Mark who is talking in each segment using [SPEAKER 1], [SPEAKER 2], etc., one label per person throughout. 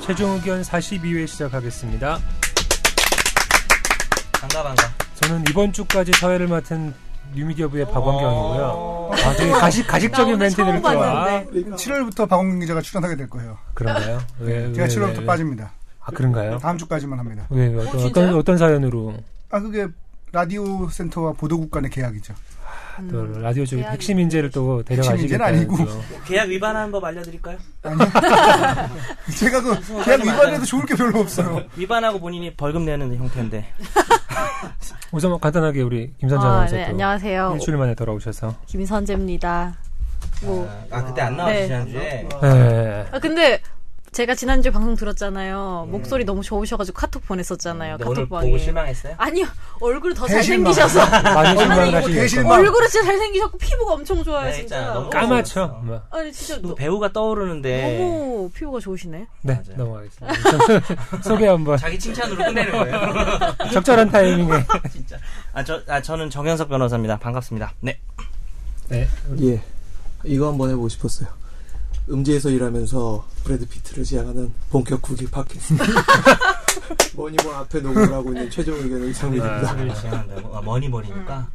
[SPEAKER 1] 최종 의견 42회 시작하겠습니다.
[SPEAKER 2] 반가 반가.
[SPEAKER 1] 저는 이번 주까지 서해를 맡은 뉴미디어부의 박원경이고요. 아, 되게 가식, 가식적인
[SPEAKER 3] 나 오늘
[SPEAKER 1] 멘트들
[SPEAKER 3] 처음
[SPEAKER 1] 거야.
[SPEAKER 3] 봤는데.
[SPEAKER 4] 7월부터 어. 박원경 기자가 출연하게 될 거예요.
[SPEAKER 1] 그런가요? 왜,
[SPEAKER 4] 제가
[SPEAKER 1] 왜,
[SPEAKER 4] 7월부터
[SPEAKER 1] 왜?
[SPEAKER 4] 빠집니다.
[SPEAKER 1] 아, 그런가요?
[SPEAKER 4] 다음 주까지만 합니다.
[SPEAKER 1] 왜, 왜, 어떤,
[SPEAKER 3] 진짜요?
[SPEAKER 1] 어떤, 어떤 사연으로
[SPEAKER 4] 아 그게 라디오 센터와 보도국 간의 계약이죠.
[SPEAKER 1] 또 라디오 쪽에
[SPEAKER 3] 음, 대학이-
[SPEAKER 1] 핵심 인재를 또
[SPEAKER 4] 핵심 인재는
[SPEAKER 1] 데려가시겠다.
[SPEAKER 4] 아니고.
[SPEAKER 2] 계약 위반하는 법 알려드릴까요?
[SPEAKER 4] 제가 그 계약 위반해도 좋을 게 별로 없어요.
[SPEAKER 2] 위반하고 본인이 벌금 내는 형태인데.
[SPEAKER 1] 우선 뭐 간단하게 우리 김선재
[SPEAKER 3] 아,
[SPEAKER 1] 아나운서
[SPEAKER 3] 네,
[SPEAKER 1] 또
[SPEAKER 3] 안녕하세요.
[SPEAKER 1] 일주일 만에 돌아오셔서.
[SPEAKER 3] 김선재입니다. 뭐,
[SPEAKER 2] 아 그때 안 나왔지
[SPEAKER 3] 네.
[SPEAKER 2] 지난주에. 어.
[SPEAKER 1] 네.
[SPEAKER 3] 아, 근데 제가 지난주 방송 들었잖아요. 목소리 너무 좋으셔가지고 카톡
[SPEAKER 1] 네.
[SPEAKER 3] 보냈었잖아요.
[SPEAKER 2] 예. 너를
[SPEAKER 3] 카톡방에.
[SPEAKER 2] 보고 실망했어요?
[SPEAKER 3] 아니요, 얼굴 더
[SPEAKER 4] 대실망.
[SPEAKER 3] 잘생기셔서.
[SPEAKER 1] 많이 실망하시겠다.
[SPEAKER 4] 아, 뭐 대실망.
[SPEAKER 3] 얼굴은 진짜 잘생기셨고 피부가 엄청 좋아요,
[SPEAKER 2] 네,
[SPEAKER 3] 진짜.
[SPEAKER 2] 있잖아, 너무 깜-
[SPEAKER 1] 까맣죠?
[SPEAKER 2] 어.
[SPEAKER 1] 뭐.
[SPEAKER 3] 아니, 진짜
[SPEAKER 2] 누구
[SPEAKER 3] 너,
[SPEAKER 2] 배우가 떠오르는데
[SPEAKER 3] 너무 피부가 좋으시네.
[SPEAKER 1] 네,
[SPEAKER 2] 맞아요.
[SPEAKER 1] 넘어가겠습니다. 우선 소개 한번.
[SPEAKER 2] 자기 칭찬으로 끝내는 거예요.
[SPEAKER 1] 적절한 타이밍에.
[SPEAKER 2] 진짜. 아저아 저는 정현석 변호사입니다. 반갑습니다. 네.
[SPEAKER 1] 네.
[SPEAKER 5] 예. 이거 한번 해보고 싶었어요. 음지에서 일하면서 브래드 피트를 지향하는 본격 국일 팟캐스트. 뭐니뭐 앞에 녹음을 하고 있는 최종 의견 이상민입니다.
[SPEAKER 1] 음.
[SPEAKER 2] 를 지향한다고. 아, 머니 머니니까.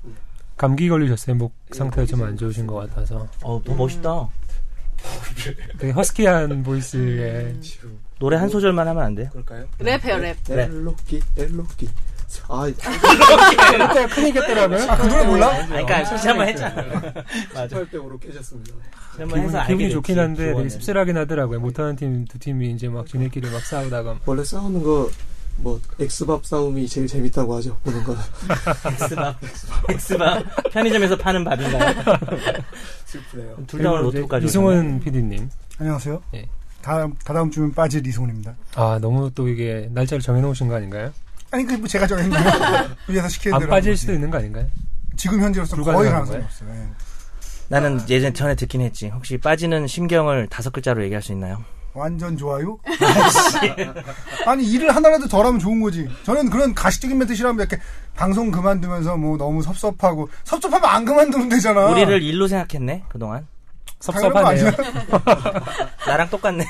[SPEAKER 1] 감기 걸리셨어요. 목 상태가 좀 안 좋으신 것 같아서.
[SPEAKER 2] 어 너무 멋있다.
[SPEAKER 1] 되게 허스키한 보이스에.
[SPEAKER 5] 지금
[SPEAKER 2] 노래 한 소절만 하면 안 돼요?
[SPEAKER 5] 그럴까요?
[SPEAKER 3] 랩해요, 랩.
[SPEAKER 5] 엘로키, 엘로키. 아,
[SPEAKER 1] 그때 큰이겼더라고요. 음.
[SPEAKER 4] 그 노래 몰라?
[SPEAKER 2] 아니, 그러니까 다시 한번 했잖아. 맞아.
[SPEAKER 5] 18대5로 깨졌습니다.
[SPEAKER 2] 다시 한번
[SPEAKER 1] 기분,
[SPEAKER 2] 해서 알게
[SPEAKER 1] 기분이
[SPEAKER 2] 됐지,
[SPEAKER 1] 좋긴 한데 되게
[SPEAKER 2] 기원을.
[SPEAKER 1] 씁쓸하긴 하더라고요. 못하는 팀, 두 팀이 이제 막 지네끼리 막 싸우다가.
[SPEAKER 5] 원래 싸우는 거, 뭐, 엑스밥 싸움이 제일 재밌다고 하죠, 보는 거.
[SPEAKER 2] 엑스밥 엑스밥 편의점에서 파는 밥인가요?
[SPEAKER 5] 슬프네요.
[SPEAKER 2] 둘 다 오늘
[SPEAKER 1] 그리고 이제
[SPEAKER 2] 로또까지.
[SPEAKER 1] 이승훈 PD님.
[SPEAKER 4] 안녕하세요.
[SPEAKER 1] 예.
[SPEAKER 4] 다음 다다음 주면 빠질 이승훈입니다.
[SPEAKER 1] 아, 너무 또 이게 날짜를 정해놓으신 거 아닌가요?
[SPEAKER 4] 아니 그 뭐 제가 정한 거예요. 위에서 시키는
[SPEAKER 1] 안
[SPEAKER 4] 대로
[SPEAKER 1] 빠질
[SPEAKER 4] 하는
[SPEAKER 1] 수도
[SPEAKER 4] 네, 거지.
[SPEAKER 1] 있는 거 아닌가요?
[SPEAKER 4] 지금 현재로서 거의
[SPEAKER 1] 불가능한
[SPEAKER 4] 가능성이
[SPEAKER 1] 거예요?
[SPEAKER 4] 없어요. 예.
[SPEAKER 2] 나는 예전 전에 듣긴 했지. 혹시 빠지는 심경을 다섯 글자로 얘기할 수 있나요?
[SPEAKER 4] 완전 좋아요? 아니 일을 하나라도 덜하면 좋은 거지. 저는 그런 가식적인 멘트 싫어합니다. 이렇게 방송 그만두면서 뭐 너무 섭섭하고 섭섭하면 안 그만두면 되잖아.
[SPEAKER 2] 우리를 일로 생각했네 그동안.
[SPEAKER 4] 당연한 거
[SPEAKER 1] 섭섭하네요.
[SPEAKER 2] 나랑 똑같네.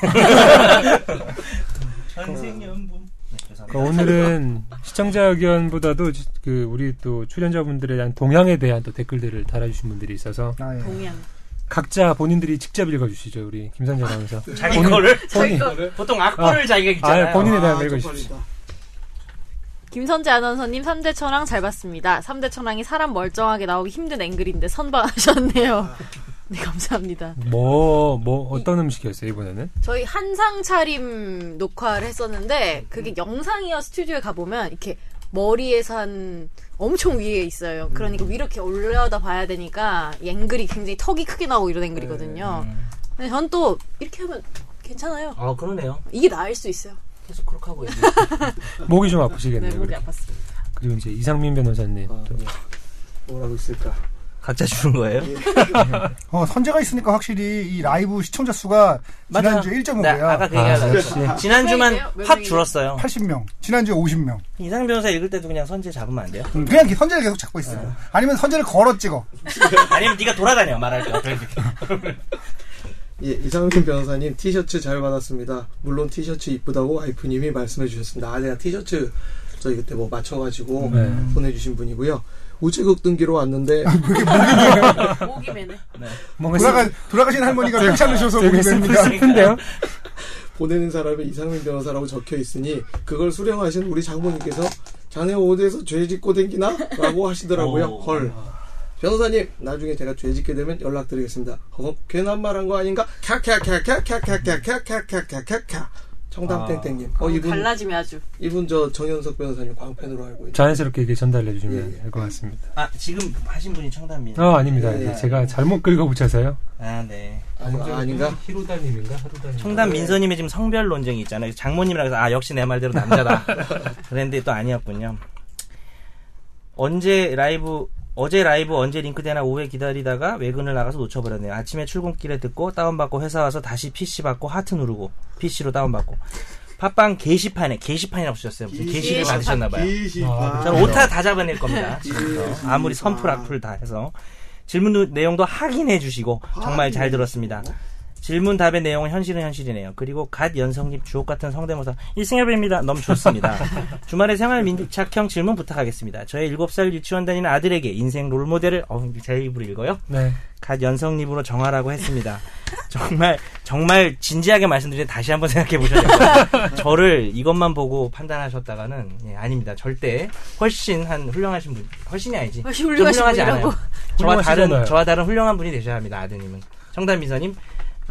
[SPEAKER 2] 전생연분. 네,
[SPEAKER 1] 그
[SPEAKER 2] 죄송합니다.
[SPEAKER 1] 오늘은 시청자 의견보다도 지- 그 우리 또 출연자분들에 대한 동향에 대한 또 댓글들을 달아주신 분들이 있어서
[SPEAKER 4] 아, 예.
[SPEAKER 3] 동양.
[SPEAKER 2] 네.
[SPEAKER 1] 각자 본인들이 직접 읽어주시죠. 우리 김선재 아나운서.
[SPEAKER 2] 자기
[SPEAKER 1] 본인-
[SPEAKER 2] 거를
[SPEAKER 1] 본인-
[SPEAKER 2] 보통 악보를 자기가 읽잖아요. 예,
[SPEAKER 1] 아, 본인에 대한
[SPEAKER 5] 아,
[SPEAKER 1] 읽어
[SPEAKER 5] 쪽팔리다.
[SPEAKER 1] 주십시오.
[SPEAKER 3] 김선재 아나운서님 3대 천왕 잘 봤습니다. 3대 천왕이 사람 멀쩡하게 나오기 힘든 앵글인데 선방하셨네요.
[SPEAKER 2] 아.
[SPEAKER 3] 네, 감사합니다.
[SPEAKER 1] 뭐, 뭐, 어떤 음식이었어요, 이번에는?
[SPEAKER 3] 저희 한상 차림 녹화를 했었는데 그게 영상이어 스튜디오에 가보면 이렇게 머리에서 한 엄청 위에 있어요. 그러니까 위로 이렇게 올려다 봐야 되니까 이 앵글이 굉장히 턱이 크게 나오고 이런 앵글이거든요. 근데 전 또 이렇게 하면 괜찮아요.
[SPEAKER 2] 아 그러네요.
[SPEAKER 3] 이게 나을 수 있어요.
[SPEAKER 2] 계속 그렇게 하고 있네.
[SPEAKER 1] 목이 좀
[SPEAKER 3] 네,
[SPEAKER 1] 아프시겠네요.
[SPEAKER 3] 목이
[SPEAKER 1] 그렇게.
[SPEAKER 3] 아팠어요.
[SPEAKER 1] 그리고 이제 이상민 변호사님.
[SPEAKER 5] 아,
[SPEAKER 1] 또.
[SPEAKER 5] 예.
[SPEAKER 2] 어,
[SPEAKER 5] 뭐라고 있을까.
[SPEAKER 2] 각자 주는 거예요?
[SPEAKER 4] 어, 선재가 있으니까 확실히 이 라이브 시청자 수가
[SPEAKER 2] 맞아요.
[SPEAKER 4] 지난주에
[SPEAKER 2] 나
[SPEAKER 4] 1.5배야.
[SPEAKER 2] 아까 그
[SPEAKER 1] 아,
[SPEAKER 2] 얘기하려고.
[SPEAKER 1] 역시.
[SPEAKER 2] 했어. 지난주만
[SPEAKER 3] 몇 명이에요?
[SPEAKER 2] 확
[SPEAKER 3] 몇
[SPEAKER 2] 줄었어요.
[SPEAKER 4] 80명. 지난주에 50명.
[SPEAKER 2] 이상 변호사 읽을 때도 그냥 선제 잡으면 안 돼요?
[SPEAKER 4] 음, 그냥 이렇게 선재를 계속 잡고 있어요. 아니면 선재를 걸어 찍어.
[SPEAKER 2] 아니면 네가 돌아다녀 말할 때. 그래도 이렇게.
[SPEAKER 5] 예, 이상민 변호사님 티셔츠 잘 받았습니다. 물론 티셔츠 이쁘다고 와이프님이 말씀해 주셨습니다. 아, 내가 티셔츠 저희 그때 뭐 맞춰가지고
[SPEAKER 1] 네.
[SPEAKER 5] 보내주신 분이고요. 우체국 등기로 왔는데
[SPEAKER 3] 목이 매네.
[SPEAKER 1] 뭔가
[SPEAKER 4] 돌아가,
[SPEAKER 1] 슬-
[SPEAKER 4] 돌아가신 할머니가
[SPEAKER 2] 네.
[SPEAKER 4] 괜찮으셔서
[SPEAKER 1] 되게
[SPEAKER 4] 모르겠습니다.
[SPEAKER 1] 슬- 슬픈데요?
[SPEAKER 5] 보내는 사람이 이상민 변호사라고 적혀 있으니 그걸 수령하신 우리 장모님께서 자네 어디에서 죄 짓고 댕기나? 라고 하시더라고요.
[SPEAKER 2] 오.
[SPEAKER 5] 헐. 변호사님, 나중에 제가 죄 짓게 되면 연락드리겠습니다. 어, 괜한 말 한 거 아닌가? 캬캬캬캬캬캬캬캬캬캬캬캬캬 청담땡땡님.
[SPEAKER 3] 아.
[SPEAKER 5] 어, 이분
[SPEAKER 3] 갈라짐이 아주.
[SPEAKER 5] 이분 저 정현석 변호사님 광팬으로 알고 있죠.
[SPEAKER 1] 자연스럽게 이게 전달해 주시면
[SPEAKER 5] 예, 예.
[SPEAKER 1] 될 것 같습니다.
[SPEAKER 2] 아 지금 하신 분이 청담이에요.
[SPEAKER 1] 아, 아닙니다.
[SPEAKER 5] 예,
[SPEAKER 1] 이게
[SPEAKER 5] 예.
[SPEAKER 1] 제가 잘못 긁어 붙여서요.
[SPEAKER 2] 아 네.
[SPEAKER 5] 아, 아, 아닌가?
[SPEAKER 1] 히로다님인가? 하루다님.
[SPEAKER 2] 청담 민서님의 지금 성별 논쟁이 있잖아요. 장모님이라 그래서 아 역시 내 말대로 남자다. 그랬는데 또 아니었군요. 언제 라이브 어제 라이브 언제 링크되나 오후에 기다리다가 외근을 나가서 놓쳐버렸네요. 아침에 출근길에 듣고 다운받고 회사 와서 다시 PC 받고 하트 누르고 PC로 다운받고 팟빵 게시판에 게시판이라고 쓰셨어요. 무슨 게시를
[SPEAKER 3] 게시판.
[SPEAKER 2] 받으셨나봐요.
[SPEAKER 1] 아,
[SPEAKER 2] 저는 오타 다 잡아낼 겁니다. 지금부터. 음, 아무리 선풀 악풀 다 해서 질문 내용도 확인해 주시고 정말 잘 들었습니다. 질문 답의 내용은 현실은 현실이네요. 그리고 갓 연성집 주옥 같은 성대모사 이승엽입니다. 너무 좋습니다. 주말에 생활 민착형 질문 부탁하겠습니다. 저의 7살 유치원 다니는 아들에게 인생 롤모델을 어, 제 입으로 읽어요.
[SPEAKER 1] 네.
[SPEAKER 2] 갓 연성립으로 정하라고 했습니다. 정말 정말 진지하게 말씀드리면 다시 한번 생각해 보셔야 돼요. 저를 이것만 보고 판단하셨다가는 예, 아닙니다. 절대 훨씬 한 훌륭하신 분, 훨씬이 아니지.
[SPEAKER 3] 훨씬
[SPEAKER 2] 좀
[SPEAKER 3] 훌륭하신
[SPEAKER 2] 훌륭하지
[SPEAKER 3] 분이라고. 그
[SPEAKER 2] 않아요. 저와 다른
[SPEAKER 1] 훌륭하시잖아요.
[SPEAKER 2] 저와 다른 훌륭한 분이 되셔야 합니다. 아드님은 청담 미서님,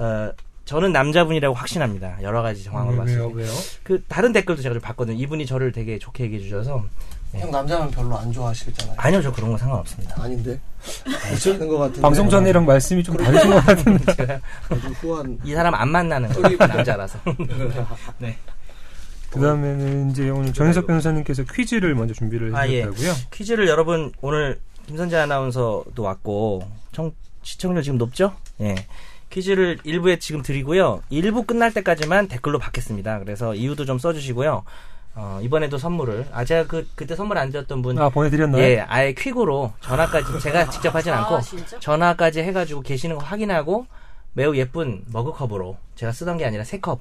[SPEAKER 2] 어, 저는 남자분이라고 확신합니다. 여러 가지 정황을
[SPEAKER 1] 왜, 왜요,
[SPEAKER 2] 봤을 때.
[SPEAKER 1] 왜요?
[SPEAKER 2] 그 다른 댓글도 제가 좀 봤거든요. 이분이 저를 되게 좋게 얘기해 주셔서
[SPEAKER 5] 형 남자면 별로 안 좋아하시잖아요.
[SPEAKER 2] 아니요, 저 그런 거 상관없습니다.
[SPEAKER 5] 아닌데 괜찮은 것 같은데
[SPEAKER 1] 방송 전이랑 말씀이 좀 다르신 것 같은데.
[SPEAKER 5] 아주 후한
[SPEAKER 2] 이 사람 안 만나는
[SPEAKER 5] 우리
[SPEAKER 2] 남자라서.
[SPEAKER 1] 그 다음에는 이제 오늘 정현석 변호사님께서 퀴즈를 먼저 준비를
[SPEAKER 2] 아, 예.
[SPEAKER 1] 해주셨다고요.
[SPEAKER 2] 퀴즈를 여러분 오늘 김선재 아나운서도 왔고 청- 시청률 지금 높죠? 예. 퀴즈를 1부에 지금 드리고요. 1부 끝날 때까지만 댓글로 받겠습니다. 그래서 이유도 좀 써주시고요. 어, 이번에도 선물을 아 제가 그 그때 선물 안 드렸던 분
[SPEAKER 1] 아, 보내드렸나요?
[SPEAKER 2] 예, 아예 퀵으로 전화까지 제가 직접 하진 않고
[SPEAKER 3] 아, 진짜?
[SPEAKER 2] 전화까지 해가지고 계시는 거 확인하고 매우 예쁜 머그컵으로 제가 쓰던 게 아니라 세 컵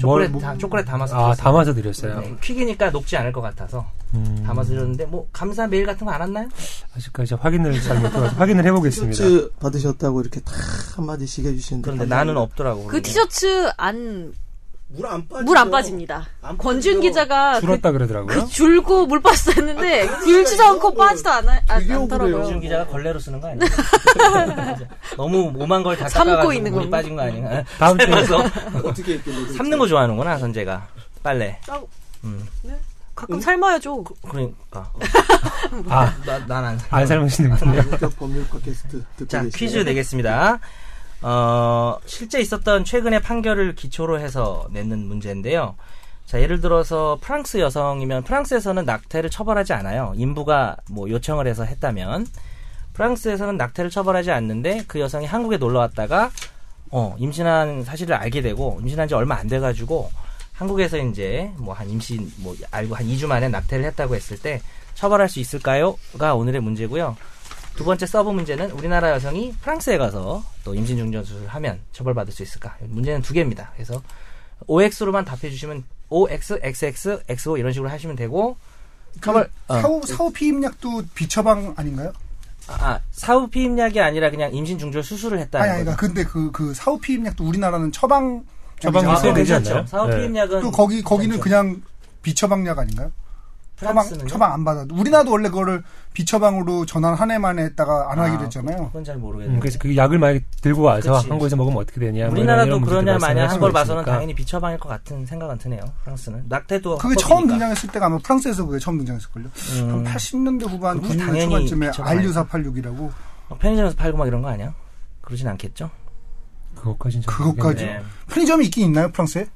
[SPEAKER 2] 초콜릿
[SPEAKER 1] 뭐-
[SPEAKER 2] 다, 초콜릿 담아서
[SPEAKER 1] 아,
[SPEAKER 2] 드렸어요.
[SPEAKER 1] 담아서 드렸어요.
[SPEAKER 2] 네, 퀵이니까 녹지 않을 것 같아서
[SPEAKER 1] 음,
[SPEAKER 2] 담아서 드렸는데 뭐 감사 메일 같은 거 안 왔나요?
[SPEAKER 1] 아직까지 확인을 잘 못해서 확인을 해보겠습니다.
[SPEAKER 5] 티셔츠 받으셨다고 이렇게 다 한마디씩 해주시는데
[SPEAKER 2] 그런데 나는 없더라고.
[SPEAKER 3] 그 티셔츠 안,
[SPEAKER 5] 물안 빠지
[SPEAKER 3] 물 안 빠집니다.
[SPEAKER 5] 안
[SPEAKER 3] 권준
[SPEAKER 5] 빠지죠.
[SPEAKER 3] 기자가 그,
[SPEAKER 1] 줄었다 아, 그러더라고요. 그렇죠.
[SPEAKER 3] 그 줄고 물 빠졌다 했는데, 줄지도 않고 빠지도 않, 아,
[SPEAKER 5] 그게
[SPEAKER 3] 않더라고요.
[SPEAKER 5] 억울해요.
[SPEAKER 2] 지금 기자가 걸레로 쓰는 거 아니야? 너무 오만 걸 다
[SPEAKER 3] 삶고
[SPEAKER 2] 닦아가지고
[SPEAKER 3] 있는
[SPEAKER 2] 물이
[SPEAKER 3] 거구나.
[SPEAKER 2] 빠진 거 아니야?
[SPEAKER 1] 다음 주에
[SPEAKER 2] 삶아서
[SPEAKER 5] 어떻게 했길래
[SPEAKER 2] 삶는 거 좋아하는구나 선재가 빨래.
[SPEAKER 3] 싸우-
[SPEAKER 2] 음.
[SPEAKER 3] 네? 가끔 삶아야죠.
[SPEAKER 2] 그러니까
[SPEAKER 1] 아,
[SPEAKER 2] 나난안 사.
[SPEAKER 1] 안 삶으시는군요.
[SPEAKER 5] 본격 법률 팟캐스트 듣고
[SPEAKER 2] 자
[SPEAKER 5] 계시죠?
[SPEAKER 2] 퀴즈 내겠습니다. 어, 실제 있었던 최근의 판결을 기초로 해서 내는 문제인데요. 자, 예를 들어서 프랑스 여성이면 프랑스에서는 낙태를 처벌하지 않아요. 인부가 뭐 요청을 해서 했다면 프랑스에서는 낙태를 처벌하지 않는데 그 여성이 한국에 놀러 왔다가 어, 임신한 사실을 알게 되고 임신한 지 얼마 안 돼 가지고 한국에서 이제 뭐 한 임신 뭐 알고 한 2주 만에 낙태를 했다고 했을 때 처벌할 수 있을까요?가 오늘의 문제고요. 두 번째 서브 문제는 우리나라 여성이 프랑스에 가서 또 임신 중전 수술을 하면 처벌받을 수 있을까? 문제는 두 개입니다. 그래서 OX로만 답해 주시면 OX, XX, XO 이런 식으로 하시면 되고
[SPEAKER 4] 그
[SPEAKER 2] 가만- 어.
[SPEAKER 4] 사후 사후 피임약도 비처방 아닌가요?
[SPEAKER 2] 아, 사후 피임약이 아니라 그냥 임신 중절 수술을 했다는
[SPEAKER 4] 아니 아니 그러니까
[SPEAKER 2] 거죠.
[SPEAKER 4] 근데 그 그 사후 피임약도 우리나라는 처방
[SPEAKER 1] 처방이
[SPEAKER 4] 그러니까
[SPEAKER 2] 아,
[SPEAKER 1] 있어야 되지
[SPEAKER 2] 괜찮죠.
[SPEAKER 1] 않나요?
[SPEAKER 2] 사후
[SPEAKER 1] 네.
[SPEAKER 2] 피임약은
[SPEAKER 4] 또 거기 거기는
[SPEAKER 2] 괜찮죠.
[SPEAKER 4] 그냥 비처방약 아닌가요? 처방
[SPEAKER 2] 그렇죠. 프랑스는요?
[SPEAKER 4] 처방 안 받아. 우리나라도 원래 그거를 비처방으로 전환 한 해 만에 했다가 안 하기로
[SPEAKER 2] 아,
[SPEAKER 4] 했잖아요.
[SPEAKER 2] 그건 잘
[SPEAKER 1] 음,
[SPEAKER 2] 모르겠는데.
[SPEAKER 1] 그래서 그 약을 많이 들고 와서
[SPEAKER 2] 그치.
[SPEAKER 1] 한국에서 먹으면 어떻게 되냐. 뭐 이런-
[SPEAKER 2] 우리나라도
[SPEAKER 1] 이런 문제도
[SPEAKER 2] 그러냐 마냐
[SPEAKER 1] 발생할
[SPEAKER 2] 한 걸
[SPEAKER 1] 수가
[SPEAKER 2] 봐서는
[SPEAKER 1] 있으니까.
[SPEAKER 2] 당연히 비처방일 것 같은 생각은 드네요. 프랑스는
[SPEAKER 1] 어,
[SPEAKER 2] 낙태도 어,
[SPEAKER 4] 그게 처음
[SPEAKER 2] 합법이니까.
[SPEAKER 4] 등장했을 때가 아마 프랑스에서 그게 처음 등장했을걸요. 한 80년대 후반,
[SPEAKER 2] 그렇죠.
[SPEAKER 4] 90년대
[SPEAKER 2] 당연히
[SPEAKER 4] 초반쯤에
[SPEAKER 2] 비처방
[SPEAKER 4] 알류486이라고
[SPEAKER 2] 음, 편의점에서 팔고 막 이런 거 아니야? 그러진 않겠죠?
[SPEAKER 1] 그것까지는 좀
[SPEAKER 4] 그것까지.
[SPEAKER 1] 모르겠네요.
[SPEAKER 2] 네.
[SPEAKER 4] 편의점이 있긴 있나요, 프랑스에?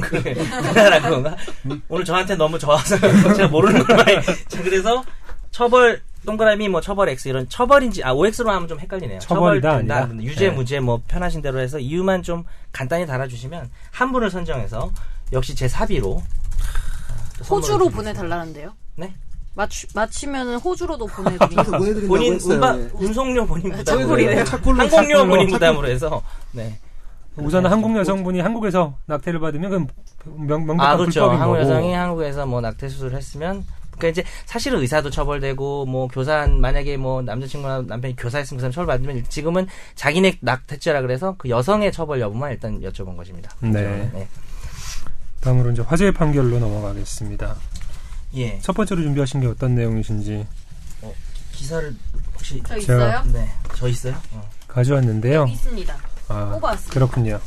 [SPEAKER 2] 그래. 우리나라 그건가? 오늘 저한테 너무 좋아서 제가 모르는 걸 많이. 자, 그래서 처벌 동그라미 뭐 처벌 X 이런 처벌인지 아 OX로 하면 좀 헷갈리네요.
[SPEAKER 1] 처벌이다,
[SPEAKER 2] 처벌된다,
[SPEAKER 1] 아니라?
[SPEAKER 2] 유죄
[SPEAKER 1] 네.
[SPEAKER 2] 무죄 뭐 편하신 대로 해서 이유만 좀 간단히 달아주시면 한 분을 선정해서 역시 제 사비로 또 선물을
[SPEAKER 3] 호주로
[SPEAKER 2] 드리겠습니다.
[SPEAKER 3] 보내달라는데요?
[SPEAKER 2] 네?
[SPEAKER 3] 맞추, 맞추면은 호주로도
[SPEAKER 5] 그래서
[SPEAKER 3] 보내드리고.
[SPEAKER 5] 보내드린다고
[SPEAKER 2] 본인
[SPEAKER 5] 했어요.
[SPEAKER 2] 운반
[SPEAKER 5] 예.
[SPEAKER 2] 운송료 본인
[SPEAKER 3] 착불이네요.
[SPEAKER 2] 부담으로 항공료 본인 부담으로 해서 네.
[SPEAKER 1] 우선은 한국 여성분이 한국에서 낙태를 받으면 그건 명, 명백한
[SPEAKER 2] 아 그렇죠.
[SPEAKER 1] 불법인
[SPEAKER 2] 한국
[SPEAKER 1] 거고.
[SPEAKER 2] 여성이 한국에서 뭐 낙태 수술을 했으면 그러니까 이제 사실은 의사도 처벌되고 뭐 교산 만약에 뭐 남자친구나 남편이 교사했으면 그 사람 처벌받으면 지금은 자기네 낙태죄라 그래서 그 여성의 처벌 여부만 일단 여쭤본 것입니다. 그렇죠?
[SPEAKER 1] 네. 다음으로 이제 화제의 판결로 넘어가겠습니다.
[SPEAKER 2] 예.
[SPEAKER 1] 첫 번째로 준비하신 게 어떤 내용이신지
[SPEAKER 2] 기사를 혹시
[SPEAKER 3] 저 있어요?
[SPEAKER 2] 네. 저 있어요? 어.
[SPEAKER 1] 가져왔는데요.
[SPEAKER 3] 있습니다.
[SPEAKER 1] 아,
[SPEAKER 3] 뽑아왔습니다.
[SPEAKER 1] 그렇군요.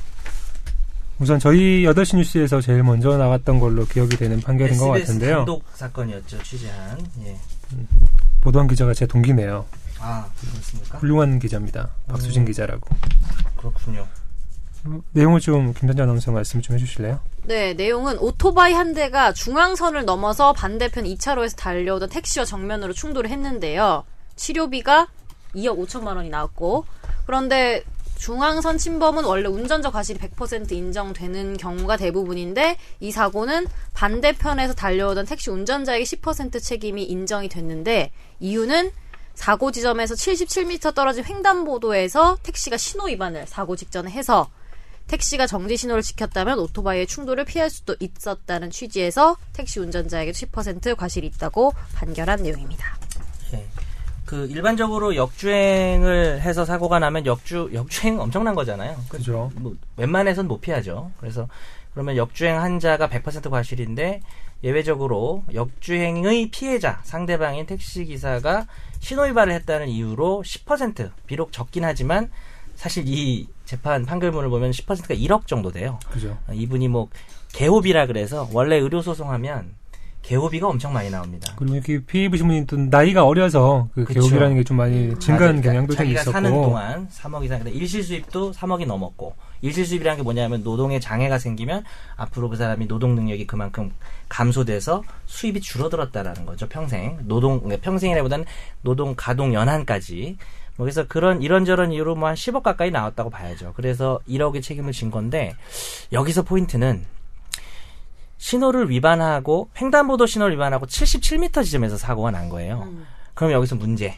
[SPEAKER 1] 우선 저희 8시 뉴스에서 제일 먼저 나갔던 걸로 기억이 되는 판결인 것
[SPEAKER 2] SBS
[SPEAKER 1] 같은데요.
[SPEAKER 2] 단독 사건이었죠. 취재한. 예.
[SPEAKER 1] 보도한 기자가 제 동기네요.
[SPEAKER 2] 아, 그렇습니까?
[SPEAKER 1] 훌륭한 기자입니다. 박수진
[SPEAKER 2] 음.
[SPEAKER 1] 기자라고.
[SPEAKER 2] 그렇군요.
[SPEAKER 1] 음, 내용을 좀 김선재 아나운서 말씀 좀 해주실래요?
[SPEAKER 3] 네, 내용은 오토바이 한 대가 중앙선을 넘어서 반대편 2차로에서 달려오던 택시와 정면으로 충돌을 했는데요. 치료비가 2억 5천만 원이 나왔고, 그런데 중앙선 침범은 원래 운전자 과실이 100% 인정되는 경우가 대부분인데, 이 사고는 반대편에서 달려오던 택시 운전자에게 10% 책임이 인정이 됐는데, 이유는 사고 지점에서 77m 떨어진 횡단보도에서 택시가 신호 위반을 사고 직전에 해서 택시가 정지 신호를 지켰다면 오토바이의 충돌을 피할 수도 있었다는 취지에서 택시 운전자에게 10% 과실이 있다고 판결한 내용입니다.
[SPEAKER 2] 예. 그 일반적으로 역주행을 해서 사고가 나면 역주 역주행 엄청난 거잖아요.
[SPEAKER 1] 그죠.
[SPEAKER 2] 뭐 웬만해선 못 피하죠. 그래서 그러면 역주행 환자가 100% 과실인데 예외적으로 역주행의 피해자 상대방인 택시 기사가 신호 위반을 했다는 이유로 10% 비록 적긴 하지만 사실 이 재판 판결문을 보면 10%가 1억 정도 돼요.
[SPEAKER 1] 그죠.
[SPEAKER 2] 어, 이분이 뭐 개호비라 그래서 원래 의료 소송하면 개호비가 엄청 많이 나옵니다.
[SPEAKER 1] 그리고 이렇게 피해 입으신 분이 또 나이가 어려서 그
[SPEAKER 2] 그쵸.
[SPEAKER 1] 개업이라는 게 좀 많이 증가하는 경향도 좀
[SPEAKER 2] 아직 그러니까 자기가
[SPEAKER 1] 있었고.
[SPEAKER 2] 사는 동안 3억 이상 근데 일실 수입도 3억이 넘었고 일실 수입이라는 게 뭐냐면 노동에 장애가 생기면 앞으로 그 사람이 노동 능력이 그만큼 감소돼서 수입이 줄어들었다라는 거죠 평생 노동 그러니까 평생이라기보다는 노동 가동 연한까지 뭐 그래서 그런 이런저런 이유로 뭐 한 10억 가까이 나왔다고 봐야죠 그래서 1억의 책임을 진 건데 여기서 포인트는 신호를 위반하고 횡단보도 신호를 위반하고 77m 지점에서 사고가 난 거예요. 그럼 여기서 문제.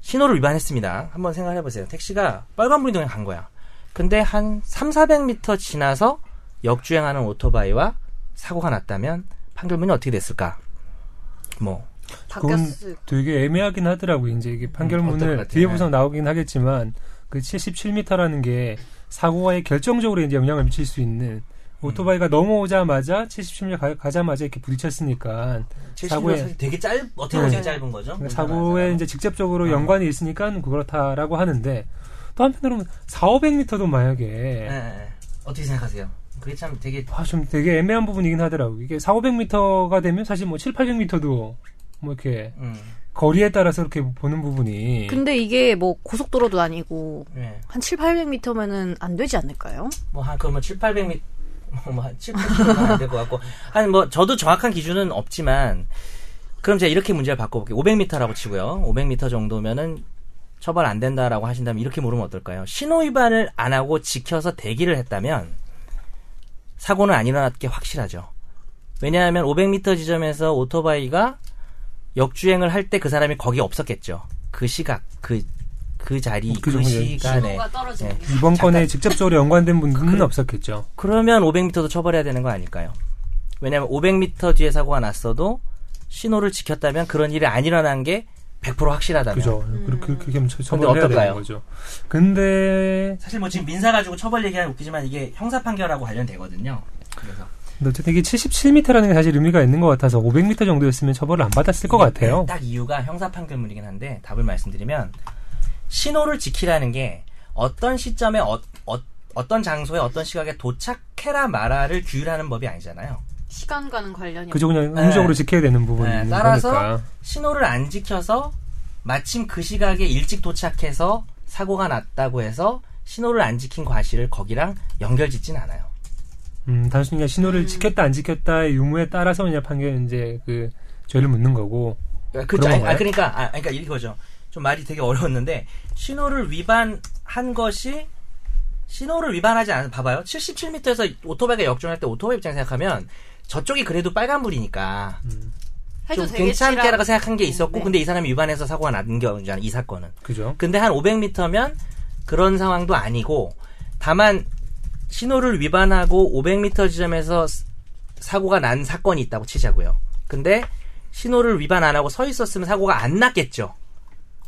[SPEAKER 2] 신호를 위반했습니다. 한번 생각해 보세요. 택시가 빨간불 이동에 간 거야. 근데 한 3, 400m 지나서 역주행하는 오토바이와 사고가 났다면 판결문이 어떻게 됐을까? 뭐
[SPEAKER 1] 그건
[SPEAKER 3] 바뀌었을
[SPEAKER 1] 되게 애매하긴 하더라고요. 이제 이게
[SPEAKER 2] 어떨
[SPEAKER 1] 판결문을
[SPEAKER 2] 것 같아요?
[SPEAKER 1] 뒤에 보상 나오긴 하겠지만 그 77m라는 게 사고에 결정적으로 이제 영향을 미칠 수 있는
[SPEAKER 2] 음.
[SPEAKER 1] 오토바이가 넘어오자마자 77m 가, 가자마자 이렇게 부딪혔으니까
[SPEAKER 2] 70m
[SPEAKER 1] 사고에-
[SPEAKER 2] 사실 되게 짧 어떻게 보면
[SPEAKER 1] 네.
[SPEAKER 2] 되게 짧은 거죠.
[SPEAKER 1] 그러니까 사고에 이제 직접적으로
[SPEAKER 2] 어.
[SPEAKER 1] 연관이 있으니까 그렇다라고 하는데 또 한편으로는 4, 500m도 만약에
[SPEAKER 2] 예, 예. 어떻게 생각하세요? 그게 참 되게
[SPEAKER 1] 아, 좀 되게 애매한 부분이긴 하더라고요. 이게 4, 500m가 되면 사실 뭐 7, 800m도 뭐 이렇게
[SPEAKER 2] 음.
[SPEAKER 1] 거리에 따라서 이렇게 보는 부분이
[SPEAKER 3] 근데 이게 뭐 고속도로도 아니고
[SPEAKER 2] 예.
[SPEAKER 3] 한 7, 800m면은 안 되지 않을까요?
[SPEAKER 2] 뭐한 그러면 7, 800m 뭐한 7, 800m는 안될 것 같고 한 뭐 저도 정확한 기준은 없지만 그럼 제가 이렇게 문제를 바꿔볼게요. 500m라고 치고요. 500m 정도면은 처벌 안 된다라고 하신다면 이렇게 물으면 어떨까요? 신호 위반을 안 하고 지켜서 대기를 했다면 사고는 안 일어났게 확실하죠. 왜냐하면 500m 지점에서 오토바이가 역주행을 할 때 그 사람이 거기 없었겠죠. 그 시각, 그, 그 자리, 그,
[SPEAKER 1] 그 정도예요.
[SPEAKER 2] 시간에.
[SPEAKER 3] 떨어지는
[SPEAKER 2] 네.
[SPEAKER 1] 이번 건에 직접적으로 연관된 분은
[SPEAKER 2] 그
[SPEAKER 1] 없었겠죠.
[SPEAKER 2] 그러면 500m도 처벌해야 되는 거 아닐까요? 왜냐하면 500m 뒤에 사고가 났어도 신호를 지켰다면 그런 일이 안 일어난 게 100% 확실하다면.
[SPEAKER 1] 그죠. 그렇게 그렇게 하면 처-
[SPEAKER 2] 음. 근데
[SPEAKER 1] 처벌해야 되는
[SPEAKER 2] 어떨까요?
[SPEAKER 1] 거죠. 근데
[SPEAKER 2] 사실 뭐 지금 민사 가지고 처벌 얘기하면 웃기지만 이게 형사 판결하고 관련되거든요. 그래서
[SPEAKER 1] 근데 어쨌든 이게 77m라는 게 사실 의미가 있는 것 같아서 500m 정도였으면 처벌을 안 받았을 것 같아요.
[SPEAKER 2] 네, 딱 이유가 형사 판결문이긴 한데 답을 말씀드리면 신호를 지키라는 게 어떤 시점에 어, 떤 장소에 어떤 시각에 도착해라 마라를 규율하는 법이 아니잖아요.
[SPEAKER 3] 시간과는 관련이
[SPEAKER 1] 그죠 그냥
[SPEAKER 2] 네.
[SPEAKER 1] 의무적으로 지켜야 되는 부분이
[SPEAKER 2] 네,
[SPEAKER 1] 있는
[SPEAKER 2] 따라서
[SPEAKER 1] 거니까.
[SPEAKER 2] 신호를 안 지켜서 마침 그 시각에 일찍 도착해서 사고가 났다고 해서 신호를 안 지킨 과실을 거기랑 연결 짓진 않아요.
[SPEAKER 1] 음, 단순히 그냥 신호를 지켰다 안 지켰다의 유무에 따라서 그냥 판결 이제 그 죄를 묻는 거고.
[SPEAKER 2] 그,
[SPEAKER 1] 그런
[SPEAKER 2] 아,
[SPEAKER 1] 건가요?
[SPEAKER 2] 아, 그러니까, 아, 그러니까 이거죠. 좀 말이 되게 어려웠는데 신호를 위반한 것이 신호를 위반하지 않은 봐봐요. 77m에서 오토바이가 역전할 때 오토바이 입장 생각하면 저쪽이 그래도 빨간불이니까
[SPEAKER 1] 음,
[SPEAKER 2] 좀 괜찮게라고 생각한 게 있었고
[SPEAKER 3] 네.
[SPEAKER 2] 근데 이 사람이 위반해서 사고가 난 경우잖아 이 사건은.
[SPEAKER 1] 그죠?
[SPEAKER 2] 근데 한 500m면 그런 상황도 아니고 다만 신호를 위반하고 500m 지점에서 스- 사고가 난 사건이 있다고 치자고요. 근데 신호를 위반 안 하고 서 있었으면 사고가 안 났겠죠.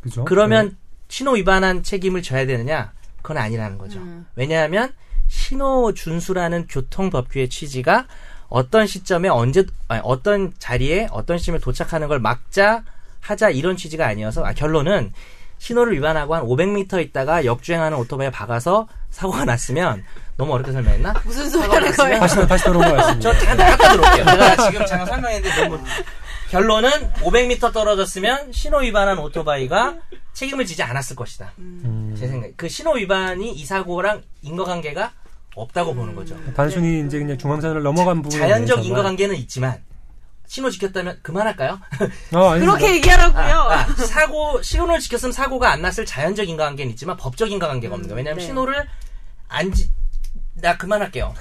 [SPEAKER 1] 그죠?
[SPEAKER 2] 그러면 신호 위반한 책임을 져야 되느냐? 그건 아니라는 거죠.
[SPEAKER 3] 음.
[SPEAKER 2] 왜냐하면 신호 준수라는 교통법규의 취지가 어떤 시점에 언제 아니, 어떤 자리에 어떤 시점에 도착하는 걸 막자 하자 이런 취지가 아니어서 아, 결론은 신호를 위반하고 한 500m 있다가 역주행하는 오토바이에 박아서 사고가 났으면 너무 어렵게 설명했나?
[SPEAKER 3] 무슨 소리 하는 거예요?
[SPEAKER 1] 네. 다시 다시 돌아온 것 같습니다.
[SPEAKER 2] 저 잠깐 나갔다 들어올게요. 제가 지금 잠깐 설명했는데 너무 결론은 500m 떨어졌으면 신호 위반한 오토바이가 책임을 지지 않았을 것이다.
[SPEAKER 1] 음.
[SPEAKER 2] 제 생각에 그 신호 위반이 이 사고랑 인과관계가 없다고 보는 거죠.
[SPEAKER 1] 단순히 이제 그냥 중앙선을 넘어간 부분
[SPEAKER 2] 네. 자연적 인과관계는 있지만 신호 지켰다면 그만할까요?
[SPEAKER 1] 어, 아니,
[SPEAKER 3] 그렇게
[SPEAKER 2] 아,
[SPEAKER 3] 얘기하라고요.
[SPEAKER 2] 아, 사고 신호를 지켰으면 음, 네. 사고가 안 났을 자연적 인과관계는 있지만 법적 인과관계가 없는 거예요. 왜냐하면
[SPEAKER 3] 네.
[SPEAKER 2] 신호를 안 지, 나 그만할게요.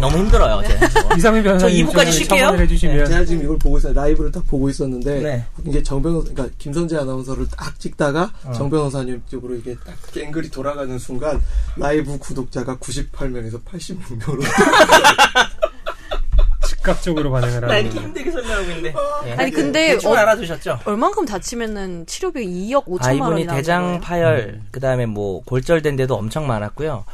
[SPEAKER 2] 너무 힘들어요 어제.
[SPEAKER 1] 뭐 이상민 변호사님
[SPEAKER 2] 저 2부까지
[SPEAKER 1] 좀
[SPEAKER 2] 쉴게요.
[SPEAKER 1] 첨언을 해주시면
[SPEAKER 5] 제가 지금 이걸 보고 있어요. 라이브를 딱 보고 있었는데
[SPEAKER 2] 네.
[SPEAKER 5] 이게 정 변호사, 그러니까 김선재 아나운서를 딱 찍다가
[SPEAKER 1] 어.
[SPEAKER 5] 정 변호사님 쪽으로 이게 딱 갱글이 돌아가는 순간 라이브 구독자가 98명에서 86명으로
[SPEAKER 1] 즉각적으로 반응을
[SPEAKER 2] 나
[SPEAKER 1] 하는
[SPEAKER 2] 이렇게 힘들게 설명하고 있는데. 예.
[SPEAKER 3] 아니, 근데
[SPEAKER 2] 대충
[SPEAKER 3] 어-
[SPEAKER 2] 알아두셨죠?
[SPEAKER 3] 얼만큼 다치면은 치료비 2억 5천만
[SPEAKER 2] 아
[SPEAKER 3] 원이
[SPEAKER 2] 이분이
[SPEAKER 3] 나온
[SPEAKER 2] 대장
[SPEAKER 3] 거예요?
[SPEAKER 2] 파열 그다음에 뭐 골절된 데도 엄청 많았고요.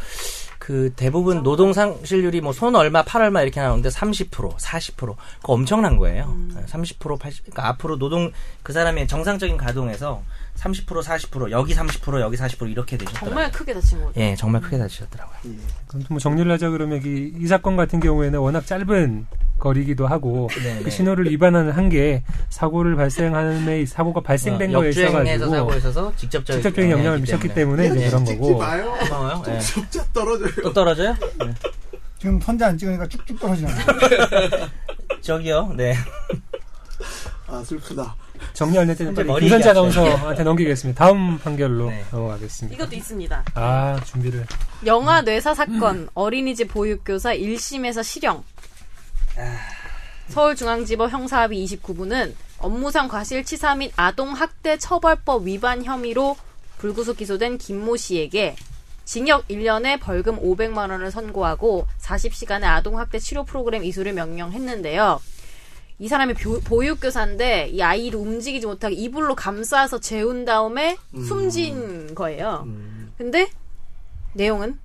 [SPEAKER 2] 그 대부분 노동 상실률이 뭐 손 얼마 팔 얼마 이렇게 나오는데 30% 40% 그거 엄청난 거예요.
[SPEAKER 3] 음.
[SPEAKER 2] 네, 30% 80 그러니까 앞으로 노동 그 사람의 정상적인 가동에서 30% 40% 여기 30% 여기 40% 이렇게 되셨더라고요.
[SPEAKER 3] 정말 크게 다친 거죠.
[SPEAKER 2] 예, 정말 크게 다치셨더라고요.
[SPEAKER 1] 아무튼 뭐 정리를 하자 그러면 이, 이 사건 같은 경우에는 워낙 짧은 거리기도 하고
[SPEAKER 2] 네,
[SPEAKER 1] 그
[SPEAKER 2] 네.
[SPEAKER 1] 신호를 위반하는 한 게 사고를 발생함에 사고가 발생된
[SPEAKER 2] 어,
[SPEAKER 1] 거에
[SPEAKER 2] 역주행에서
[SPEAKER 1] 있어가지고
[SPEAKER 2] 사고에 네, 있어서 직접적인
[SPEAKER 1] 직접적인 영향을 미쳤기 때문에 이제 네, 그런 거고 네.
[SPEAKER 5] 마요.
[SPEAKER 2] 고마워요. 예.
[SPEAKER 5] 숫자 떨어져요.
[SPEAKER 2] 또 떨어져요? 네.
[SPEAKER 4] 지금 선제 안 찍으니까 쭉쭉 떨어지는 거예요.
[SPEAKER 2] 저기요. 네.
[SPEAKER 5] 아 슬프다.
[SPEAKER 1] 정리할 때는
[SPEAKER 2] 이제
[SPEAKER 1] 빨리
[SPEAKER 2] 머리
[SPEAKER 1] 김선재
[SPEAKER 2] 얘기하시죠.
[SPEAKER 1] 아나운서한테 넘기겠습니다. 다음 판결로
[SPEAKER 2] 네.
[SPEAKER 1] 넘어가겠습니다.
[SPEAKER 3] 이것도 있습니다.
[SPEAKER 1] 아 준비를
[SPEAKER 3] 영아 뇌사 사건 어린이집 보육교사 1심에서 실형 서울중앙지법 형사합의 29부는 업무상 과실치사 및 아동학대 처벌법 위반 혐의로 불구속 기소된 김모 씨에게 징역 1년에 벌금 500만 원을 선고하고 40시간의 아동학대 치료 프로그램 이수를 명령했는데요. 이 사람이 보- 보육교사인데 이 아이를 움직이지 못하게 이불로 감싸서 재운 다음에 숨진 거예요. 근데 내용은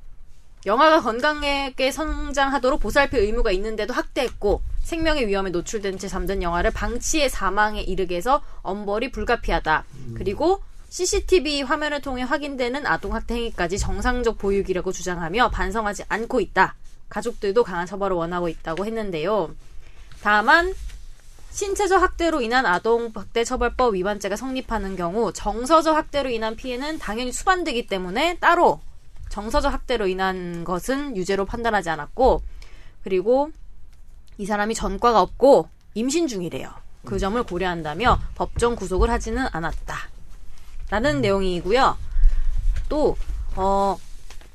[SPEAKER 3] 영아가 건강하게 성장하도록 보살필 의무가 있는데도 학대했고 생명의 위험에 노출된 채 잠든 영아를 방치해 사망에 이르게 해서 엄벌이 불가피하다. 그리고 CCTV 화면을 통해 확인되는 아동 학대 행위까지 정상적 보육이라고 주장하며 반성하지 않고 있다. 가족들도 강한 처벌을 원하고 있다고 했는데요. 다만 신체적 학대로 인한 아동 학대 처벌법 위반죄가 성립하는 경우 정서적 학대로 인한 피해는 당연히 수반되기 때문에 따로 정서적 학대로 인한 것은 유죄로 판단하지 않았고 그리고 이 사람이 전과가 없고 임신 중이래요. 그 점을 고려한다며 법정 구속을 하지는 않았다. 라는 내용이고요. 또 어,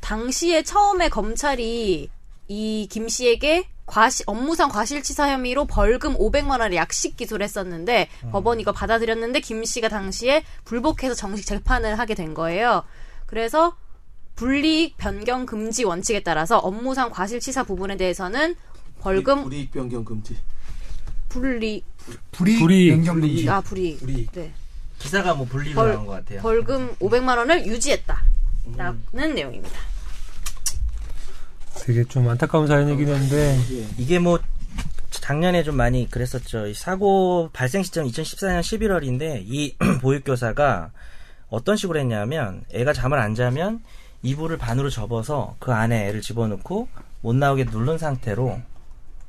[SPEAKER 3] 당시에 처음에 검찰이 이 김 씨에게 과시- 업무상 과실치사 혐의로 벌금 500만 원을 약식 기소를 했었는데 법원이 이거 받아들였는데 김 씨가 당시에 불복해서 정식 재판을 하게 된 거예요. 그래서 불리익 변경 금지 원칙에 따라서 업무상 과실치사 부분에 대해서는 벌금
[SPEAKER 5] 불이익 변경 금지.
[SPEAKER 3] 불리
[SPEAKER 4] 불이
[SPEAKER 1] 불이익.
[SPEAKER 4] 변경금지.
[SPEAKER 3] 아 불이
[SPEAKER 5] 불이익.
[SPEAKER 3] 네
[SPEAKER 2] 기사가 뭐 분리를
[SPEAKER 3] 벌-
[SPEAKER 2] 한것 같아요.
[SPEAKER 3] 벌금 500만 원을 유지했다라는 내용입니다.
[SPEAKER 1] 되게 좀 안타까운
[SPEAKER 2] 어,
[SPEAKER 1] 사연이긴 한데
[SPEAKER 5] 예.
[SPEAKER 2] 이게 뭐 작년에 좀 많이 그랬었죠. 이 사고 발생 시점 2014년 11월인데 이 보육교사가 어떤 식으로 했냐면 애가 잠을 안 자면 이불을 반으로 접어서 그 안에 애를 집어넣고 못 나오게 누른 상태로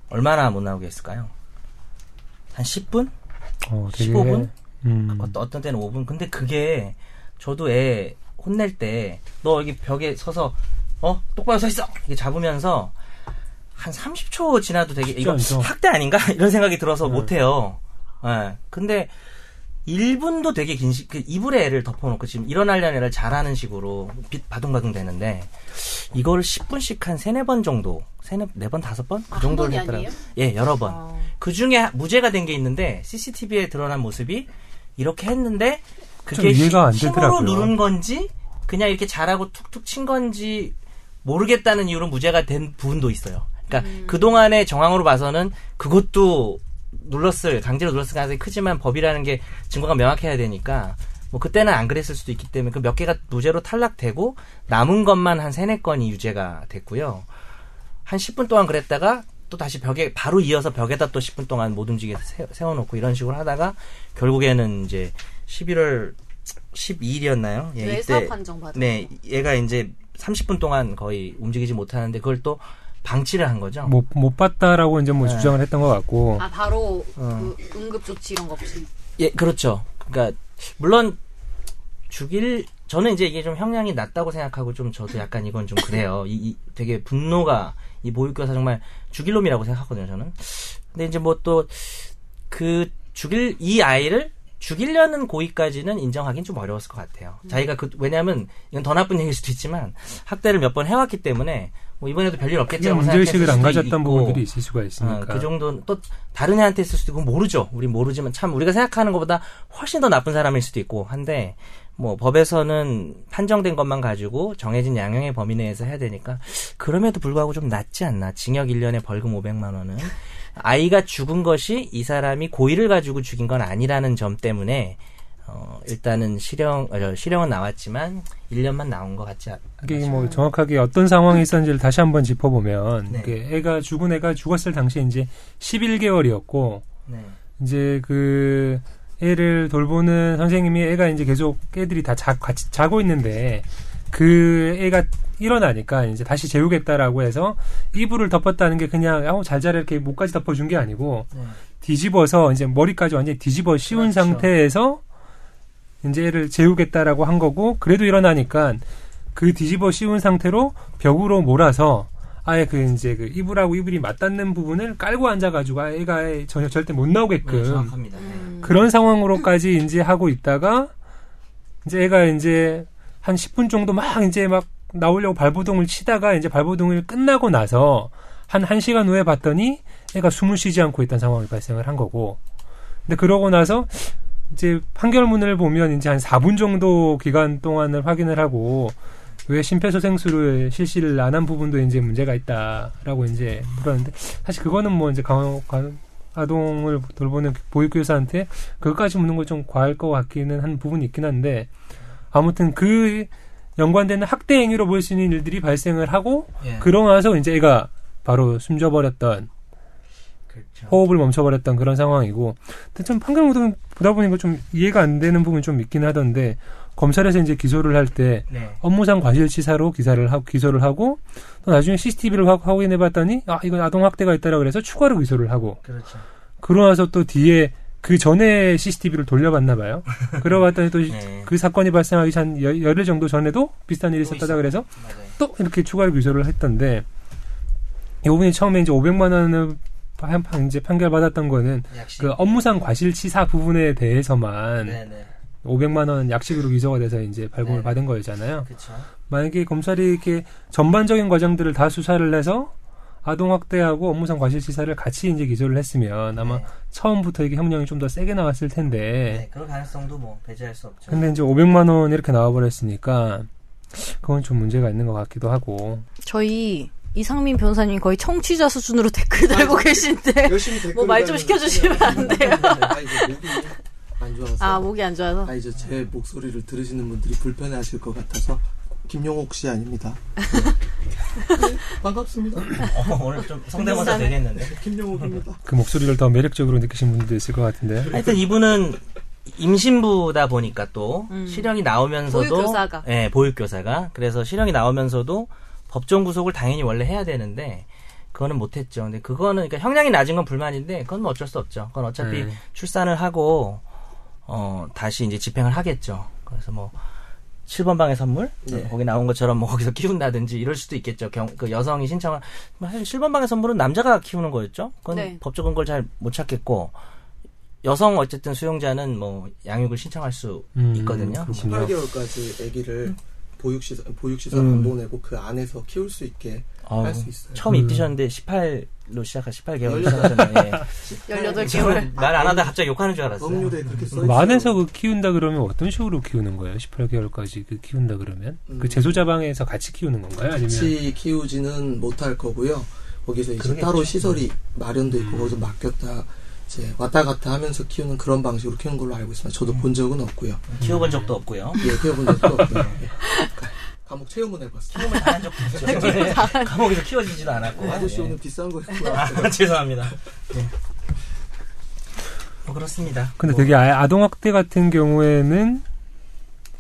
[SPEAKER 2] 얼마나 못 나오게 했을까요? 한 10분?
[SPEAKER 1] 어, 되게
[SPEAKER 2] 15분? 아, 뭐
[SPEAKER 1] 음,
[SPEAKER 2] 어떤, 어떤 때는 5분. 근데 그게 저도 애 혼낼 때 너 여기 벽에 서서 어 똑바로 서 있어 이렇게 잡으면서 한 30초 지나도 되게 이거
[SPEAKER 1] 않죠.
[SPEAKER 2] 학대 아닌가 이런 생각이 들어서 못해요. 예. 근데 1분도 되게 긴 시, 그 이불에 애를 덮어놓고 지금 일어나려는 애를 잘하는 식으로 빛 바둥바둥 되는데 이걸 10분씩 한 세네 번 정도 세네 네 번 다섯 번
[SPEAKER 3] 아,
[SPEAKER 2] 그 정도를
[SPEAKER 3] 한 번이
[SPEAKER 2] 했더라고요. 예, 여러 번.
[SPEAKER 3] 어.
[SPEAKER 2] 그 중에 무죄가 된 게 있는데 CCTV에 드러난 모습이 이렇게 했는데
[SPEAKER 1] 좀
[SPEAKER 2] 그게
[SPEAKER 1] 이해가 안
[SPEAKER 2] 힘-
[SPEAKER 1] 되더라고요.
[SPEAKER 2] 힘으로 누른 건지 그냥 이렇게 잘하고 툭툭 친 건지 모르겠다는 이유로 무죄가 된 부분도 있어요. 그러니까 그 동안의 정황으로 봐서는 그것도 눌렀을 강제로 눌렀을 가능성이 크지만 법이라는 게 증거가 명확해야 되니까 뭐 그때는 안 그랬을 수도 있기 때문에 그 몇 개가 무죄로 탈락되고 남은 것만 한 세네 건이 유죄가 됐고요. 한 10분 동안 그랬다가 또 다시 벽에 바로 이어서 벽에다 또 10분 동안 못 움직이게 세- 세워놓고 이런 식으로 하다가 결국에는 이제 11월 12일이었나요? 예,
[SPEAKER 3] 뇌사
[SPEAKER 2] 이때
[SPEAKER 3] 판정 받은
[SPEAKER 2] 네, 얘가 이제 30분 동안 거의 움직이지 못하는데 그걸 또 방치를 한 거죠.
[SPEAKER 1] 못, 못 봤다라고 이제 뭐
[SPEAKER 2] 네.
[SPEAKER 1] 주장을 했던 것 같고
[SPEAKER 3] 아 바로
[SPEAKER 2] 어.
[SPEAKER 3] 그 응급 조치 이런 거 없이
[SPEAKER 2] 예, 그렇죠. 그러니까 물론 죽일 저는 이제 이게 좀 형량이 낮다고 생각하고 좀 저도 약간 이건 좀 그래요. 이, 이 되게 분노가 이 보육교사 정말 죽일 놈이라고 생각하거든요, 저는. 근데 이제 뭐 또 그 죽일 이 아이를 죽이려는 고의까지는 인정하긴 좀 어려웠을 것 같아요. 자기가 그 왜냐하면 이건 더 나쁜 얘기일 수도 있지만 학대를 몇 번 해왔기 때문에 뭐 이번에도 별일 없겠지 하고
[SPEAKER 1] 문제의식을
[SPEAKER 2] 생각했을
[SPEAKER 1] 안
[SPEAKER 2] 수도
[SPEAKER 1] 가졌던
[SPEAKER 2] 있고.
[SPEAKER 1] 부분들이 있을 수가
[SPEAKER 2] 어,
[SPEAKER 1] 있으니까.
[SPEAKER 2] 그 정도는 또 다른 애한테 있을 수도 있고 모르죠. 우리 모르지만 참 우리가 생각하는 것보다 훨씬 더 나쁜 사람일 수도 있고 한데 뭐 법에서는 판정된 것만 가지고 정해진 양형의 범위 내에서 해야 되니까 그럼에도 불구하고 좀 낫지 않나. 징역 1년에 벌금 500만 원은 아이가 죽은 것이 이 사람이 고의를 가지고 죽인 건 아니라는 점 때문에 어, 일단은 실형 어, 저, 실형은 나왔지만 1년만 나온 것 같지 않.
[SPEAKER 1] 이게 뭐 정확하게 어떤 상황이 있었는지를 다시 한번 짚어보면
[SPEAKER 2] 네.
[SPEAKER 1] 이게 애가 죽은 애가 죽었을 당시에 이제 11개월이었고
[SPEAKER 2] 네.
[SPEAKER 1] 이제 그 애를 돌보는 선생님이 애가 이제 계속 애들이 다 자, 같이 자고 있는데 그 애가 일어나니까 이제 다시 재우겠다라고 해서 이불을 덮었다는 게 그냥 아우 잘 자라 이렇게 목까지 덮어준 게 아니고
[SPEAKER 2] 네.
[SPEAKER 1] 뒤집어서 이제 머리까지 완전히 뒤집어 씌운
[SPEAKER 2] 그렇죠.
[SPEAKER 1] 상태에서 이제 애를 재우겠다라고 한 거고 그래도 일어나니까 그 뒤집어 씌운 상태로 벽으로 몰아서 아예 그 이제 그 이불하고 이불이 맞닿는 부분을 깔고 앉아가지고 아예 애가 아예 전혀 절대 못
[SPEAKER 2] 네,
[SPEAKER 1] 나오게끔
[SPEAKER 2] 정확합니다. 네.
[SPEAKER 3] 음.
[SPEAKER 1] 그런 상황으로까지 이제 하고 있다가 이제 애가 이제 한 10분 정도 막 이제 막 나오려고 발버둥을 치다가 이제 발버둥을 끝나고 나서 한 1시간 후에 봤더니 애가 숨을 쉬지 않고 있던 상황이 발생을 한 거고. 근데 그러고 나서 이제 판결문을 보면 이제 한 4분 정도 기간 동안을 확인을 하고 왜 심폐소생술을 실시를 안 한 부분도 이제 문제가 있다라고 이제 물었는데 사실 그거는 뭐 이제 강, 강, 아동을 돌보는 보육교사한테 그것까지 묻는 건 좀 과할 것 같기는 한 부분이 있긴 한데 아무튼 그 연관되는 학대 행위로 볼 수 있는 일들이 발생을 하고
[SPEAKER 2] 예.
[SPEAKER 1] 그러고 나서 이제 애가 바로 숨져버렸던
[SPEAKER 2] 그렇죠.
[SPEAKER 1] 호흡을 멈춰버렸던 그런 상황이고 근데 참 판결문도 보다 보니까 좀 이해가 안 되는 부분이 좀 있긴 하던데 검찰에서 이제 기소를 할 때
[SPEAKER 2] 네.
[SPEAKER 1] 업무상 과실치사로 기사를 하, 기소를 하고 또 나중에 CCTV를 확인해 봤더니 아 이건 아동 학대가 있다라 그래서 추가로 기소를 하고
[SPEAKER 2] 그렇죠.
[SPEAKER 1] 그러고 나서 또 뒤에 그 전에 CCTV를 돌려봤나 봐요. 그러고 봤더니 또 그
[SPEAKER 2] 네.
[SPEAKER 1] 사건이 발생하기 한 열- 열흘 정도 전에도 비슷한 일이
[SPEAKER 2] 또
[SPEAKER 1] 있었다 그래서
[SPEAKER 2] 맞아요.
[SPEAKER 1] 또 이렇게 추가로 기소를 했던데 이 부분이 처음에 이제 500만 원을 한- 한- 이제 판결받았던 거는
[SPEAKER 2] 약식.
[SPEAKER 1] 그 업무상 과실치사 부분에 대해서만
[SPEAKER 2] 네네.
[SPEAKER 1] 500만 원 약식으로 기소가 돼서 이제 발부를
[SPEAKER 2] 네.
[SPEAKER 1] 받은 거였잖아요.
[SPEAKER 2] 그렇죠.
[SPEAKER 1] 만약에 검찰이 이렇게 전반적인 과정들을 다 수사를 해서 아동 학대하고 업무상 과실치사를 같이 이제 기소를 했으면 아마
[SPEAKER 2] 네.
[SPEAKER 1] 처음부터 이게 형량이 좀 더 세게 나왔을 텐데
[SPEAKER 2] 네, 그런 가능성도 뭐 배제할 수 없죠.
[SPEAKER 1] 근데 이제 500만 원 이렇게 나와버렸으니까 그건 좀 문제가 있는 것 같기도 하고
[SPEAKER 3] 저희 이상민 변호사님 거의 청취자 수준으로 댓글 달고 계신데
[SPEAKER 2] 그
[SPEAKER 5] 열심히 댓글
[SPEAKER 3] 뭐말좀 시켜주시면 안 돼요?
[SPEAKER 5] 아 이제 목이 안 좋아서
[SPEAKER 3] 아
[SPEAKER 5] 아,
[SPEAKER 3] 목이 안 좋아서
[SPEAKER 5] 이제 제 목소리를 들으시는 분들이 불편해하실 것 같아서 김용옥 씨 아닙니다. 네, 반갑습니다.
[SPEAKER 2] 어, 오늘 좀 성대모사
[SPEAKER 3] 비싸네.
[SPEAKER 2] 되겠는데.
[SPEAKER 5] 김용옥입니다.
[SPEAKER 1] 그 목소리를 더 매력적으로 느끼신 분들도 있을 것 같은데
[SPEAKER 2] 하여튼 이분은 임신부다 보니까 또
[SPEAKER 3] 음.
[SPEAKER 2] 실형이 나오면서도
[SPEAKER 3] 보육교사가.
[SPEAKER 2] 네, 보육교사가 그래서 실형이 나오면서도 법정 구속을 당연히 원래 해야 되는데 그거는 못했죠. 근데 그거는 그러니까 형량이 낮은 건 불만인데 그건 뭐 어쩔 수 없죠. 그건 어차피
[SPEAKER 1] 네.
[SPEAKER 2] 출산을 하고 어 다시 이제 집행을 하겠죠. 그래서 뭐 7번 방의 선물
[SPEAKER 5] 네.
[SPEAKER 2] 거기 나온 것처럼 뭐 거기서 키운다든지 이럴 수도 있겠죠. 경, 그 여성이 신청을 뭐 사실 7번 방의 선물은 남자가 키우는 거였죠. 그건
[SPEAKER 3] 네.
[SPEAKER 2] 법적 근거를 잘 못 찾겠고 여성 어쨌든 수용자는 뭐 양육을 신청할 수
[SPEAKER 1] 음,
[SPEAKER 2] 있거든요.
[SPEAKER 1] 그렇군요.
[SPEAKER 5] 18개월까지 아기를 보육시설 보육시설
[SPEAKER 1] 음.
[SPEAKER 5] 안 보내고 그 안에서 키울 수 있게
[SPEAKER 2] 어,
[SPEAKER 5] 할 수 있어요.
[SPEAKER 2] 처음 예.
[SPEAKER 1] 음.
[SPEAKER 2] 입히셨는데 18로 시작한 18개월
[SPEAKER 5] 열여덟.
[SPEAKER 2] 시작하셨네요.
[SPEAKER 3] 18개월
[SPEAKER 2] 말 안 하다 갑자기 욕하는 줄 알았어요.
[SPEAKER 5] 음, 법률에 그렇게 써 있어요.
[SPEAKER 1] 만에서 그 키운다 그러면 어떤 식으로 키우는 거예요? 18개월까지 그 키운다 그러면
[SPEAKER 5] 음.
[SPEAKER 1] 그 제소자 방에서 같이 키우는 건가요? 아니면
[SPEAKER 5] 같이 키우지는 못할 거고요. 거기서 이제
[SPEAKER 2] 그러겠죠. 음.
[SPEAKER 5] 따로 시설이 마련돼 있고 거기서 맡겼다 이제 왔다 갔다 하면서 키우는 그런 방식으로 키우는 걸로 알고 있습니다. 저도 본 적은 없고요.
[SPEAKER 2] 키워본 적도 없고요.
[SPEAKER 5] 예, 키워본 적도 없고요. 예. 감옥 체험은 해봤어요. 네.
[SPEAKER 2] 키움을 당한 적도 없죠. 예, 감옥에서 키워지지도 않았고.
[SPEAKER 5] 아저씨
[SPEAKER 2] 예.
[SPEAKER 5] 오늘 비싼 거 입고 왔어요.
[SPEAKER 2] 아, 죄송합니다. 네. 뭐 그렇습니다.
[SPEAKER 1] 근데
[SPEAKER 2] 뭐
[SPEAKER 1] 되게 아- 아동학대 같은 경우에는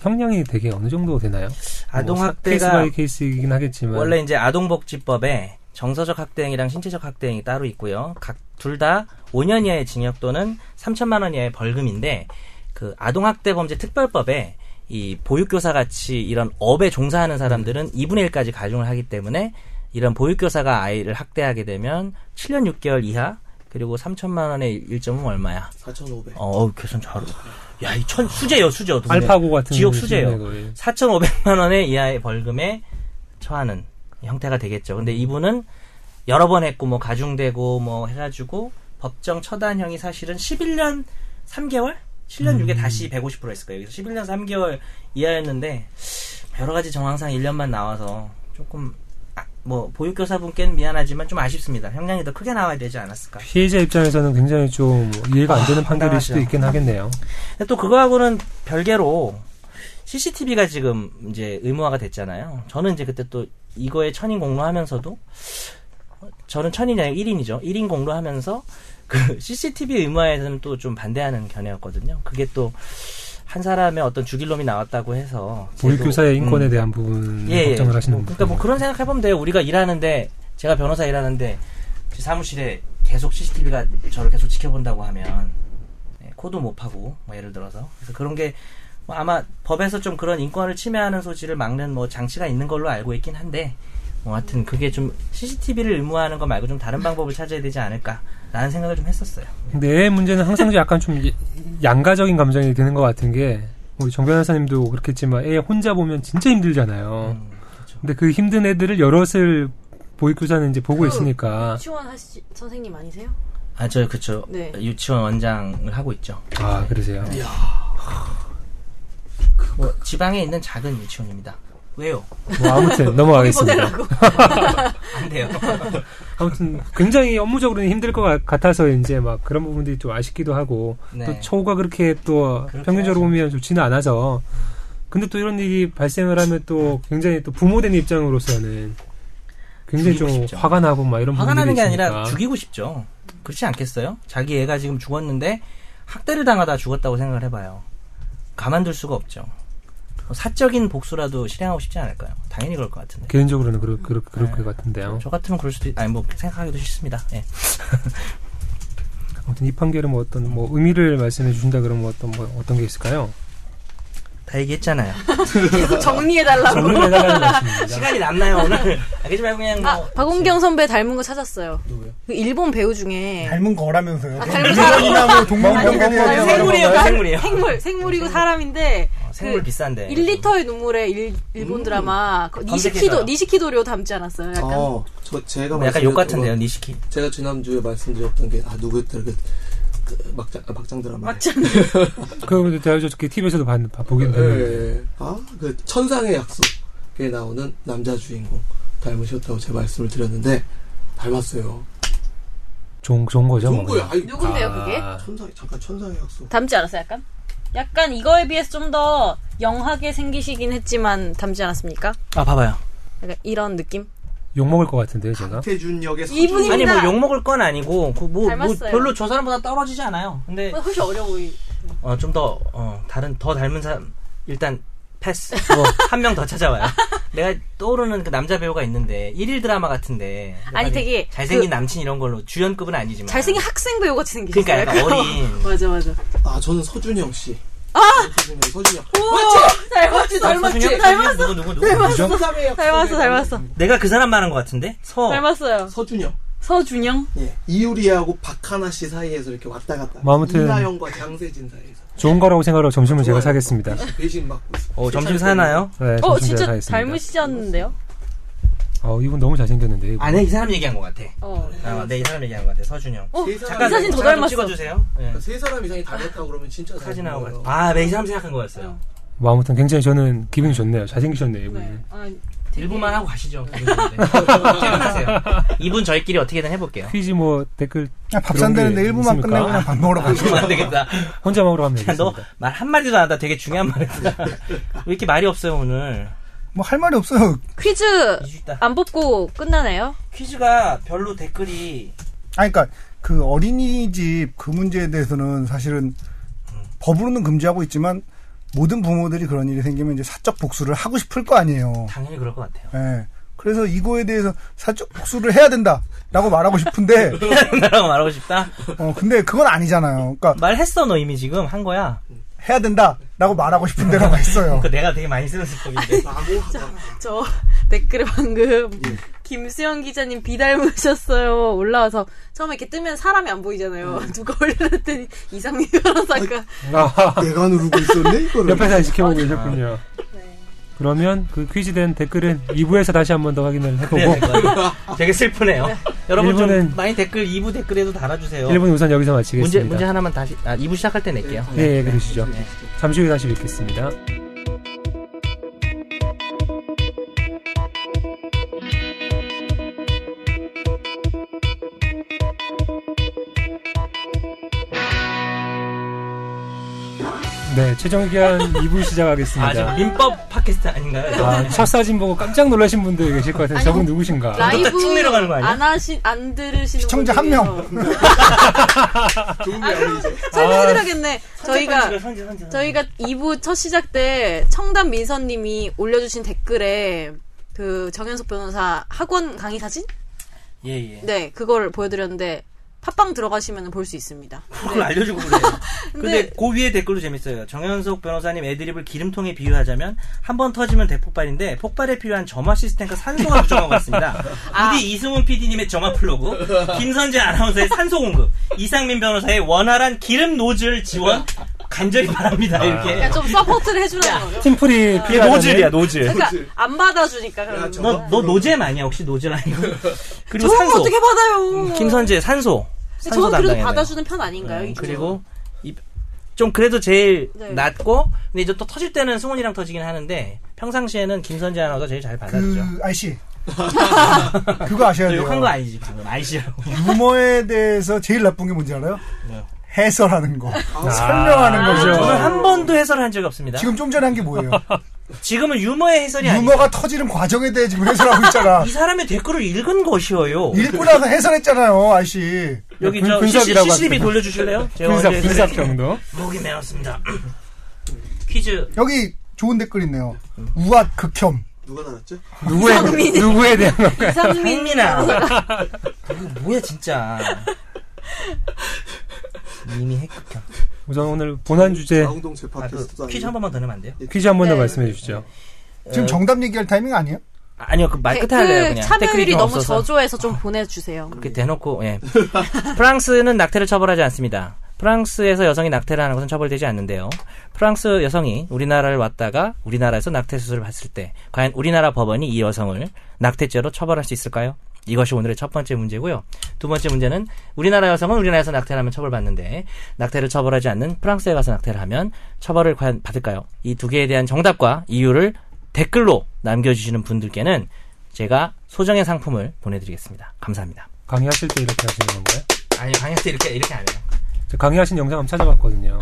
[SPEAKER 1] 형량이 되게 어느 정도 되나요? 뭐 사- 케이스
[SPEAKER 2] 아동학대가
[SPEAKER 1] 바이 케이스이긴 하겠지만
[SPEAKER 2] 원래 이제 아동복지법에 정서적 학대행위랑 신체적 학대행위 따로 있고요. 각 둘 다 5년 이하의 징역 또는 3천만 원 이하의 벌금인데 그 아동학대범죄 특별법에 이 보육교사 같이 이런 업에 종사하는
[SPEAKER 1] 음.
[SPEAKER 2] 사람들은 2분의 1까지 가중을 하기 때문에 이런 보육교사가 아이를 학대하게 되면 7년 6개월 이하 그리고 3천만 원의 일점은 얼마야?
[SPEAKER 5] 4,500.
[SPEAKER 2] 어, 어우, 계산 잘. 야, 이 천 수제요, 수제요. 동네.
[SPEAKER 1] 알파고 같은
[SPEAKER 2] 지역
[SPEAKER 1] 수준의
[SPEAKER 2] 수제예요.
[SPEAKER 1] 거예요.
[SPEAKER 2] 4,500만 원의 이하의 벌금에 처하는 예, 형태가 되겠죠. 근데 이분은 여러 번 했고 뭐 가중되고 뭐 해가지고 법정 처단형이 사실은 11년 3개월, 7년
[SPEAKER 1] 음.
[SPEAKER 2] 6에 다시 150% 했을 거예요. 그래서 11년 3개월 이하였는데 여러 가지 정황상 1년만 나와서 조금 아, 뭐 보육교사분께는 미안하지만 좀 아쉽습니다. 형량이 더 크게 나와야 되지 않았을까.
[SPEAKER 1] 피해자 입장에서는 굉장히 좀 이해가 안
[SPEAKER 2] 아,
[SPEAKER 1] 되는 판결일 수도
[SPEAKER 2] 당당하죠.
[SPEAKER 1] 있긴 하겠네요.
[SPEAKER 2] 근데 또 그거하고는 별개로 CCTV가 지금 이제 의무화가 됐잖아요. 저는 이제 그때 또 이거에 천인 공로하면서도 저는 천인이 아니고 1인이죠. 1인 공로하면서 그 CCTV 의무화에는 또 좀 반대하는 견해였거든요. 그게 또 한 사람의 어떤 죽일 놈이 나왔다고 해서
[SPEAKER 1] 보육교사의
[SPEAKER 2] 제도-
[SPEAKER 1] 인권에
[SPEAKER 2] 음.
[SPEAKER 1] 대한 부분
[SPEAKER 2] 예, 예.
[SPEAKER 1] 걱정을 하시는
[SPEAKER 2] 뭐,
[SPEAKER 1] 분.
[SPEAKER 2] 그러니까 뭐 그런 생각 해보면 돼요. 우리가 일하는데 제가 변호사 일하는데 제 사무실에 계속 CCTV가 저를 계속 지켜본다고 하면 예, 코도 못 파고 뭐 예를 들어서 그래서 그런 게뭐 아마 법에서 좀 그런 인권을 침해하는 소지를 막는 뭐 장치가 있는 걸로 알고 있긴 한데 뭐 하여튼 그게 좀 CCTV를 의무화하는 거 말고 좀 다른 방법을 찾아야 되지 않을까라는 생각을 좀 했었어요.
[SPEAKER 1] 근데 애의 문제는 항상 약간 좀 이- 양가적인 감정이 드는 것 같은 게 우리 정 변호사님도 그렇겠지만 애 혼자 보면 진짜 힘들잖아요.
[SPEAKER 2] 음, 그렇죠.
[SPEAKER 1] 근데 그 힘든 애들을 여럿을 보육교사는 이제 보고
[SPEAKER 3] 그
[SPEAKER 2] 예.
[SPEAKER 1] 있으니까
[SPEAKER 3] 유치원 하시 선생님 아니세요?
[SPEAKER 2] 아, 저 그쵸
[SPEAKER 3] 네.
[SPEAKER 2] 유치원 원장을 하고 있죠.
[SPEAKER 1] 아 그러세요.
[SPEAKER 2] 뭐 지방에 있는 작은 유치원입니다. 왜요?
[SPEAKER 1] 뭐 아무튼 넘어가겠습니다.
[SPEAKER 3] 보내라고.
[SPEAKER 2] 안 돼요.
[SPEAKER 1] 아무튼 굉장히 업무적으로는 힘들 것 같- 같아서 이제 막 그런 부분들이 좀 아쉽기도 하고
[SPEAKER 2] 네.
[SPEAKER 1] 또 처우가 그렇게 또
[SPEAKER 2] 그렇긴
[SPEAKER 1] 평균적으로
[SPEAKER 2] 하죠.
[SPEAKER 1] 보면 좋지는 않아서 근데 또 이런 일이 발생을 하면 또 굉장히 또 부모된 입장으로서는 굉장히
[SPEAKER 2] 죽이고
[SPEAKER 1] 좀
[SPEAKER 2] 싶죠.
[SPEAKER 1] 화가 나고 막 이런
[SPEAKER 2] 화가 나는
[SPEAKER 1] 부분들이
[SPEAKER 2] 게 아니라
[SPEAKER 1] 있으니까.
[SPEAKER 2] 죽이고 싶죠. 그렇지 않겠어요? 자기 애가 지금 죽었는데 학대를 당하다 죽었다고 생각을 해봐요. 가만둘 수가 없죠. 뭐 사적인 복수라도 실행하고 싶지 않을까요? 당연히 그럴 것 같은데.
[SPEAKER 1] 개인적으로는 그럴 그럴 그럴
[SPEAKER 2] 네.
[SPEAKER 1] 것 같은데요.
[SPEAKER 2] 저 같으면 그럴 수도 있, 아니 뭐 생각하기도 싫습니다. 예.
[SPEAKER 1] 아무튼 이 판결은 뭐 어떤 뭐 의미를 말씀해 주신다 그러면 어떤 뭐 어떤 게 있을까요?
[SPEAKER 2] 다 얘기했잖아요. 예.
[SPEAKER 3] 계속 정리해달라고.
[SPEAKER 1] 정리해달라는 말씀입니다.
[SPEAKER 2] 아, 시간이 남나요 오늘? 알겠지 말고 그냥 뭐.
[SPEAKER 3] 아, 박원경 선배 닮은 거 찾았어요.
[SPEAKER 5] 누구요?
[SPEAKER 3] 그 일본 배우
[SPEAKER 1] 네.
[SPEAKER 3] 중에.
[SPEAKER 4] 닮은 거라면서요.
[SPEAKER 3] 아, 닮은
[SPEAKER 4] 일본이나 뭐 동물병에
[SPEAKER 2] 멍멍 멍멍
[SPEAKER 4] 대해서 말하는
[SPEAKER 2] 생물이에요,
[SPEAKER 4] 건가요?
[SPEAKER 2] 생물이에요.
[SPEAKER 3] 그 생물, 생물이고 사람인데.
[SPEAKER 2] 어, 생물 비싼데.
[SPEAKER 3] 1리터의 눈물에 일,
[SPEAKER 2] 음.
[SPEAKER 3] 일본 드라마 그
[SPEAKER 2] 검색해봐요.
[SPEAKER 3] 니시키도 니시키도료 닮지 않았어요. 약간
[SPEAKER 5] 어, 저 제가
[SPEAKER 2] 뭐 약간 욕
[SPEAKER 5] 말씀드렸던
[SPEAKER 2] 같은데요,
[SPEAKER 5] 건
[SPEAKER 2] 니시키.
[SPEAKER 5] 제가 지난주에 말씀드렸던 게 아 누구였더라 그, 그 막장 아, 막장 드라마.
[SPEAKER 3] 막장
[SPEAKER 1] 그러면 제가 저렇게 TV에서도 봤 보긴
[SPEAKER 2] 네.
[SPEAKER 1] 봤는데
[SPEAKER 5] 예. 아그 천상의 약속에 나오는 남자 주인공 닮으셨다고 제가 말씀을 드렸는데 닮았어요.
[SPEAKER 1] 좋은 좋은 거죠. 뭐.
[SPEAKER 5] 누구야? 아이
[SPEAKER 3] 누군데요 그게?
[SPEAKER 1] 아,
[SPEAKER 5] 천상 잠깐 천상의 약속.
[SPEAKER 3] 닮지 않았어요, 약간? 약간 이거에 비해서 좀 더 영하게 생기시긴 했지만 닮지 않았습니까?
[SPEAKER 2] 아 봐봐요.
[SPEAKER 3] 약간 이런 느낌?
[SPEAKER 1] 욕 먹을 것 같은데요,
[SPEAKER 2] 아,
[SPEAKER 1] 제가.
[SPEAKER 2] 네.
[SPEAKER 5] 태준 역의
[SPEAKER 3] 이분이-
[SPEAKER 2] 아니 뭐 욕 먹을 건 아니고 그 뭐- 뭐
[SPEAKER 3] 닮았어요.
[SPEAKER 2] 별로 저 사람보다 떨어지지 않아요. 근데
[SPEAKER 3] 훨씬 어려 보이.
[SPEAKER 2] 어, 좀 더, 어, 다른, 더 닮은 사람, 일단, 패스. 뭐, 한 명 더 찾아와요. 내가 떠오르는 그 남자 배우가 있는데, 일일 드라마 같은데.
[SPEAKER 3] 아니,
[SPEAKER 2] 약간
[SPEAKER 3] 되게
[SPEAKER 2] 잘생긴
[SPEAKER 3] 그-
[SPEAKER 2] 남친 이런 걸로, 주연급은 아니지만.
[SPEAKER 3] 잘생긴 학생 배우 같이 생기셨어요.
[SPEAKER 2] 그러니까 약간
[SPEAKER 3] 약간.
[SPEAKER 2] 어린.
[SPEAKER 3] 맞아 맞아.
[SPEAKER 5] 아 저는 서준영 씨. 서준영 서준영.
[SPEAKER 3] 오, 닮았지
[SPEAKER 2] 서준영?
[SPEAKER 3] 닮았지
[SPEAKER 2] 서준영?
[SPEAKER 3] 닮았어
[SPEAKER 2] 그 누구, 누구, 누구?
[SPEAKER 5] 천상의 약속.
[SPEAKER 3] 닮았어 닮았어
[SPEAKER 2] 내가 그 사람 말한 것 같은데? 서.
[SPEAKER 3] 닮았어요.
[SPEAKER 5] 서준영.
[SPEAKER 3] 서준영
[SPEAKER 5] 예. 이유리하고 박하나 씨 사이에서 이렇게 왔다 갔다.
[SPEAKER 1] 뭐 아무튼-
[SPEAKER 5] 이나영과 장세진 사이에서.
[SPEAKER 1] 좋은 거라고 생각하고 점심은 제가
[SPEAKER 5] 좋아요.
[SPEAKER 1] 사겠습니다.
[SPEAKER 5] 배신 맞고 있어.
[SPEAKER 2] 어, 점심 사나요?
[SPEAKER 1] 네,
[SPEAKER 3] 어
[SPEAKER 1] 점심 제가
[SPEAKER 3] 진짜
[SPEAKER 1] 사겠습니다.
[SPEAKER 3] 닮으시지 않는데요?
[SPEAKER 1] 어, 이분 너무 잘생겼는데. 이분.
[SPEAKER 2] 아, 네, 이 사람 얘기한 것 같아.
[SPEAKER 3] 어.
[SPEAKER 2] 아, 네, 이 사람 얘기한 것 같아. 서준영.
[SPEAKER 3] 어,
[SPEAKER 5] 이
[SPEAKER 3] 이 사진 더
[SPEAKER 2] 사진 좀
[SPEAKER 3] 닮았어.
[SPEAKER 2] 찍어주세요. 예.
[SPEAKER 5] 그러니까 세 사람 이상이 닮았다고 그러면 진짜
[SPEAKER 2] 사진하고 같이.
[SPEAKER 5] 닮은 거예요.
[SPEAKER 2] 아, 네, 이 사람 생각한 거였어요.
[SPEAKER 1] 뭐 아무튼 굉장히 저는 기분이 좋네요. 잘생기셨네요, 이분.
[SPEAKER 3] 네. 아, 되게-
[SPEAKER 2] 일부만 하고 가시죠. 퇴근하세요. 이분 저희끼리 어떻게든 해볼게요.
[SPEAKER 1] 퀴즈 뭐 댓글
[SPEAKER 4] 아, 밥
[SPEAKER 1] 그런
[SPEAKER 4] 산다는데
[SPEAKER 1] 게
[SPEAKER 4] 1분만
[SPEAKER 1] 있습니까?
[SPEAKER 4] 끝내고 그냥 밥 먹으러 가자.
[SPEAKER 2] 그러면 안 되겠다.
[SPEAKER 1] 혼자 먹으러 가면 되겠습니다.
[SPEAKER 2] 너 말 한마디도 안 하다 되게 중요한 말 했다. 왜 이렇게 말이 없어요, 오늘?
[SPEAKER 4] 뭐할 말이 없어요.
[SPEAKER 3] 퀴즈
[SPEAKER 2] 이주 있다.
[SPEAKER 3] 안 뽑고 끝나네요.
[SPEAKER 2] 퀴즈가 별로 댓글이.
[SPEAKER 4] 아니, 그러니까 그 어린이집 그 문제에 대해서는 사실은 법으로는 금지하고 있지만 모든 부모들이 그런 일이 생기면 이제 사적 복수를 하고 싶을 거 아니에요.
[SPEAKER 2] 당연히 그럴 것 같아요.
[SPEAKER 4] 예. 그래서 이거에 대해서 사적 복수를 해야 된다라고 말하고 싶은데
[SPEAKER 2] 나라고 말하고 싶다?
[SPEAKER 4] 어 근데 그건 아니잖아요. 그러니까
[SPEAKER 2] 말했어, 너 이미 지금 한 거야.
[SPEAKER 4] 해야 된다라고 말하고 싶은 데로가 있어요.
[SPEAKER 2] 그 내가 되게 많이 쓰는 수법인데.
[SPEAKER 5] 나무하다.
[SPEAKER 3] 저 댓글에 방금
[SPEAKER 2] 예.
[SPEAKER 3] 김수영 기자님 비 닮으셨어요 올라와서 처음에 이렇게 뜨면 사람이 안 보이잖아요.
[SPEAKER 2] 네.
[SPEAKER 3] 누가 올려놨더니 이상민 변호사가
[SPEAKER 1] 아,
[SPEAKER 5] 내가 누르고 있었네 이거를.
[SPEAKER 2] 아, 네.
[SPEAKER 1] 옆에서 지켜보고 계셨군요. 그러면 그 퀴즈 된 댓글은 2부에서 다시 한 번 더 확인을
[SPEAKER 2] 그래야
[SPEAKER 1] 해보고
[SPEAKER 2] 될 것 같아요. 되게 슬프네요. 여러분
[SPEAKER 1] 일부는-
[SPEAKER 2] 좀 많이 댓글 2부 댓글에도 달아주세요.
[SPEAKER 1] 1분 우선 여기서 마치겠습니다.
[SPEAKER 2] 문제 문제 하나만 다시 아 2부 시작할 때 낼게요.
[SPEAKER 1] 예, 예, 그러시죠.
[SPEAKER 5] 네.
[SPEAKER 1] 잠시 후에 다시 뵙겠습니다. 네, 최종 의견 2부
[SPEAKER 2] 아 지금
[SPEAKER 1] 시작하겠습니다.
[SPEAKER 2] 민법 팟캐스트 아닌가요?
[SPEAKER 1] 아, 첫 사진 보고 깜짝 놀라신 분들 계실 것 같은데
[SPEAKER 3] 아니,
[SPEAKER 1] 저분 누구신가?
[SPEAKER 2] 라이-
[SPEAKER 3] 라이브
[SPEAKER 2] 쭉 내려가는 거 아니야?
[SPEAKER 3] 안 하신 안 들으시는
[SPEAKER 4] 시청자
[SPEAKER 3] 분들
[SPEAKER 4] 한그
[SPEAKER 3] 위해서.
[SPEAKER 5] 좋은 게 아니지.
[SPEAKER 3] 설명을 하겠네.
[SPEAKER 2] 아,
[SPEAKER 3] 저희가
[SPEAKER 2] 선지, 선지, 선지.
[SPEAKER 3] 저희가 2부 첫 시작 때 청담 민선님이 올려주신 댓글에 그 정현석 변호사 학원 강의 사진?
[SPEAKER 2] 예 예.
[SPEAKER 3] 네, 그걸 보여드렸는데 팟빵 들어가시면 볼 수 있습니다.
[SPEAKER 2] 아, 그걸 알려주고 그래요. 근데
[SPEAKER 3] 네. 근데-
[SPEAKER 2] 그 위에 댓글도 재밌어요. 정현석 변호사님 애드립을 기름통에 비유하자면 한 번 터지면 대폭발인데 폭발에 필요한 점화 시스템과 산소가 부족한 것 같습니다.
[SPEAKER 3] 아.
[SPEAKER 2] 우리 이승훈 PD님의 점화 플로그, 김선재 아나운서의 산소 공급, 이상민 변호사의 원활한 기름 노즐 지원 간절히 바랍니다. 이렇게.
[SPEAKER 3] 그러니까 좀 서포트를 해주라는 거죠.
[SPEAKER 1] 팀플이
[SPEAKER 2] 이게
[SPEAKER 1] 필요하다는
[SPEAKER 2] 아, 노즐.
[SPEAKER 3] 그러니까 안 받아주니까
[SPEAKER 5] 야,
[SPEAKER 3] 그런
[SPEAKER 5] 저-
[SPEAKER 2] 너, 너 노잼 아니야? 혹시 노즐 아니고? 그리고
[SPEAKER 3] 좋은 거
[SPEAKER 2] 뭐, 산소. 음,
[SPEAKER 3] 어떻게 받아요?
[SPEAKER 2] 김선재 산소. 산소
[SPEAKER 3] 저는 그래도
[SPEAKER 2] 담당이네요.
[SPEAKER 3] 받아주는 편 아닌가요?
[SPEAKER 2] 음,
[SPEAKER 3] 이쪽은?
[SPEAKER 2] 그리고 이- 좀 그래도 제일
[SPEAKER 3] 네.
[SPEAKER 2] 낮고 근데 이제 또 터질 때는 승훈이랑 터지긴 하는데 평상시에는 김선재 아나운서 제일 잘 받아주죠.
[SPEAKER 4] 그 아이씨 그거 아셔야
[SPEAKER 2] 저
[SPEAKER 4] 돼요.
[SPEAKER 2] 욕한 거 아니지 방금 아이씨라고.
[SPEAKER 4] 유머에 대해서 제일 나쁜 게 뭔지 알아요?
[SPEAKER 2] 뭐요?
[SPEAKER 4] 해설하는 거,
[SPEAKER 5] 아.
[SPEAKER 4] 설명하는
[SPEAKER 3] 아.
[SPEAKER 4] 거죠.
[SPEAKER 2] 저는 한 번도 해설을 한 적이 없습니다.
[SPEAKER 4] 지금 좀 전에 한 게 뭐예요?
[SPEAKER 2] 지금, 은 유머의 해설이 아니고
[SPEAKER 4] 유머가 터지는 과정에 대해 지금 해설하고 있잖아.
[SPEAKER 2] 이 사람의 댓글을 읽은 것이어요.
[SPEAKER 4] 읽고 나서 해설했잖아요, 아이씨.
[SPEAKER 2] 여기
[SPEAKER 1] 분-
[SPEAKER 2] 저
[SPEAKER 1] 분석이라고
[SPEAKER 2] CCTV
[SPEAKER 1] 하죠.
[SPEAKER 2] 돌려주실래요? 제가
[SPEAKER 1] 분석,
[SPEAKER 2] 언제
[SPEAKER 1] 분석
[SPEAKER 2] 해설했는지.
[SPEAKER 1] 정도.
[SPEAKER 2] 목이 메었습니다. 퀴즈
[SPEAKER 4] 여기 좋은 댓글 있네요. 우앗 극혐.
[SPEAKER 5] 누가 나왔죠?
[SPEAKER 2] 아,
[SPEAKER 1] 누구에,
[SPEAKER 3] 이상민.
[SPEAKER 1] 누구에 대한 거?
[SPEAKER 3] 이상민
[SPEAKER 2] 민민아 이거 뭐야 진짜 이미 핵극혐
[SPEAKER 1] 우선 오늘 본안 주제
[SPEAKER 5] 아웅동 제
[SPEAKER 2] 아, 그
[SPEAKER 5] 팟캐스트도
[SPEAKER 2] 퀴즈 한
[SPEAKER 5] 아니고.
[SPEAKER 2] 번만 더 넣으면 안 돼요?
[SPEAKER 1] 퀴즈 한 번 더
[SPEAKER 3] 네.
[SPEAKER 1] 말씀해 주시죠.
[SPEAKER 4] 지금
[SPEAKER 2] 어,
[SPEAKER 4] 정답 얘기할 타이밍 아니에요?
[SPEAKER 2] 아니요 그 말 끝에 할래요
[SPEAKER 3] 댓글
[SPEAKER 2] 그냥
[SPEAKER 3] 네, 참여율이
[SPEAKER 2] 댓글이
[SPEAKER 3] 너무
[SPEAKER 2] 없어서. 아.
[SPEAKER 3] 저조해서 좀 보내주세요.
[SPEAKER 2] 그렇게 대놓고 예. 프랑스는 낙태를 처벌하지 않습니다. 프랑스에서 여성이 낙태를 하는 것은 처벌되지 않는데요. 프랑스 여성이 우리나라를 왔다가 우리나라에서 낙태 수술을 받을 때 과연 우리나라 법원이 이 여성을 낙태죄로 처벌할 수 있을까요? 이것이 오늘의 첫 번째 문제고요. 두 번째 문제는 우리나라 여성은 우리나라에서 낙태를 하면 처벌받는데 낙태를 처벌하지 않는 프랑스에 가서 낙태를 하면 처벌을 과연 받을까요? 이 두 개에 대한 정답과 이유를 댓글로 남겨주시는 분들께는 제가 소정의 상품을 보내드리겠습니다. 감사합니다.
[SPEAKER 1] 강의하실 때 이렇게 하시는 건가요?
[SPEAKER 2] 아니 강의때 이렇게 이렇게 안 해요.
[SPEAKER 1] 저 강의하신 영상 한번 찾아봤거든요.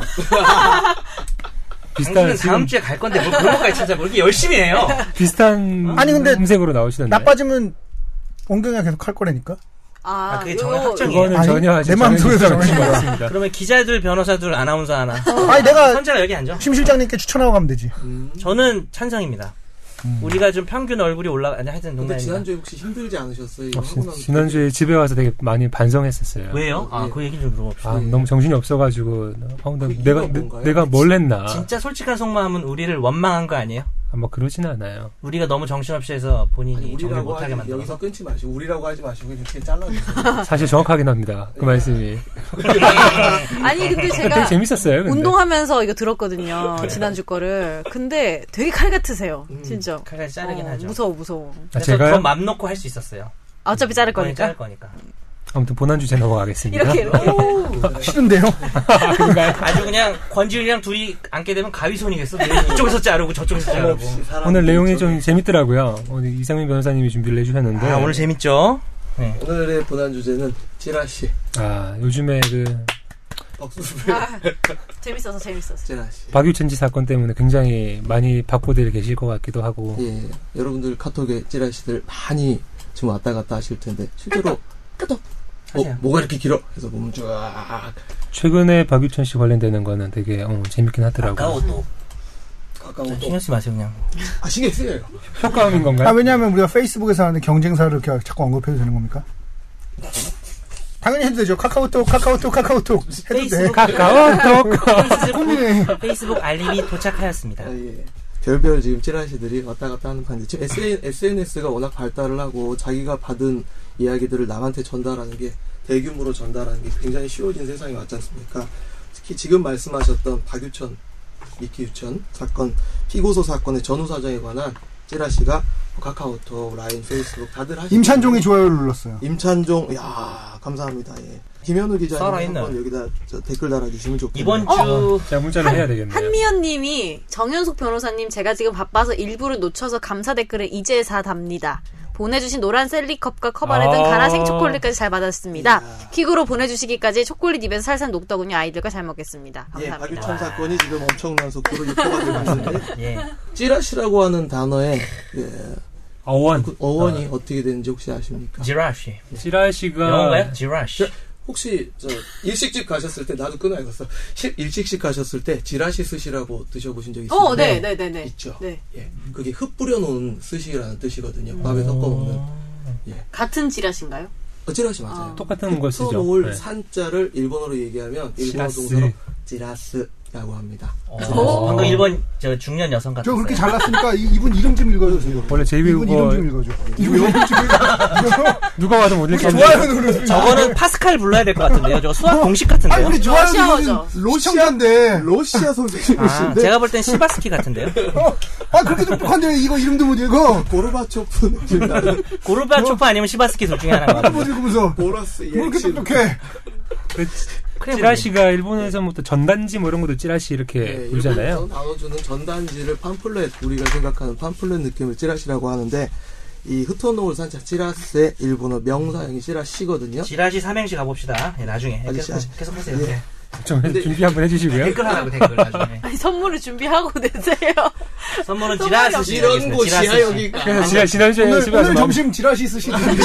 [SPEAKER 1] 비슷한
[SPEAKER 2] 당신은 다음
[SPEAKER 1] 지금
[SPEAKER 2] 주에 갈 건데 뭘 그런 것까지 찾아 모르게 열심히 해요.
[SPEAKER 1] 비슷한
[SPEAKER 4] 아니, 근데
[SPEAKER 1] 음색으로
[SPEAKER 2] 네.
[SPEAKER 1] 나오시던데.
[SPEAKER 4] 나빠지면 원경이가 계속 할 거라니까?
[SPEAKER 3] 아,
[SPEAKER 2] 아, 그게
[SPEAKER 3] 요-
[SPEAKER 2] 정말
[SPEAKER 3] 요-
[SPEAKER 2] 확정이에요.
[SPEAKER 1] 그거는
[SPEAKER 4] 아니,
[SPEAKER 1] 전혀
[SPEAKER 4] 내 마음속에서 정해진 거야.
[SPEAKER 1] 같습니다.
[SPEAKER 2] 그러면 기자들, 변호사들, 아나운서 하나.
[SPEAKER 4] 아니, 내가
[SPEAKER 2] 선재가 여기 앉아.
[SPEAKER 4] 심 실장님께 추천하고 가면 되지.
[SPEAKER 5] 음.
[SPEAKER 2] 저는 찬성입니다.
[SPEAKER 1] 음.
[SPEAKER 2] 우리가 좀 평균 얼굴이 올라가 아니 하여튼
[SPEAKER 5] 근데
[SPEAKER 2] 농담입니다.
[SPEAKER 5] 지난주에 혹시 힘들지 않으셨어요? 이거
[SPEAKER 1] 어,
[SPEAKER 5] 하고 나서
[SPEAKER 1] 지- 지난주에 집에 와서 되게 많이 반성했었어요.
[SPEAKER 2] 왜요? 아 그 얘기 좀 물어봅시다.
[SPEAKER 1] 아, 너무 정신이 없어가지고, 아, 나,
[SPEAKER 5] 그 이유가
[SPEAKER 1] 내가, 내,
[SPEAKER 5] 뭔가요?
[SPEAKER 1] 내가 뭘 했나.
[SPEAKER 2] 아. 진짜 솔직한 속마음은 우리를 원망한 거 아니에요?
[SPEAKER 1] 아, 뭐 그러진 않아요.
[SPEAKER 2] 우리가 너무 정신없이 해서 본인이
[SPEAKER 5] 아니,
[SPEAKER 2] 정리
[SPEAKER 5] 우리라고
[SPEAKER 2] 뭐 못하게
[SPEAKER 5] 하지,
[SPEAKER 2] 만들어서
[SPEAKER 5] 여기서 끊지 마시고 우리라고 하지 마시고 이렇게 잘라주세요.
[SPEAKER 1] 사실 정확하긴 합니다. 그 말씀이.
[SPEAKER 3] 아니 근데
[SPEAKER 1] 되게
[SPEAKER 3] 제가
[SPEAKER 1] 재밌었어요. 근데.
[SPEAKER 3] 운동하면서 이거 들었거든요.
[SPEAKER 2] 네.
[SPEAKER 3] 지난주 거를. 근데 되게 칼 같으세요. 진짜.
[SPEAKER 2] 칼같이 음, 자르긴
[SPEAKER 3] 어,
[SPEAKER 2] 하죠.
[SPEAKER 3] 무서워 무서워.
[SPEAKER 1] 아,
[SPEAKER 2] 그래서
[SPEAKER 1] 제가요?
[SPEAKER 2] 더맘 놓고 할 수 있었어요.
[SPEAKER 3] 아, 어차피 자를
[SPEAKER 2] 이번에
[SPEAKER 3] 거니까.
[SPEAKER 2] 자를 거니까.
[SPEAKER 1] 아무튼 본안 주제 넘어가겠습니다.
[SPEAKER 3] 이렇게 이렇게.
[SPEAKER 2] 네.
[SPEAKER 4] 싫은데요?
[SPEAKER 2] 아주 그냥 권지윤이랑 둘이 앉게 되면 가위손이겠어. 이쪽에서 자르고 저쪽에서 자르고.
[SPEAKER 5] 없이 사람
[SPEAKER 1] 오늘 내용이 좀
[SPEAKER 5] 일정이-
[SPEAKER 1] 재밌더라고요. 오늘 이상민 변호사님이 준비를 해주셨는데.
[SPEAKER 2] 아 오늘 재밌죠?
[SPEAKER 5] 오늘의 본안 주제는 지라씨
[SPEAKER 1] 아, 요즘에 그
[SPEAKER 5] 박수수배
[SPEAKER 3] 아, 재밌어서 재밌어서.
[SPEAKER 5] 지라씨.
[SPEAKER 1] 박유천지 사건 때문에 굉장히 많이 바코드를 계실 것 같기도 하고
[SPEAKER 5] 예, 여러분들 카톡에 찌라시들 많이 지금 왔다 갔다 하실 텐데 실제로 까톡 어,
[SPEAKER 2] 하세요.
[SPEAKER 5] 뭐가 이렇게 길어? 해서 보면 쫙
[SPEAKER 1] 최근에 박유천 씨 관련되는 거는 되게 어, 재밌긴
[SPEAKER 2] 아까
[SPEAKER 1] 하더라고요.
[SPEAKER 2] 옷도
[SPEAKER 5] 가까운 또
[SPEAKER 2] 신경 쓰지 마세요 그냥.
[SPEAKER 5] 아, 신경 쓰여요.
[SPEAKER 1] 효과음인 건가요?
[SPEAKER 4] 아, 왜냐하면 우리가 페이스북에서 하는데 경쟁사를 이렇게 자꾸 언급해도 되는 겁니까? 당연히 해도 되죠. 카카오톡, 카카오톡, 카카오톡 해도 돼.
[SPEAKER 2] 페이스북
[SPEAKER 1] 카카오톡
[SPEAKER 2] 페이스북, 페이스북 알림이 도착하였습니다.
[SPEAKER 5] 아, 예. 별별 지금 찌라시들이 왔다 갔다 하는 판인데 지금 SN, SNS가 워낙 발달을 하고 자기가 받은 이야기들을 남한테 전달하는 게 대규모로 전달하는 게 굉장히 쉬워진 세상이 왔지 않습니까? 특히 지금 말씀하셨던 박유천 미키 유천 사건 피고소 사건의 전후 사정에 관한 찌라시가 카카오톡, 라인, 페이스북 다들 하시
[SPEAKER 4] 임찬종이 좋아요를 눌렀어요.
[SPEAKER 5] 임찬종 야 감사합니다 예. 김현우 기자님
[SPEAKER 2] 살아있네.
[SPEAKER 5] 한번 여기다 저 댓글 달아주시면 좋겠네요
[SPEAKER 2] 이번
[SPEAKER 3] 어!
[SPEAKER 2] 주
[SPEAKER 1] 제가 문자를 해야 되겠네요.
[SPEAKER 3] 한미연 님이 정현석 변호사님 제가 지금 바빠서 일부러 놓쳐서 감사 댓글을 이제 사답니다. 보내주신 노란 셀리컵과 커버레 등
[SPEAKER 1] 아.
[SPEAKER 3] 가라생 초콜릿까지 잘 받았습니다.
[SPEAKER 5] 이야.
[SPEAKER 3] 퀵으로 보내주시기까지 초콜릿 입에서 살살 녹더군요. 아이들과 잘 먹겠습니다.
[SPEAKER 5] 예,
[SPEAKER 3] 감사합니다.
[SPEAKER 5] 박유천 사건이 지금 엄청난 속도로 유포가 되고 있는데
[SPEAKER 2] 예.
[SPEAKER 5] 찌라시라고 하는 단어의 예,
[SPEAKER 1] 아, 어원.
[SPEAKER 5] 그 어원이 어떻게 되는지 혹시 아십니까?
[SPEAKER 2] 지라시
[SPEAKER 1] 지랄 씨가
[SPEAKER 2] 영어야? 지라시
[SPEAKER 5] 혹시 저 일식집 가셨을 때 나도 끊어야겠어. 실- 일식집 가셨을 때 지라시 스시라고 드셔보신 적 있어요?
[SPEAKER 3] 어, 네, 네, 네, 네.
[SPEAKER 5] 있죠.
[SPEAKER 3] 네.
[SPEAKER 5] 예, 그게 흙 뿌려놓은 스시라는 뜻이거든요. 밥에 섞어 먹는.
[SPEAKER 3] 같은 지라신가요?
[SPEAKER 5] 어찌라시 맞아요.
[SPEAKER 3] 아.
[SPEAKER 1] 똑같은 것이죠.
[SPEAKER 5] 흙
[SPEAKER 1] 네.
[SPEAKER 5] 산자를 일본어로 얘기하면 일본어
[SPEAKER 1] 지라스.
[SPEAKER 5] 동사로 지라스라고 합니다.
[SPEAKER 2] 어, 방금 일본 저 중년 여성
[SPEAKER 4] 저
[SPEAKER 2] 같았어요.
[SPEAKER 4] 그렇게 잘났으니까 이, 이분 이름 좀 읽어주세요.
[SPEAKER 1] 원래 제이비
[SPEAKER 4] 이분 이름
[SPEAKER 1] 후보
[SPEAKER 4] 좀 읽어줘. 이분 이름 좀 읽어줘.
[SPEAKER 1] 누가 와도 못 읽겠는데
[SPEAKER 4] 좋아요 누르세요.
[SPEAKER 2] 저거는 파스칼 불러야 될 것 같은데요. 저 수학 공식 같은데요.
[SPEAKER 4] 아니 근데 좋아요 누르는
[SPEAKER 3] 러시아어죠.
[SPEAKER 4] 시청자인데
[SPEAKER 5] 러시아
[SPEAKER 2] 아,
[SPEAKER 5] 선생님이신데
[SPEAKER 2] 제가 볼 땐 시바스키 같은데요.
[SPEAKER 4] 어, 아 그렇게 똑똑한데 이거 이름도 못 읽어.
[SPEAKER 5] 고르바초프 느낌 나는
[SPEAKER 2] 고르바초프 아니면 시바스키 둘 중에 하나인 것 같아요.
[SPEAKER 4] 못 읽으면서
[SPEAKER 5] 보라스
[SPEAKER 4] 뭐 이렇게
[SPEAKER 5] 예시
[SPEAKER 1] 그
[SPEAKER 4] 똑똑해.
[SPEAKER 1] 찌라시가 일본에서부터 전단지 뭐 이런 것도 찌라시 이렇게
[SPEAKER 5] 네,
[SPEAKER 1] 부르잖아요.
[SPEAKER 5] 일본에서 나눠주는 전단지를 팜플렛 우리가 생각하는 팜플렛 느낌을 찌라시라고 하는데 이 흩어놓을 산자 찌라스의 일본어 명사형이 찌라시거든요.
[SPEAKER 2] 지라시 삼행시 가봅시다. 예, 나중에
[SPEAKER 5] 아니,
[SPEAKER 2] 계속,
[SPEAKER 5] 시-
[SPEAKER 2] 계속 하세요. 예,
[SPEAKER 5] 예.
[SPEAKER 1] 좀
[SPEAKER 5] 근데-
[SPEAKER 1] 준비 한번 해주시고요.
[SPEAKER 2] 댓글 하라고 댓글 나중에.
[SPEAKER 3] 아니, 선물을 준비하고 내세요.
[SPEAKER 2] 선물은
[SPEAKER 3] 선물이
[SPEAKER 2] 지라스
[SPEAKER 5] 이런 곳이야 여기.
[SPEAKER 1] 그래서 지난 지난주에
[SPEAKER 4] 오늘,
[SPEAKER 1] 집에 와서
[SPEAKER 4] 오늘
[SPEAKER 1] 많이-
[SPEAKER 4] 점심 지라시 쓰시는데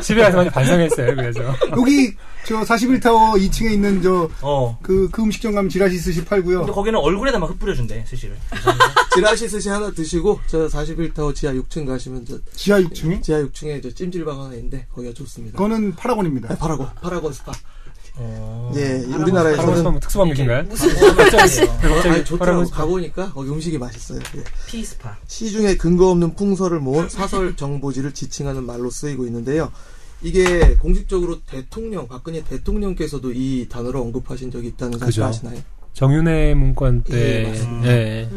[SPEAKER 1] 집에 와서 많이 반성했어요. 그래서
[SPEAKER 4] 여기 저 41타워 2층에 있는 저 그 그
[SPEAKER 2] 어.
[SPEAKER 4] 음식점 가면 지라시 스시 팔고요.
[SPEAKER 2] 근데 거기는 얼굴에다 막 흩뿌려준대 스시를.
[SPEAKER 5] 지라시 스시 하나 드시고 저 41타워 지하 6층 가시면 저
[SPEAKER 4] 지하 6층이
[SPEAKER 5] 지하 6층에 저 찜질방 하나 있는데 거기가 좋습니다. 네,
[SPEAKER 4] 그거는 파라곤입니다.
[SPEAKER 5] 파라곤 파라곤 스파.
[SPEAKER 2] 어.
[SPEAKER 5] 예, 이
[SPEAKER 1] 바로
[SPEAKER 5] 우리나라에서는
[SPEAKER 1] 뭐 특수한 것인가요?
[SPEAKER 2] 네. 무슨
[SPEAKER 5] 아니,
[SPEAKER 1] 갑자기
[SPEAKER 5] 좋더라고
[SPEAKER 1] 바로
[SPEAKER 5] 가보니까 거기 음식이 맛있어요. 예.
[SPEAKER 2] 피스파.
[SPEAKER 5] 시중에 근거 없는 풍설을 모은 사설 정보지를 지칭하는 말로 쓰이고 있는데요. 이게 공식적으로 대통령 박근혜 대통령께서도 이 단어를 언급하신 적이 있다는 사실
[SPEAKER 1] 그죠.
[SPEAKER 5] 아시나요?
[SPEAKER 1] 정윤회 문건
[SPEAKER 5] 예,
[SPEAKER 1] 때
[SPEAKER 5] 맞습니다.
[SPEAKER 1] 예.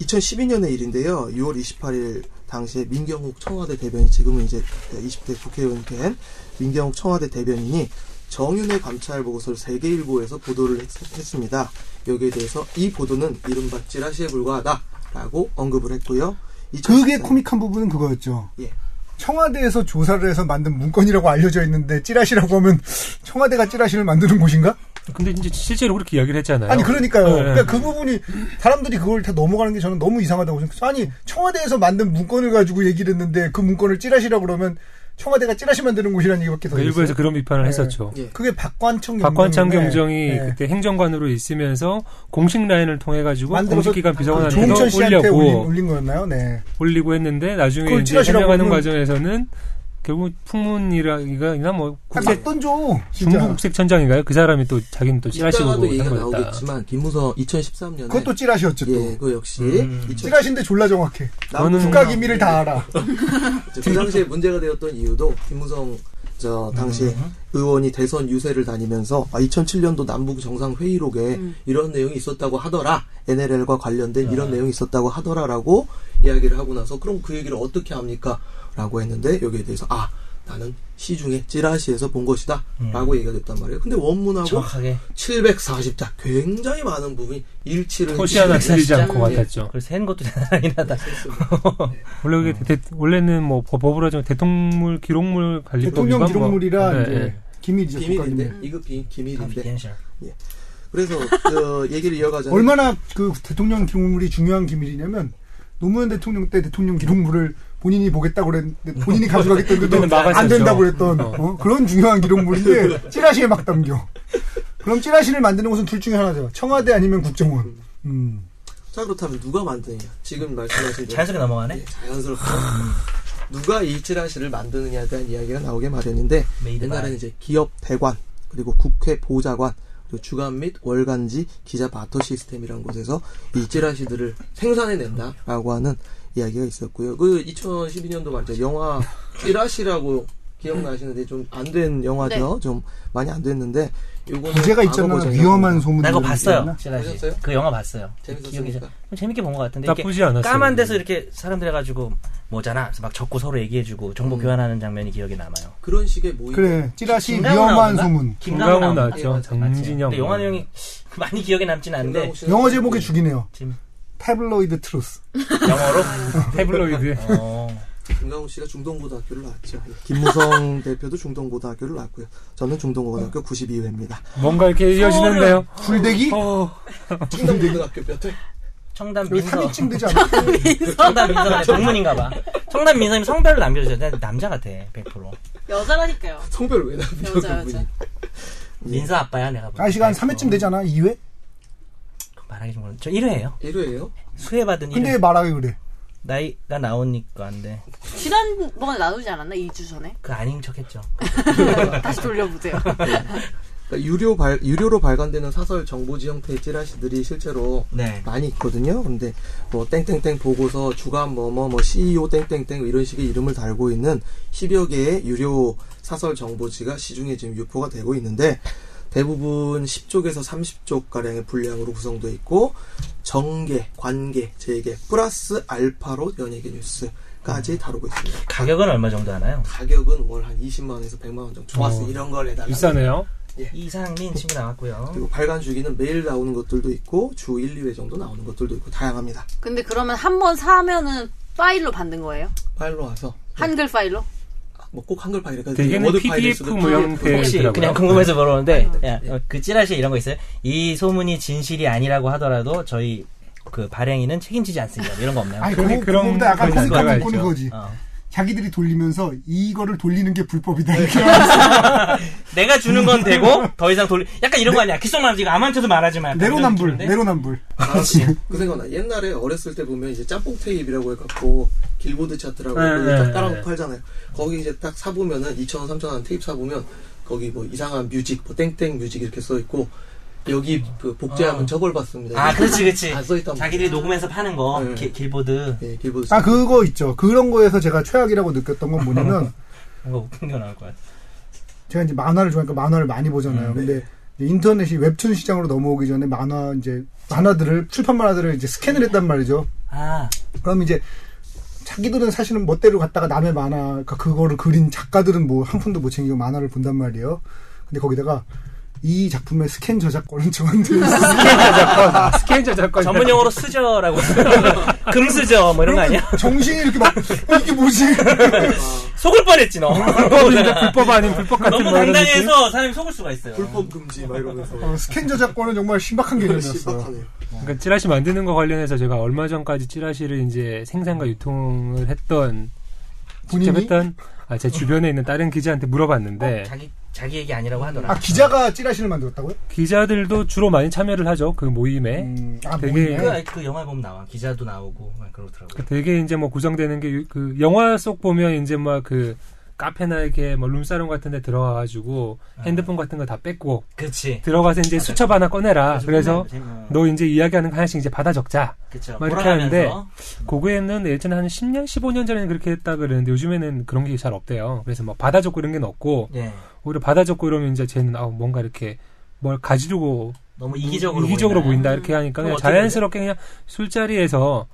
[SPEAKER 5] 2012년의 일인데요. 6월 28일 당시에 민경욱 청와대 대변인 지금은 이제 20대 국회의원 된 민경욱 청와대 대변인이 정윤회 감찰 보고서를 세계일보에서 보도를 했, 습니다 여기에 대해서 이 보도는 이른바 찌라시에 불과하다라고 언급을 했고요.
[SPEAKER 4] 그게
[SPEAKER 5] 2014년
[SPEAKER 4] 코믹한 부분은 그거였죠.
[SPEAKER 5] 예.
[SPEAKER 4] 청와대에서 조사를 해서 만든 문건이라고 알려져 있는데 찌라시라고 하면 청와대가 찌라시를 만드는 곳인가?
[SPEAKER 1] 근데 이제 실제로 그렇게 이야기를 했잖아요.
[SPEAKER 4] 아니 그러니까요.
[SPEAKER 1] 네.
[SPEAKER 4] 그러니까 그 부분이 사람들이 그걸 다 넘어가는 게 저는 너무 이상하다고 생각해요. 아니 청와대에서 만든 문건을 가지고 얘기를 했는데 그 문건을 찌라시라 그러면 청와대가 찌라시 만드는 곳이라는 얘기밖에 더
[SPEAKER 1] 그 일부에서
[SPEAKER 4] 있어요.
[SPEAKER 1] 그런 비판을
[SPEAKER 4] 네.
[SPEAKER 1] 했었죠.
[SPEAKER 5] 예.
[SPEAKER 4] 그게 박관청
[SPEAKER 1] 박관창
[SPEAKER 4] 경정인데,
[SPEAKER 1] 경정이
[SPEAKER 4] 예.
[SPEAKER 1] 그때 행정관으로 있으면서 공식 라인을 통해 가지고
[SPEAKER 4] 만들어서
[SPEAKER 1] 공식기관 비서관한테도
[SPEAKER 4] 조홍천 씨한테 올린,
[SPEAKER 1] 그 올려고
[SPEAKER 4] 올린 거였나요? 네.
[SPEAKER 1] 올리고 했는데 나중에
[SPEAKER 4] 그걸
[SPEAKER 1] 이제
[SPEAKER 4] 찌라시라고
[SPEAKER 1] 해명하는
[SPEAKER 4] 그러면-
[SPEAKER 1] 과정에서는 결국 풍문이라기나 뭐
[SPEAKER 4] 아,
[SPEAKER 1] 국세,
[SPEAKER 4] 돈 줘. 진짜.
[SPEAKER 1] 중국 국세청장인가요? 그 사람이 또 자기는 또 찌라시
[SPEAKER 5] 이따가도
[SPEAKER 1] 보고 한
[SPEAKER 5] 얘기가
[SPEAKER 1] 거였다.
[SPEAKER 5] 나오겠지만 김무서 2013년에
[SPEAKER 4] 그것도 찌라시였죠. 또.
[SPEAKER 5] 예, 그 역시
[SPEAKER 2] 음.
[SPEAKER 5] 2000
[SPEAKER 4] 찌라시인데 졸라 정확해.
[SPEAKER 5] 남북
[SPEAKER 1] 저는-
[SPEAKER 4] 국가 기밀을 다 알아.
[SPEAKER 5] 이제 그 당시에 문제가 되었던 이유도 김무성 저 당시 의원이 대선 유세를 다니면서 아, 2007년도 남북 정상 회의록에 이런 내용이 있었다고 하더라 NLL과 관련된 이런 내용이 있었다고 하더라라고 이야기를 하고 나서 그럼 그 얘기를 어떻게 합니까?라고 했는데 여기에 대해서 아 나는 시중에 찌라시에서 본 것이다라고 얘기가 됐단 말이에요. 근데 원문하고
[SPEAKER 2] 정확하게.
[SPEAKER 5] 740자 굉장히 많은 부분이 일치를
[SPEAKER 1] 토시 하나
[SPEAKER 5] 했는데
[SPEAKER 1] 틀리지 않고
[SPEAKER 5] 예.
[SPEAKER 1] 같았죠.
[SPEAKER 2] 어, 그래서 센 것도 대단하긴 하다.
[SPEAKER 1] 원래 그게
[SPEAKER 4] 음.
[SPEAKER 1] 대- 원래는 뭐 법- 법으로 하자면 대통령 기록물 관리법 위반
[SPEAKER 4] 대통령
[SPEAKER 1] 뭐-
[SPEAKER 4] 기록물이라
[SPEAKER 1] 네,
[SPEAKER 4] 이제
[SPEAKER 1] 네.
[SPEAKER 4] 기밀이죠. 국가 기밀.
[SPEAKER 5] 비밀인데 이거 비,
[SPEAKER 1] 아,
[SPEAKER 2] 다
[SPEAKER 5] 기밀인데
[SPEAKER 1] 예.
[SPEAKER 2] 비엔셜.
[SPEAKER 5] 그래서 그 얘기를 이어가자면
[SPEAKER 4] 얼마나 그 대통령 기록물이 중요한 기밀이냐면 노무현 대통령 때 대통령 기록물을 본인이 보겠다고 그랬는데 본인이
[SPEAKER 1] 그때는
[SPEAKER 4] 가져가겠다는데도
[SPEAKER 1] 막았었죠.
[SPEAKER 4] 안 된다고 그랬던
[SPEAKER 1] 어.
[SPEAKER 4] 어, 그런 중요한 기록물인데 찌라시에 막 담겨. 그럼 찌라시를 만드는 곳은 둘 중에 하나죠. 청와대 아니면 국정원. 음.
[SPEAKER 5] 자 그렇다면 누가 만드느냐 지금 말씀하신 대로
[SPEAKER 2] 자연스럽게 넘어가네.
[SPEAKER 5] 예, 자연스럽게 누가 이 찌라시를 만드느냐에 대한 이야기가 나오게 마련인데
[SPEAKER 2] Made by.
[SPEAKER 5] 옛날에는 이제 기업 대관 그리고 국회 보좌관 그리고 주간 및 월간지 기자 바터 시스템이라는 곳에서 이 찌라시들을 생산해낸다라고 하는 이야기가 있었고요. 그 2012년도 말이죠 영화 찌라시라고 기억나시는데 좀 안 된 영화죠. 좀 많이 안 됐는데 요거는
[SPEAKER 4] 부제가 있잖아.
[SPEAKER 5] 과거
[SPEAKER 4] 위험한
[SPEAKER 5] 버전이라고.
[SPEAKER 4] 소문.
[SPEAKER 2] 나 그거 봤어요.
[SPEAKER 4] 있나?
[SPEAKER 2] 지라시.
[SPEAKER 5] 보셨어요?
[SPEAKER 2] 그 영화 봤어요. 기억이 잘-
[SPEAKER 5] 재밌었습니까?
[SPEAKER 2] 좀 재밌게 본 것 같은데 이게
[SPEAKER 1] 나쁘지 않았어요.
[SPEAKER 2] 까만 데서 이렇게 사람들 해가지고 뭐잖아. 그래서 막 적고 서로 얘기해주고 정보
[SPEAKER 5] 음.
[SPEAKER 2] 교환하는 장면이 기억에 남아요.
[SPEAKER 5] 그런 식의 모임.
[SPEAKER 4] 그래. 찌라시
[SPEAKER 2] 김강호
[SPEAKER 4] 위험한
[SPEAKER 2] 나오나?
[SPEAKER 4] 소문.
[SPEAKER 2] 김강호
[SPEAKER 1] 김강호
[SPEAKER 2] 나오나?
[SPEAKER 1] 나왔죠.
[SPEAKER 5] 맞지,
[SPEAKER 1] 장진영.
[SPEAKER 2] 근데 영화 내용이 많이 기억에 남진 않는데
[SPEAKER 5] 김강호 씨는
[SPEAKER 4] 영어 제목이 죽이네요.
[SPEAKER 2] 지금
[SPEAKER 4] 태블로이드 트루스.
[SPEAKER 2] 영어로
[SPEAKER 1] 태블로이드.
[SPEAKER 2] 어,
[SPEAKER 5] 김강호 씨가 중동고등학교를 나왔죠. 예. 김무성 대표도 중동고등학교를 나왔고요. 저는 중동고등학교 92회입니다.
[SPEAKER 1] 뭔가 이렇게 이어지는데요.
[SPEAKER 4] 불대기?
[SPEAKER 1] 어, 그
[SPEAKER 5] 중동고등학교 몇 회?
[SPEAKER 2] 청담
[SPEAKER 4] 여기
[SPEAKER 2] 민서
[SPEAKER 4] 3위쯤 되지 않아?
[SPEAKER 2] 청담 민서가 아니라 동문인가봐. 청담 민서님 성별을 남겨주세요. 난 남자 같아 100%.
[SPEAKER 3] 여자라니까요.
[SPEAKER 5] 성별을 왜 남겨?
[SPEAKER 3] 여자,
[SPEAKER 5] 그분이.
[SPEAKER 3] 여자.
[SPEAKER 2] 민서 아빠야 내가. 볼 때.
[SPEAKER 4] 아, 시간 3회쯤 되지 않아? 2회?
[SPEAKER 2] 말하기 좀 그런. 저 1회예요.
[SPEAKER 5] 1회예요?
[SPEAKER 2] 수혜받은 1회.
[SPEAKER 4] 근데 말하기 그래.
[SPEAKER 2] 나이가 나오니까 안 돼.
[SPEAKER 3] 지난번에 나누지 않았나? 2주 전에?
[SPEAKER 2] 그 아닌 척했죠.
[SPEAKER 3] 다시 돌려보세요.
[SPEAKER 5] 그러니까 유료 발, 유료로 발간되는 사설 정보지 형태의 찌라시들이 실제로
[SPEAKER 2] 네.
[SPEAKER 5] 많이 있거든요. 근데 뭐 땡땡땡 보고서 주간 뭐뭐 뭐 CEO 땡땡땡 이런 식의 이름을 달고 있는 10여 개의 유료 사설 정보지가 시중에 지금 유포가 되고 있는데 대부분 10쪽에서 30쪽 가량의 분량으로 구성되어 있고 정계, 관계, 재계 플러스 알파로 연예계 뉴스까지 다루고 있습니다.
[SPEAKER 2] 가격은 얼마 정도 하나요?
[SPEAKER 5] 가격은 월 한 20만 원에서 100만 원 정도. 좋았어
[SPEAKER 1] 어,
[SPEAKER 5] 이런 걸 해달라.
[SPEAKER 1] 비싸네요.
[SPEAKER 4] 예.
[SPEAKER 2] 이상민 친구 나왔고요.
[SPEAKER 5] 그리고 발간 주기는 매일 나오는 것들도 있고 주 1, 2회 정도 나오는 것들도 있고 다양합니다.
[SPEAKER 3] 근데 그러면 한 번 사면은 파일로 받는 거예요?
[SPEAKER 5] 파일로 와서
[SPEAKER 3] 한글 파일로?
[SPEAKER 5] 뭐 꼭 한글 파일이니까
[SPEAKER 1] 대개는
[SPEAKER 5] 워드 파일일
[SPEAKER 1] PDF
[SPEAKER 5] 수도
[SPEAKER 1] 뭐
[SPEAKER 5] 있고
[SPEAKER 4] 예,
[SPEAKER 1] 형태.
[SPEAKER 2] 혹시
[SPEAKER 1] 있더라고요.
[SPEAKER 2] 그냥 궁금해서
[SPEAKER 4] 네.
[SPEAKER 2] 물어보는데
[SPEAKER 4] 아,
[SPEAKER 2] 야, 어, 그 찌라시에 이런 거 있어요? 이 소문이 진실이 아니라고 하더라도 저희 그 발행인은 책임지지 않습니다. 이런 거 없나요?
[SPEAKER 4] 아니,
[SPEAKER 1] 그런-
[SPEAKER 4] 그거,
[SPEAKER 1] 그런
[SPEAKER 4] 그거보다 약간
[SPEAKER 1] 그런
[SPEAKER 4] 코믹한
[SPEAKER 1] 거가
[SPEAKER 4] 조건이
[SPEAKER 1] 있죠.
[SPEAKER 4] 거지.
[SPEAKER 2] 어.
[SPEAKER 4] 자기들이 돌리면서 이거를 돌리는 게
[SPEAKER 1] 네.
[SPEAKER 4] 불법이다. 이렇게
[SPEAKER 2] 내가 주는 건 되고 더 이상 돌리 약간 이런 거 아니야? 기성만 지금 아무한테도 말하지 네? 마. 약간
[SPEAKER 4] 내로남불,
[SPEAKER 2] 이런 느낌인데?
[SPEAKER 4] 내로남불.
[SPEAKER 5] 아, 그 생각나. 옛날에 어렸을 때 보면 이제 짬뽕 테이프라고 해갖고 길보드 차트라고
[SPEAKER 1] 네,
[SPEAKER 5] 이거 딱
[SPEAKER 1] 네,
[SPEAKER 5] 깔아놓고
[SPEAKER 1] 네.
[SPEAKER 5] 팔잖아요. 거기 이제 딱 사보면은 2,000원, 3,000원 테이프 사보면 거기 뭐 이상한 뮤직, 뭐 땡땡 뮤직 이렇게 써있고 여기 그 복제하면
[SPEAKER 2] 아.
[SPEAKER 5] 처벌받습니다.
[SPEAKER 2] 아, 그렇지,
[SPEAKER 5] 안
[SPEAKER 2] 그렇지.
[SPEAKER 5] 써있단 말이야.
[SPEAKER 2] 자기들이 녹음해서 파는 거
[SPEAKER 5] 네.
[SPEAKER 2] 길- 길보드
[SPEAKER 5] 예, 길보드
[SPEAKER 4] 아,
[SPEAKER 5] 차트.
[SPEAKER 4] 그거 있죠. 그런 거에서 제가 최악이라고 느꼈던 건 뭐냐면,
[SPEAKER 2] 뭔가 웃긴 거 나올 것 같아.
[SPEAKER 4] 제가 이제 만화를 좋아하니까 만화를 많이
[SPEAKER 1] 음.
[SPEAKER 4] 보잖아요. 근데 이제 인터넷이 웹툰 시장으로 넘어오기 전에 만화, 이제, 만화들을, 출판 만화들을 이제 스캔을 했단 말이죠.
[SPEAKER 2] 아,
[SPEAKER 4] 그럼 이제, 자기들은 사실은 멋대로 갔다가 남의 만화, 그러니까 그거를 그린 작가들은 뭐 한 푼도 못 챙기고 만화를 본단 말이에요. 근데 거기다가 이 작품의 스캔 저작권은 저한테 있어요.
[SPEAKER 1] 스캔 저작권.
[SPEAKER 2] 전문 용어로 쓰저라고. 금쓰저 뭐 이런 거 아니야?
[SPEAKER 4] 정신이 이렇게 막, 어, 이게 뭐지?
[SPEAKER 2] 뭐 속을 뻔했지 너.
[SPEAKER 1] 근데 불법 아닌 불법 같은
[SPEAKER 2] 너무
[SPEAKER 1] 뭐 이런 느낌?
[SPEAKER 2] 당당해서 사람이 속을 수가 있어요.
[SPEAKER 5] 불법 금지 막 이러면서
[SPEAKER 4] 어, 스캔 저작권은 정말 신박한 개념이었어요.
[SPEAKER 5] 심각하네요.
[SPEAKER 1] 그러니까 찌라시 만드는 거 관련해서 제가 얼마 전까지 찌라시를 이제 생산과 유통을 했던 직접
[SPEAKER 4] 본인이?
[SPEAKER 1] 했던 아, 제 주변에 있는 다른 기자한테 물어봤는데
[SPEAKER 2] 자기 자기 얘기 네. 아니라고 하더라.
[SPEAKER 4] 아 기자가 찌라시를 만들었다고요?
[SPEAKER 1] 기자들도 주로 많이 참여를 하죠 그 모임에
[SPEAKER 4] 음, 아
[SPEAKER 1] 되게-
[SPEAKER 4] 모임에
[SPEAKER 2] 그, 그 영화 보면 나와. 기자도 나오고 막 그러더라고.
[SPEAKER 1] 그 되게 이제 뭐 구성되는 게 그 영화 속 보면 이제 막 그 카페나 이렇게 뭐 룸사롱 같은 데 들어가가지고
[SPEAKER 4] 아.
[SPEAKER 1] 핸드폰 같은 거 다 뺏고
[SPEAKER 2] 그렇지.
[SPEAKER 1] 들어가서 이제 수첩 하나
[SPEAKER 2] 아,
[SPEAKER 1] 꺼내라
[SPEAKER 4] 네.
[SPEAKER 1] 그래서
[SPEAKER 2] 재밌- 어,
[SPEAKER 1] 너 이제 이야기하는 거 하나씩 이제 받아 적자
[SPEAKER 2] 그쵸.
[SPEAKER 1] 막 이렇게
[SPEAKER 2] 몰아가면서
[SPEAKER 1] 고구에는 예전에 한 10년 15년 전에는 그렇게 했다 그랬는데 요즘에는 그런 게 잘 없대요 그래서 막 받아 적고 이런 게 없고
[SPEAKER 2] 예.
[SPEAKER 1] 오히려 받아 적고 이러면 이제 쟤는 아 뭔가 이렇게 뭘 가지려고
[SPEAKER 2] 너무 이기적으로
[SPEAKER 1] 이기적으로
[SPEAKER 2] 보인다.
[SPEAKER 1] 보인다. 이렇게 하니까
[SPEAKER 2] 그럼
[SPEAKER 1] 그냥
[SPEAKER 2] 어떻게
[SPEAKER 1] 자연스럽게 그냥 술자리에서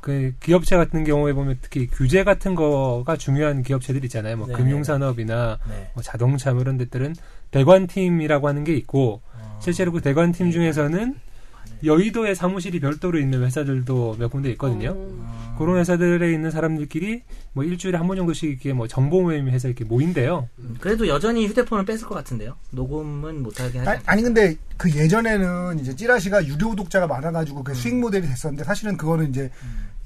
[SPEAKER 1] 그 기업체 같은 경우에 보면 특히 규제 같은 거가 중요한 기업체들 있잖아요. 뭐
[SPEAKER 2] 네,
[SPEAKER 1] 금융산업이나
[SPEAKER 2] 네.
[SPEAKER 1] 뭐 자동차 뭐 이런 데들은 대관팀이라고 하는 게 있고
[SPEAKER 2] 어.
[SPEAKER 1] 실제로 그 대관팀 중에서는 여의도에 사무실이 별도로 있는 회사들도 몇 군데 있거든요.
[SPEAKER 3] 어.
[SPEAKER 1] 그런 회사들에 있는 사람들끼리 뭐 일주일에 한 번 정도씩 이렇게 뭐 정보 모임해서 이렇게 모인대요.
[SPEAKER 2] 음, 그래도 여전히 휴대폰을 뺏을 것 같은데요. 녹음은 못하게 하지.
[SPEAKER 4] 아, 아니 근데 그 예전에는 이제 찌라시가 유료 독자가 많아가지고 그 수익 모델이 됐었는데 사실은 그거는 이제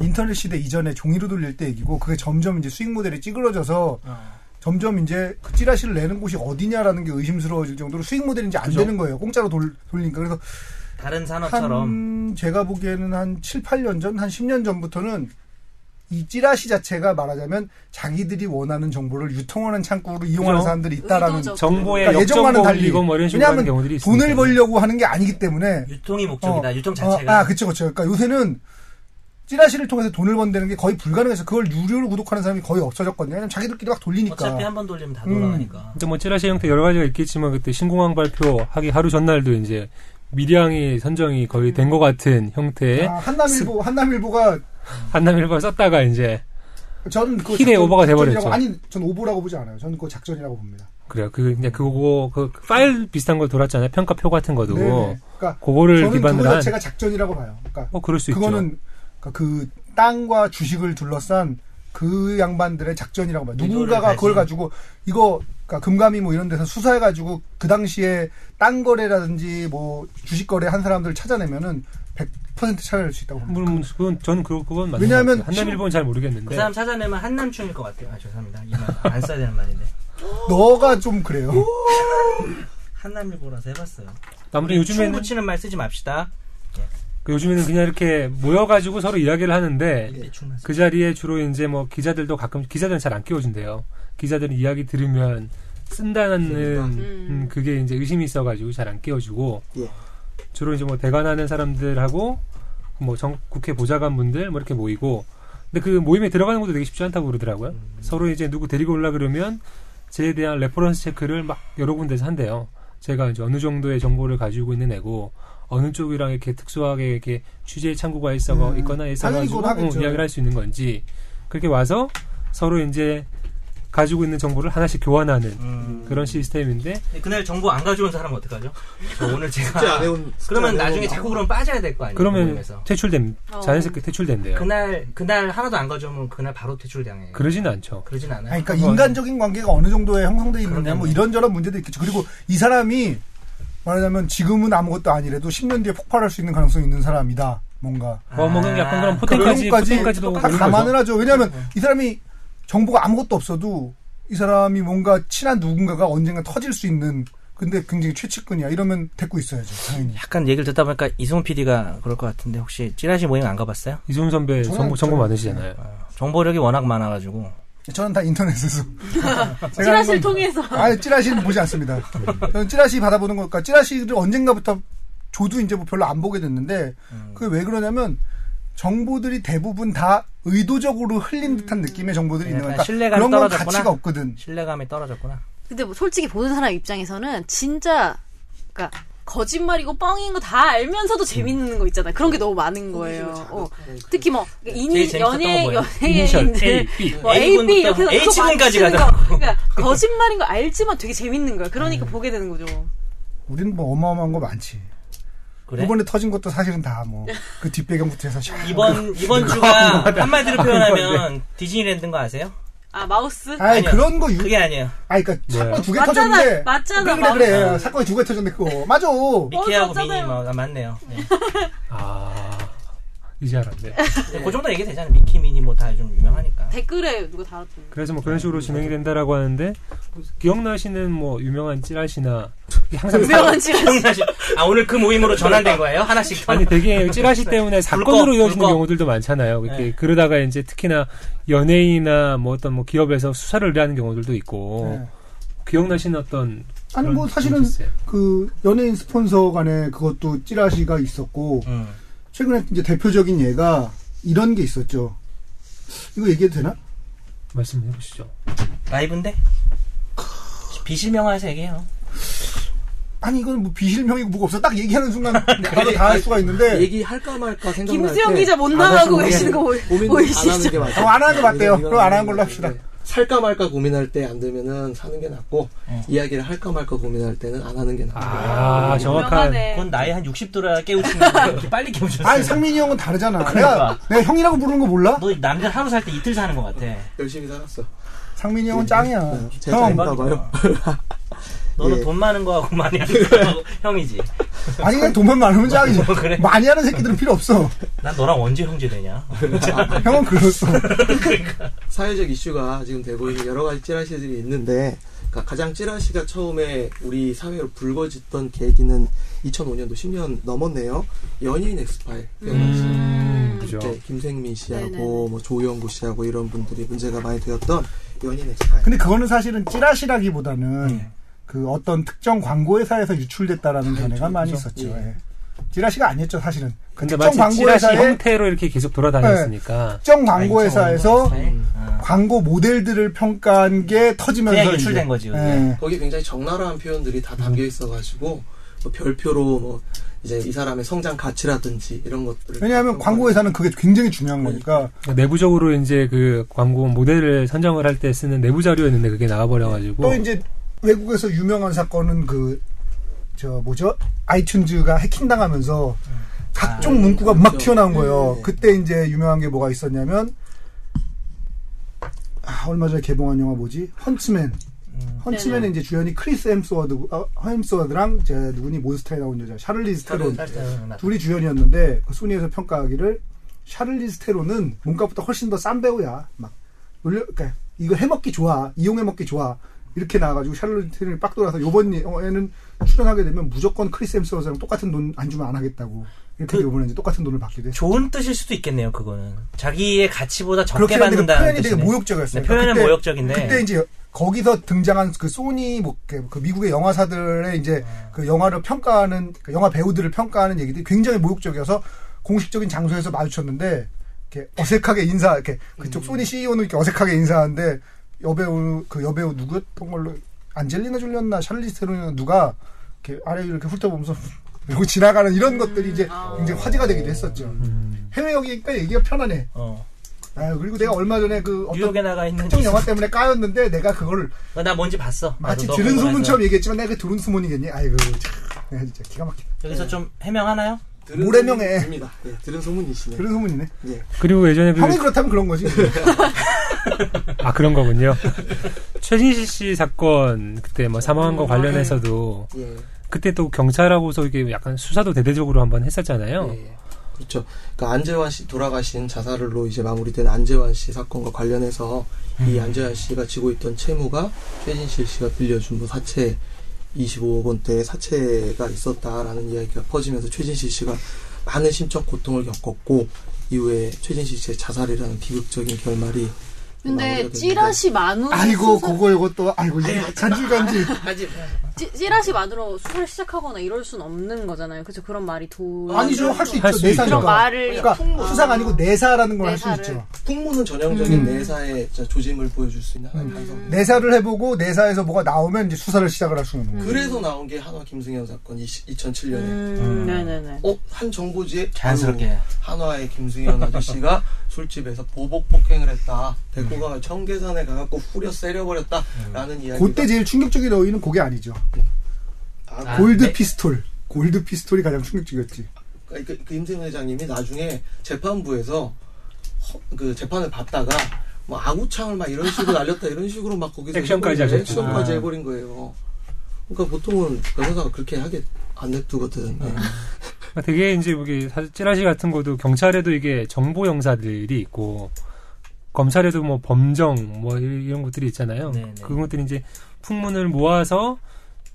[SPEAKER 4] 인터넷 시대 이전에 종이로 돌릴 때 얘기고 그게 점점 이제 수익 모델이 찌그러져서
[SPEAKER 2] 어.
[SPEAKER 4] 점점 이제 그 찌라시를 내는 곳이 어디냐라는 게 의심스러워질 정도로 수익 모델이 이제 안
[SPEAKER 1] 그죠.
[SPEAKER 4] 되는 거예요. 공짜로 돌, 돌리니까 그래서
[SPEAKER 2] 다른 산업처럼
[SPEAKER 4] 한 제가 보기에는 한 7, 8년 전, 한 10년 전부터는 이 찌라시 자체가 말하자면 자기들이 원하는 정보를 유통하는 창구로 이용하는
[SPEAKER 1] 그죠.
[SPEAKER 4] 사람들이 있다라는
[SPEAKER 3] 의도적.
[SPEAKER 1] 정보에
[SPEAKER 4] 그러니까 예전과는
[SPEAKER 1] 역정보
[SPEAKER 4] 달리
[SPEAKER 1] 올리고 뭐 이런 식으로
[SPEAKER 4] 왜냐하면
[SPEAKER 1] 하는 경우들이 있습니다.
[SPEAKER 4] 돈을 벌려고 하는 게 아니기 때문에
[SPEAKER 2] 유통이 목적이다.
[SPEAKER 4] 어,
[SPEAKER 2] 유통
[SPEAKER 4] 어, 아
[SPEAKER 2] 자체가
[SPEAKER 4] 그쵸 그쵸 그러니까 요새는 찌라시를 통해서 돈을 번다는 게 거의 불가능해서 그걸 유료로 구독하는 사람이 거의 없어졌거든요. 왜냐면 자기들끼리 막 돌리니까.
[SPEAKER 1] 그러니까.
[SPEAKER 2] 어차피 한 번 돌리면 다
[SPEAKER 4] 음.
[SPEAKER 2] 돌아가니까.
[SPEAKER 1] 근데 뭐 찌라시 형태 여러 가지가 있겠지만 그때 신공항 발표하기 하루 전날도 이제 미량이 선정이 거의 된 것 같은 형태의
[SPEAKER 4] 아, 한남일보 한남일보가
[SPEAKER 1] 한남일보 썼다가 이제
[SPEAKER 4] 저는 그
[SPEAKER 1] 힐의 오버가 돼버렸죠.
[SPEAKER 4] 아니, 전 오버라고 보지 않아요. 저는 그거 작전이라고 봅니다.
[SPEAKER 1] 그래요. 그 이제 그거 그 파일 비슷한 걸 돌았잖아요. 평가표 같은 거도
[SPEAKER 4] 네네. 그러니까
[SPEAKER 1] 그거를
[SPEAKER 4] 저는
[SPEAKER 1] 기반으로
[SPEAKER 4] 그거
[SPEAKER 1] 한.
[SPEAKER 4] 자체가 작전이라고 봐요. 그러니까
[SPEAKER 1] 뭐 그럴 수 있죠.
[SPEAKER 4] 그거는 그러니까 그 땅과 주식을 둘러싼 그 양반들의 작전이라고 봐요.
[SPEAKER 2] 의도를
[SPEAKER 4] 누군가가 그걸
[SPEAKER 2] 가진.
[SPEAKER 4] 가지고 이거 그러니까 금감이 뭐 이런 데서 수사해가지고 그 당시에 땅 거래라든지 뭐 주식 거래 한 사람들을 찾아내면은 100% 찾아낼 수 있다고 봅니다.
[SPEAKER 1] 물론 그건 저는 그 그건 맞는
[SPEAKER 4] 왜냐하면
[SPEAKER 1] 것 같아요. 한남일보는 잘 모르겠는데.
[SPEAKER 2] 그 사람 찾아내면 한남충일 것 같아요. 아, 죄송합니다. 이 말 안 써야 되는 말인데.
[SPEAKER 4] 너가 좀 그래요.
[SPEAKER 2] 한남일보라서 해봤어요.
[SPEAKER 1] 아무튼
[SPEAKER 2] 충
[SPEAKER 1] 요즘에는
[SPEAKER 2] 붙이는 말 쓰지 맙시다.
[SPEAKER 1] 그 요즘에는 그냥 이렇게 모여가지고 서로 이야기를 하는데
[SPEAKER 2] 예. 충만
[SPEAKER 1] 그 자리에 주로 이제 뭐 기자들도 가끔 기자들은 잘 안 끼워준대요. 기자들은 이야기 들으면 쓴다는
[SPEAKER 5] 음.
[SPEAKER 1] 음, 그게 이제 의심이 있어가지고 잘 안 끼워주고
[SPEAKER 5] 예.
[SPEAKER 1] 주로 이제 뭐 대관하는 사람들하고 뭐 정, 국회 보좌관분들 뭐 이렇게 모이고 근데 그 모임에 들어가는 것도 되게 쉽지 않다고 그러더라고요. 서로 이제 누구 데리고 올라 그러면 제 대한 레퍼런스 체크를 막 여러 군데서 한대요. 제가 이제 어느 정도의 정보를 가지고 있는 애고 어느 쪽이랑 이렇게 특수하게 이렇게 취재 창구가 있어
[SPEAKER 4] 음,
[SPEAKER 1] 있거나 있어
[SPEAKER 4] 당연히
[SPEAKER 1] 가지고
[SPEAKER 4] 그건 하겠죠.
[SPEAKER 1] 이야기를 할 수 있는 건지 그렇게 와서 서로 이제 가지고 있는 정보를 하나씩 교환하는
[SPEAKER 2] 음.
[SPEAKER 1] 그런 시스템인데
[SPEAKER 2] 근데 그날 정보 안 가져온 사람 은 어떡하죠? 저 오늘
[SPEAKER 5] 숙제
[SPEAKER 2] 제가
[SPEAKER 5] 안 해온 숙제
[SPEAKER 2] 그러면
[SPEAKER 5] 안 해온
[SPEAKER 2] 나중에 자꾸 그럼 빠져야 될 거 아니에요?
[SPEAKER 1] 그러면
[SPEAKER 2] 모임에서.
[SPEAKER 1] 퇴출됨
[SPEAKER 3] 어.
[SPEAKER 1] 자연스럽게 퇴출된대요.
[SPEAKER 2] 그날 그날 하나도 안 가져오면 그날 바로 퇴출당해요.
[SPEAKER 1] 그러진 않죠.
[SPEAKER 2] 그러진 않아요.
[SPEAKER 4] 아니, 그러니까
[SPEAKER 1] 그건-
[SPEAKER 4] 인간적인 관계가 어느 정도에 형성돼 있느냐 뭐
[SPEAKER 2] 그러네.
[SPEAKER 4] 이런저런 문제도 있겠죠. 그리고 이 사람이 말하자면 지금은 아무것도 아니래도 10년 뒤에 폭발할 수 있는 가능성이 있는 사람이다. 뭔가
[SPEAKER 1] 어, 뭐 그냥 약간 그런
[SPEAKER 2] 아,
[SPEAKER 1] 포텐까지
[SPEAKER 4] 그러니까 그런 것까지
[SPEAKER 1] 포텐까지도
[SPEAKER 4] 다
[SPEAKER 1] 오는
[SPEAKER 4] 감안을
[SPEAKER 1] 거죠.
[SPEAKER 4] 하죠. 왜냐하면
[SPEAKER 2] 네.
[SPEAKER 4] 이 사람이 정보가 아무것도 없어도 이 사람이 뭔가 친한 누군가가 언젠가 터질 수 있는 근데 굉장히 최측근이야. 이러면 데리고 있어야죠. 당연히.
[SPEAKER 2] 약간 얘기를 듣다 보니까 이승훈 PD가 그럴 것 같은데 혹시 찌라시 모임 안 가봤어요?
[SPEAKER 1] 이종훈 선배
[SPEAKER 4] 저는
[SPEAKER 1] 정보 정보
[SPEAKER 4] 저는-
[SPEAKER 1] 많으시잖아요.
[SPEAKER 2] 정보력이 워낙 많아가지고
[SPEAKER 4] 저는 다 인터넷에서 제가
[SPEAKER 3] 찌라시를
[SPEAKER 4] 이건-
[SPEAKER 3] 통해서
[SPEAKER 4] 아, 찌라시는 보지 않습니다. 저는 찌라시 받아보는 것까 찌라시를 언젠가부터 저도 이제 뭐 별로 안 보게 됐는데
[SPEAKER 2] 음.
[SPEAKER 4] 그게 왜 그러냐면 정보들이 대부분 다 의도적으로 흘린 듯한 느낌의 정보들이 있는
[SPEAKER 2] 약간
[SPEAKER 4] 거니까
[SPEAKER 2] 네, 신뢰감이
[SPEAKER 4] 그런 건
[SPEAKER 2] 떨어졌구나.
[SPEAKER 4] 가치가 없거든.
[SPEAKER 2] 신뢰감이 떨어졌구나.
[SPEAKER 3] 근데 뭐 솔직히 보는 사람 입장에서는 진짜 그러니까 거짓말이고 뻥인 거 다 알면서도 재밌는 거 있잖아요. 그런 게 너무 많은 거예요. 어. 특히 뭐
[SPEAKER 2] 제일
[SPEAKER 3] 인이
[SPEAKER 2] 재밌었던
[SPEAKER 3] 연예
[SPEAKER 2] 거 뭐예요?
[SPEAKER 1] 이니셜 A,
[SPEAKER 2] 네.
[SPEAKER 3] 연예인들
[SPEAKER 1] B.
[SPEAKER 3] 뭐
[SPEAKER 2] A
[SPEAKER 3] A,
[SPEAKER 2] 군부터
[SPEAKER 3] B 이렇게 해서
[SPEAKER 2] H
[SPEAKER 3] 그거
[SPEAKER 2] 군까지
[SPEAKER 3] 맞추는
[SPEAKER 2] 가죠.
[SPEAKER 3] 거. 그러니까 거짓말인 거 알지만 되게 재밌는 거야. 그러니까 보게 되는 거죠.
[SPEAKER 4] 우리는 뭐 어마어마한 거 많지.
[SPEAKER 2] 그래?
[SPEAKER 4] 이번에 터진 것도 사실은 다 뭐 그 뒷배경부터 해서 샤-
[SPEAKER 2] 이번 이번 주가 한마디로 표현하면 디즈니랜드인 거 아세요?
[SPEAKER 3] 아 마우스?
[SPEAKER 4] 아이
[SPEAKER 2] 아니요.
[SPEAKER 4] 그런 거 유...
[SPEAKER 2] 그게 아니에요.
[SPEAKER 4] 아이 그니까
[SPEAKER 5] 네.
[SPEAKER 4] 사건 두 개
[SPEAKER 3] 맞잖아,
[SPEAKER 4] 터졌는데
[SPEAKER 3] 맞잖아, 어.
[SPEAKER 4] 그래 그래 그래
[SPEAKER 2] 맞잖아.
[SPEAKER 4] 사건이 두 개 터졌는데 그거 맞아
[SPEAKER 2] 미키하고 미니
[SPEAKER 3] 맞잖아요.
[SPEAKER 2] 마 맞네요. 네.
[SPEAKER 1] 아 이제 알았네.
[SPEAKER 2] 근데 그 정도 얘기 되잖아요. 미키 미니 뭐 다 좀 유명하니까.
[SPEAKER 3] 댓글에 누가 달았던 거.
[SPEAKER 1] 그래서 뭐 그런 식으로 진행이 된다라고 하는데 기억나시는 뭐 유명한 찌라시나 이게 항상
[SPEAKER 3] 유명한 찌라시.
[SPEAKER 2] 기억나시? 아 오늘 그 모임으로 전환된 거예요? 하나씩
[SPEAKER 1] 아니 되게 찌라시 때문에 사건으로
[SPEAKER 2] 불법,
[SPEAKER 1] 이어지는
[SPEAKER 2] 불법.
[SPEAKER 1] 경우들도 많잖아요. 이렇게
[SPEAKER 2] 네.
[SPEAKER 1] 그러다가 이제 특히나 연예인이나 뭐 어떤 뭐 기업에서 수사를 의뢰하는 경우들도 있고
[SPEAKER 4] 네.
[SPEAKER 1] 기억나시는 어떤
[SPEAKER 4] 아니 뭐
[SPEAKER 1] 그런
[SPEAKER 4] 사실은
[SPEAKER 1] 분이 있어요?
[SPEAKER 4] 그 연예인 스폰서 간에 그것도 찌라시가 있었고
[SPEAKER 2] 음.
[SPEAKER 4] 최근에 이제 대표적인 예가 이런 게 있었죠. 이거 얘기해도 되나?
[SPEAKER 1] 말씀해 보시죠.
[SPEAKER 2] 라이브인데 비실명화해서 얘기해요.
[SPEAKER 4] 아니 이건 뭐 비실명이고 뭐가 없어. 딱 얘기하는 순간 바로 다 할 수가 있는데
[SPEAKER 5] 네. 얘기할까 말까 생각날
[SPEAKER 3] 김수영
[SPEAKER 5] 때
[SPEAKER 3] 기자 못
[SPEAKER 5] 안
[SPEAKER 3] 나가고
[SPEAKER 5] 하시는
[SPEAKER 3] 계시는 거 보이-
[SPEAKER 5] 게 고민
[SPEAKER 3] 보이시죠?
[SPEAKER 5] 안 하는 게 맞아요.
[SPEAKER 4] 어, 안 하는 거 맞대요.
[SPEAKER 5] 이건
[SPEAKER 4] 그럼 안
[SPEAKER 5] 이건
[SPEAKER 4] 하는 걸로 합시다.
[SPEAKER 5] 네. 살까 말까 고민할 때 안 되면은 사는 게 낫고
[SPEAKER 4] 어.
[SPEAKER 5] 이야기를 할까 말까 고민할 때는 안 하는 게 낫고
[SPEAKER 1] 아 정확한
[SPEAKER 3] 유명하네.
[SPEAKER 2] 그건 나이 한 60도라 깨우치는 거 이렇게 빨리
[SPEAKER 4] 아니
[SPEAKER 2] 깨우쳤어.
[SPEAKER 4] 상민이 형은 다르잖아.
[SPEAKER 2] 그러니까.
[SPEAKER 4] 내가 내가 형이라고 부르는 거 몰라?
[SPEAKER 2] 너뭐 남들 하루 살 때 이틀 사는 것 같아.
[SPEAKER 5] 열심히 살았어.
[SPEAKER 4] 상민이 형은 짱이야.
[SPEAKER 5] 네. 제
[SPEAKER 4] 형
[SPEAKER 5] 짱인가 봐요.
[SPEAKER 2] 너는
[SPEAKER 5] 예.
[SPEAKER 2] 돈 많은 거하고 많이 하는 거하고 형이지.
[SPEAKER 4] 아니 그냥 돈만 많으면 짱이지.
[SPEAKER 2] 뭐 그래?
[SPEAKER 4] 많이 하는 새끼들은 필요 없어.
[SPEAKER 2] 난 너랑 언제 형제 되냐?
[SPEAKER 4] 형은 그랬어.
[SPEAKER 5] 사회적 이슈가 지금 되고 있는 여러 가지 찌라시들이 있는데 그러니까 가장 찌라시가 처음에 우리 사회로 불거졌던 계기는 2005년도 10년 넘었네요. 연예인 엑스파일.
[SPEAKER 1] 음, 그죠.
[SPEAKER 4] 네.
[SPEAKER 5] 그때
[SPEAKER 3] 네네.
[SPEAKER 5] 김생민 씨하고 뭐 조영구 씨하고 이런 분들이 문제가 많이 되었던 연인 엑스파일.
[SPEAKER 4] 근데 그거는 사실은 찌라시라기보다는 그 어떤 특정 광고 회사에서 유출됐다라는 견해가 많이 있었죠.
[SPEAKER 5] 예.
[SPEAKER 4] 예. 지라시가 아니었죠 사실은. 그
[SPEAKER 1] 근데
[SPEAKER 4] 특정 네.
[SPEAKER 1] 마치 찌라시
[SPEAKER 4] 광고회사의
[SPEAKER 1] 형태로 이렇게 계속 돌아다녔으니까.
[SPEAKER 4] 특정
[SPEAKER 2] 아,
[SPEAKER 4] 광고회사에서 음.
[SPEAKER 2] 인정, 인정. 아.
[SPEAKER 4] 광고 모델들을 평가한 게 터지면서
[SPEAKER 2] 그냥
[SPEAKER 4] 이제-
[SPEAKER 2] 유출된 거지, 그게.
[SPEAKER 4] 예.
[SPEAKER 5] 거기 굉장히 적나라한 표현들이 다
[SPEAKER 4] 음.
[SPEAKER 5] 담겨 있어가지고 뭐 별표로 뭐 이제 이 사람의 성장 가치라든지 이런 것들을
[SPEAKER 4] 왜냐하면 광고회사는 그게 굉장히 중요한 거니까
[SPEAKER 1] 그러니까 내부적으로 이제 그 광고 모델을 선정을 할 때 쓰는 내부 자료였는데 그게 나와버려가지고.
[SPEAKER 4] 또 이제 외국에서 유명한 사건은 그 저 뭐죠 아이튠즈가 해킹당하면서 각종
[SPEAKER 5] 아,
[SPEAKER 4] 문구가 막
[SPEAKER 5] 그렇죠.
[SPEAKER 4] 튀어나온 거예요.
[SPEAKER 5] 네.
[SPEAKER 4] 그때 이제 유명한 게 뭐가 있었냐면 아, 얼마 전에 개봉한 영화 뭐지 헌츠맨. 헌츠맨의
[SPEAKER 3] 네네.
[SPEAKER 4] 이제 주연이 크리스 햄스워드, 아, 햄스워드랑 제 누구니 몬스타에 나온 여자 샤를리스 테론 둘이 주연이었는데 그 소니에서 평가하기를 샤를리스 테론은 몸값보다 훨씬 더 싼 배우야. 막 놀려, 그러니까 이거 해먹기 좋아, 이용해 먹기 좋아 이렇게 나와가지고 샤를리스 테론이 빡 돌아서 이번 영화에는 어, 출연하게 되면 무조건 크리스 햄스워드랑 똑같은 돈 안 주면 안 하하겠다고 이렇게
[SPEAKER 2] 그-
[SPEAKER 4] 이번에 이제 똑같은 돈을 받게 됐어.
[SPEAKER 2] 좋은 뜻일 수도 있겠네요, 그거는. 자기의 가치보다 적게
[SPEAKER 4] 그렇게 했는데 그
[SPEAKER 2] 받는다는
[SPEAKER 4] 표현이 되게
[SPEAKER 2] 뜻이네.
[SPEAKER 4] 모욕적이었어요.
[SPEAKER 2] 네, 표현은
[SPEAKER 4] 그때-
[SPEAKER 2] 모욕적인데.
[SPEAKER 4] 그때 이제 거기서 등장한 그 소니 뭐그 미국의 영화사들의 이제 그 영화를 평가하는 그 영화 배우들을 평가하는 얘기들이 굉장히 모욕적이어서 공식적인 장소에서 마주쳤는데 이렇게 어색하게 인사 이렇게 그쪽
[SPEAKER 2] 음.
[SPEAKER 4] 소니 CEO는 이렇게 어색하게 인사하는데 여배우 그 여배우 누구였던 걸로 안젤리나 졸리였나 샬리스 테론이나 누가 이렇게 아래 이렇게 훑어보면서 이러고 지나가는 이런 것들이 이제
[SPEAKER 2] 음.
[SPEAKER 3] 아.
[SPEAKER 4] 굉장히 화제가 되기도 했었죠.
[SPEAKER 1] 음.
[SPEAKER 4] 해외 여기니까 얘기가 편하네.
[SPEAKER 2] 어.
[SPEAKER 4] 아 그리고 내가 얼마 전에 그 어떤
[SPEAKER 2] 뉴욕에 나가 있는
[SPEAKER 4] 특정 영화 때문에 까였는데 내가 그걸
[SPEAKER 2] 어, 나 뭔지 봤어.
[SPEAKER 4] 마치
[SPEAKER 2] 나도 너
[SPEAKER 4] 들은
[SPEAKER 2] 궁금해서.
[SPEAKER 4] 소문처럼 얘기했지만 내가 그 들은 소문이겠니? 아이고 참 내가 진짜 기가 막히다.
[SPEAKER 2] 여기서 좀 해명하나요?
[SPEAKER 4] 모래명에.
[SPEAKER 5] 입니다. 예, 들은 소문이시네요.
[SPEAKER 4] 들은 소문이네.
[SPEAKER 5] 예.
[SPEAKER 1] 그리고 예전에 그
[SPEAKER 4] 형이 그렇다면 그런 거지.
[SPEAKER 1] 아 그런 거군요. 최진실 씨 사건 그때 뭐 사망한 거
[SPEAKER 5] 음,
[SPEAKER 1] 관련해서도
[SPEAKER 5] 예.
[SPEAKER 1] 그때 또 경찰하고서 이게 약간 수사도 대대적으로 한번 했었잖아요.
[SPEAKER 5] 예. 그렇죠. 그러니까 안재환 씨 돌아가신 자살로 이제 마무리된 안재환 씨 사건과 관련해서 이
[SPEAKER 1] 음.
[SPEAKER 5] 안재환 씨가 지고 있던 채무가 최진실 씨가 빌려준 뭐 사채 25억 원대의 사채가 있었다라는 이야기가 퍼지면서 최진실 씨가 많은 심적 고통을 겪었고 이후에 최진실 씨의 자살이라는 비극적인 결말이
[SPEAKER 3] 근데
[SPEAKER 5] 마무리가 됐는데
[SPEAKER 3] 찌라시 만으로
[SPEAKER 4] 아이고
[SPEAKER 3] 수사-
[SPEAKER 4] 그거 이것도 아이고 이게 간질간질.
[SPEAKER 3] 찌- 찌라시 만으로 수사를 시작하거나 이럴 순 없는 거잖아요. 그죠? 그런 말이 도
[SPEAKER 4] 아니죠 할
[SPEAKER 1] 할수
[SPEAKER 4] 수 있죠
[SPEAKER 1] 있죠.
[SPEAKER 3] 그런
[SPEAKER 4] 내사니까.
[SPEAKER 3] 말을
[SPEAKER 4] 그러니까
[SPEAKER 5] 풍문.
[SPEAKER 4] 수사가 아니고 내사라는 걸 할 수
[SPEAKER 3] 내사를.
[SPEAKER 4] 있죠.
[SPEAKER 5] 풍문은
[SPEAKER 3] 음.
[SPEAKER 5] 전형적인 내사의 저 조짐을 보여줄 수 있는 하나의 단서.
[SPEAKER 4] 내사를 해보고 내사에서 뭐가 나오면 이제 수사를 시작을 할 수는 있는.
[SPEAKER 5] 그래서 나온 게 한화 김승현 사건 2007년에
[SPEAKER 3] 음, 네네네.
[SPEAKER 5] 어? 한 정보지에
[SPEAKER 2] 자연스럽게.
[SPEAKER 5] 바로 한화의 김승현 아저씨가 술집에서 보복 폭행을 했다. 대구강을 청계산에 가갖고 후려 세려버렸다. 라는 이야기.
[SPEAKER 4] 그러니까 그때 제일 충격적인 어휘는 그게 아니죠.
[SPEAKER 5] 아,
[SPEAKER 2] 아,
[SPEAKER 4] 골드
[SPEAKER 2] 네.
[SPEAKER 4] 피스톨. 골드 피스톨이 가장 충격적이었지.
[SPEAKER 5] 그, 그, 그 임세훈 회장님이 나중에 재판부에서 허- 그 재판을 받다가 뭐 아구창을 막 이런 식으로 날렸다 이런 식으로 막 거기서
[SPEAKER 1] 액션까지
[SPEAKER 5] 해버린 거예요.
[SPEAKER 1] 하셨죠.
[SPEAKER 5] 액션까지
[SPEAKER 2] 아.
[SPEAKER 5] 해버린 거예요. 그러니까 보통은 변호사가 그렇게 하게 안 냅두거든. 네.
[SPEAKER 1] 그러니까 되게 이제 여기 사실 찌라시 같은 것도 경찰에도 이게 정보 영사들이 있고 검찰에도 뭐 범정 뭐 이- 이런 것들이 있잖아요.
[SPEAKER 2] 네, 네.
[SPEAKER 1] 그런 것들이 이제 풍문을 모아서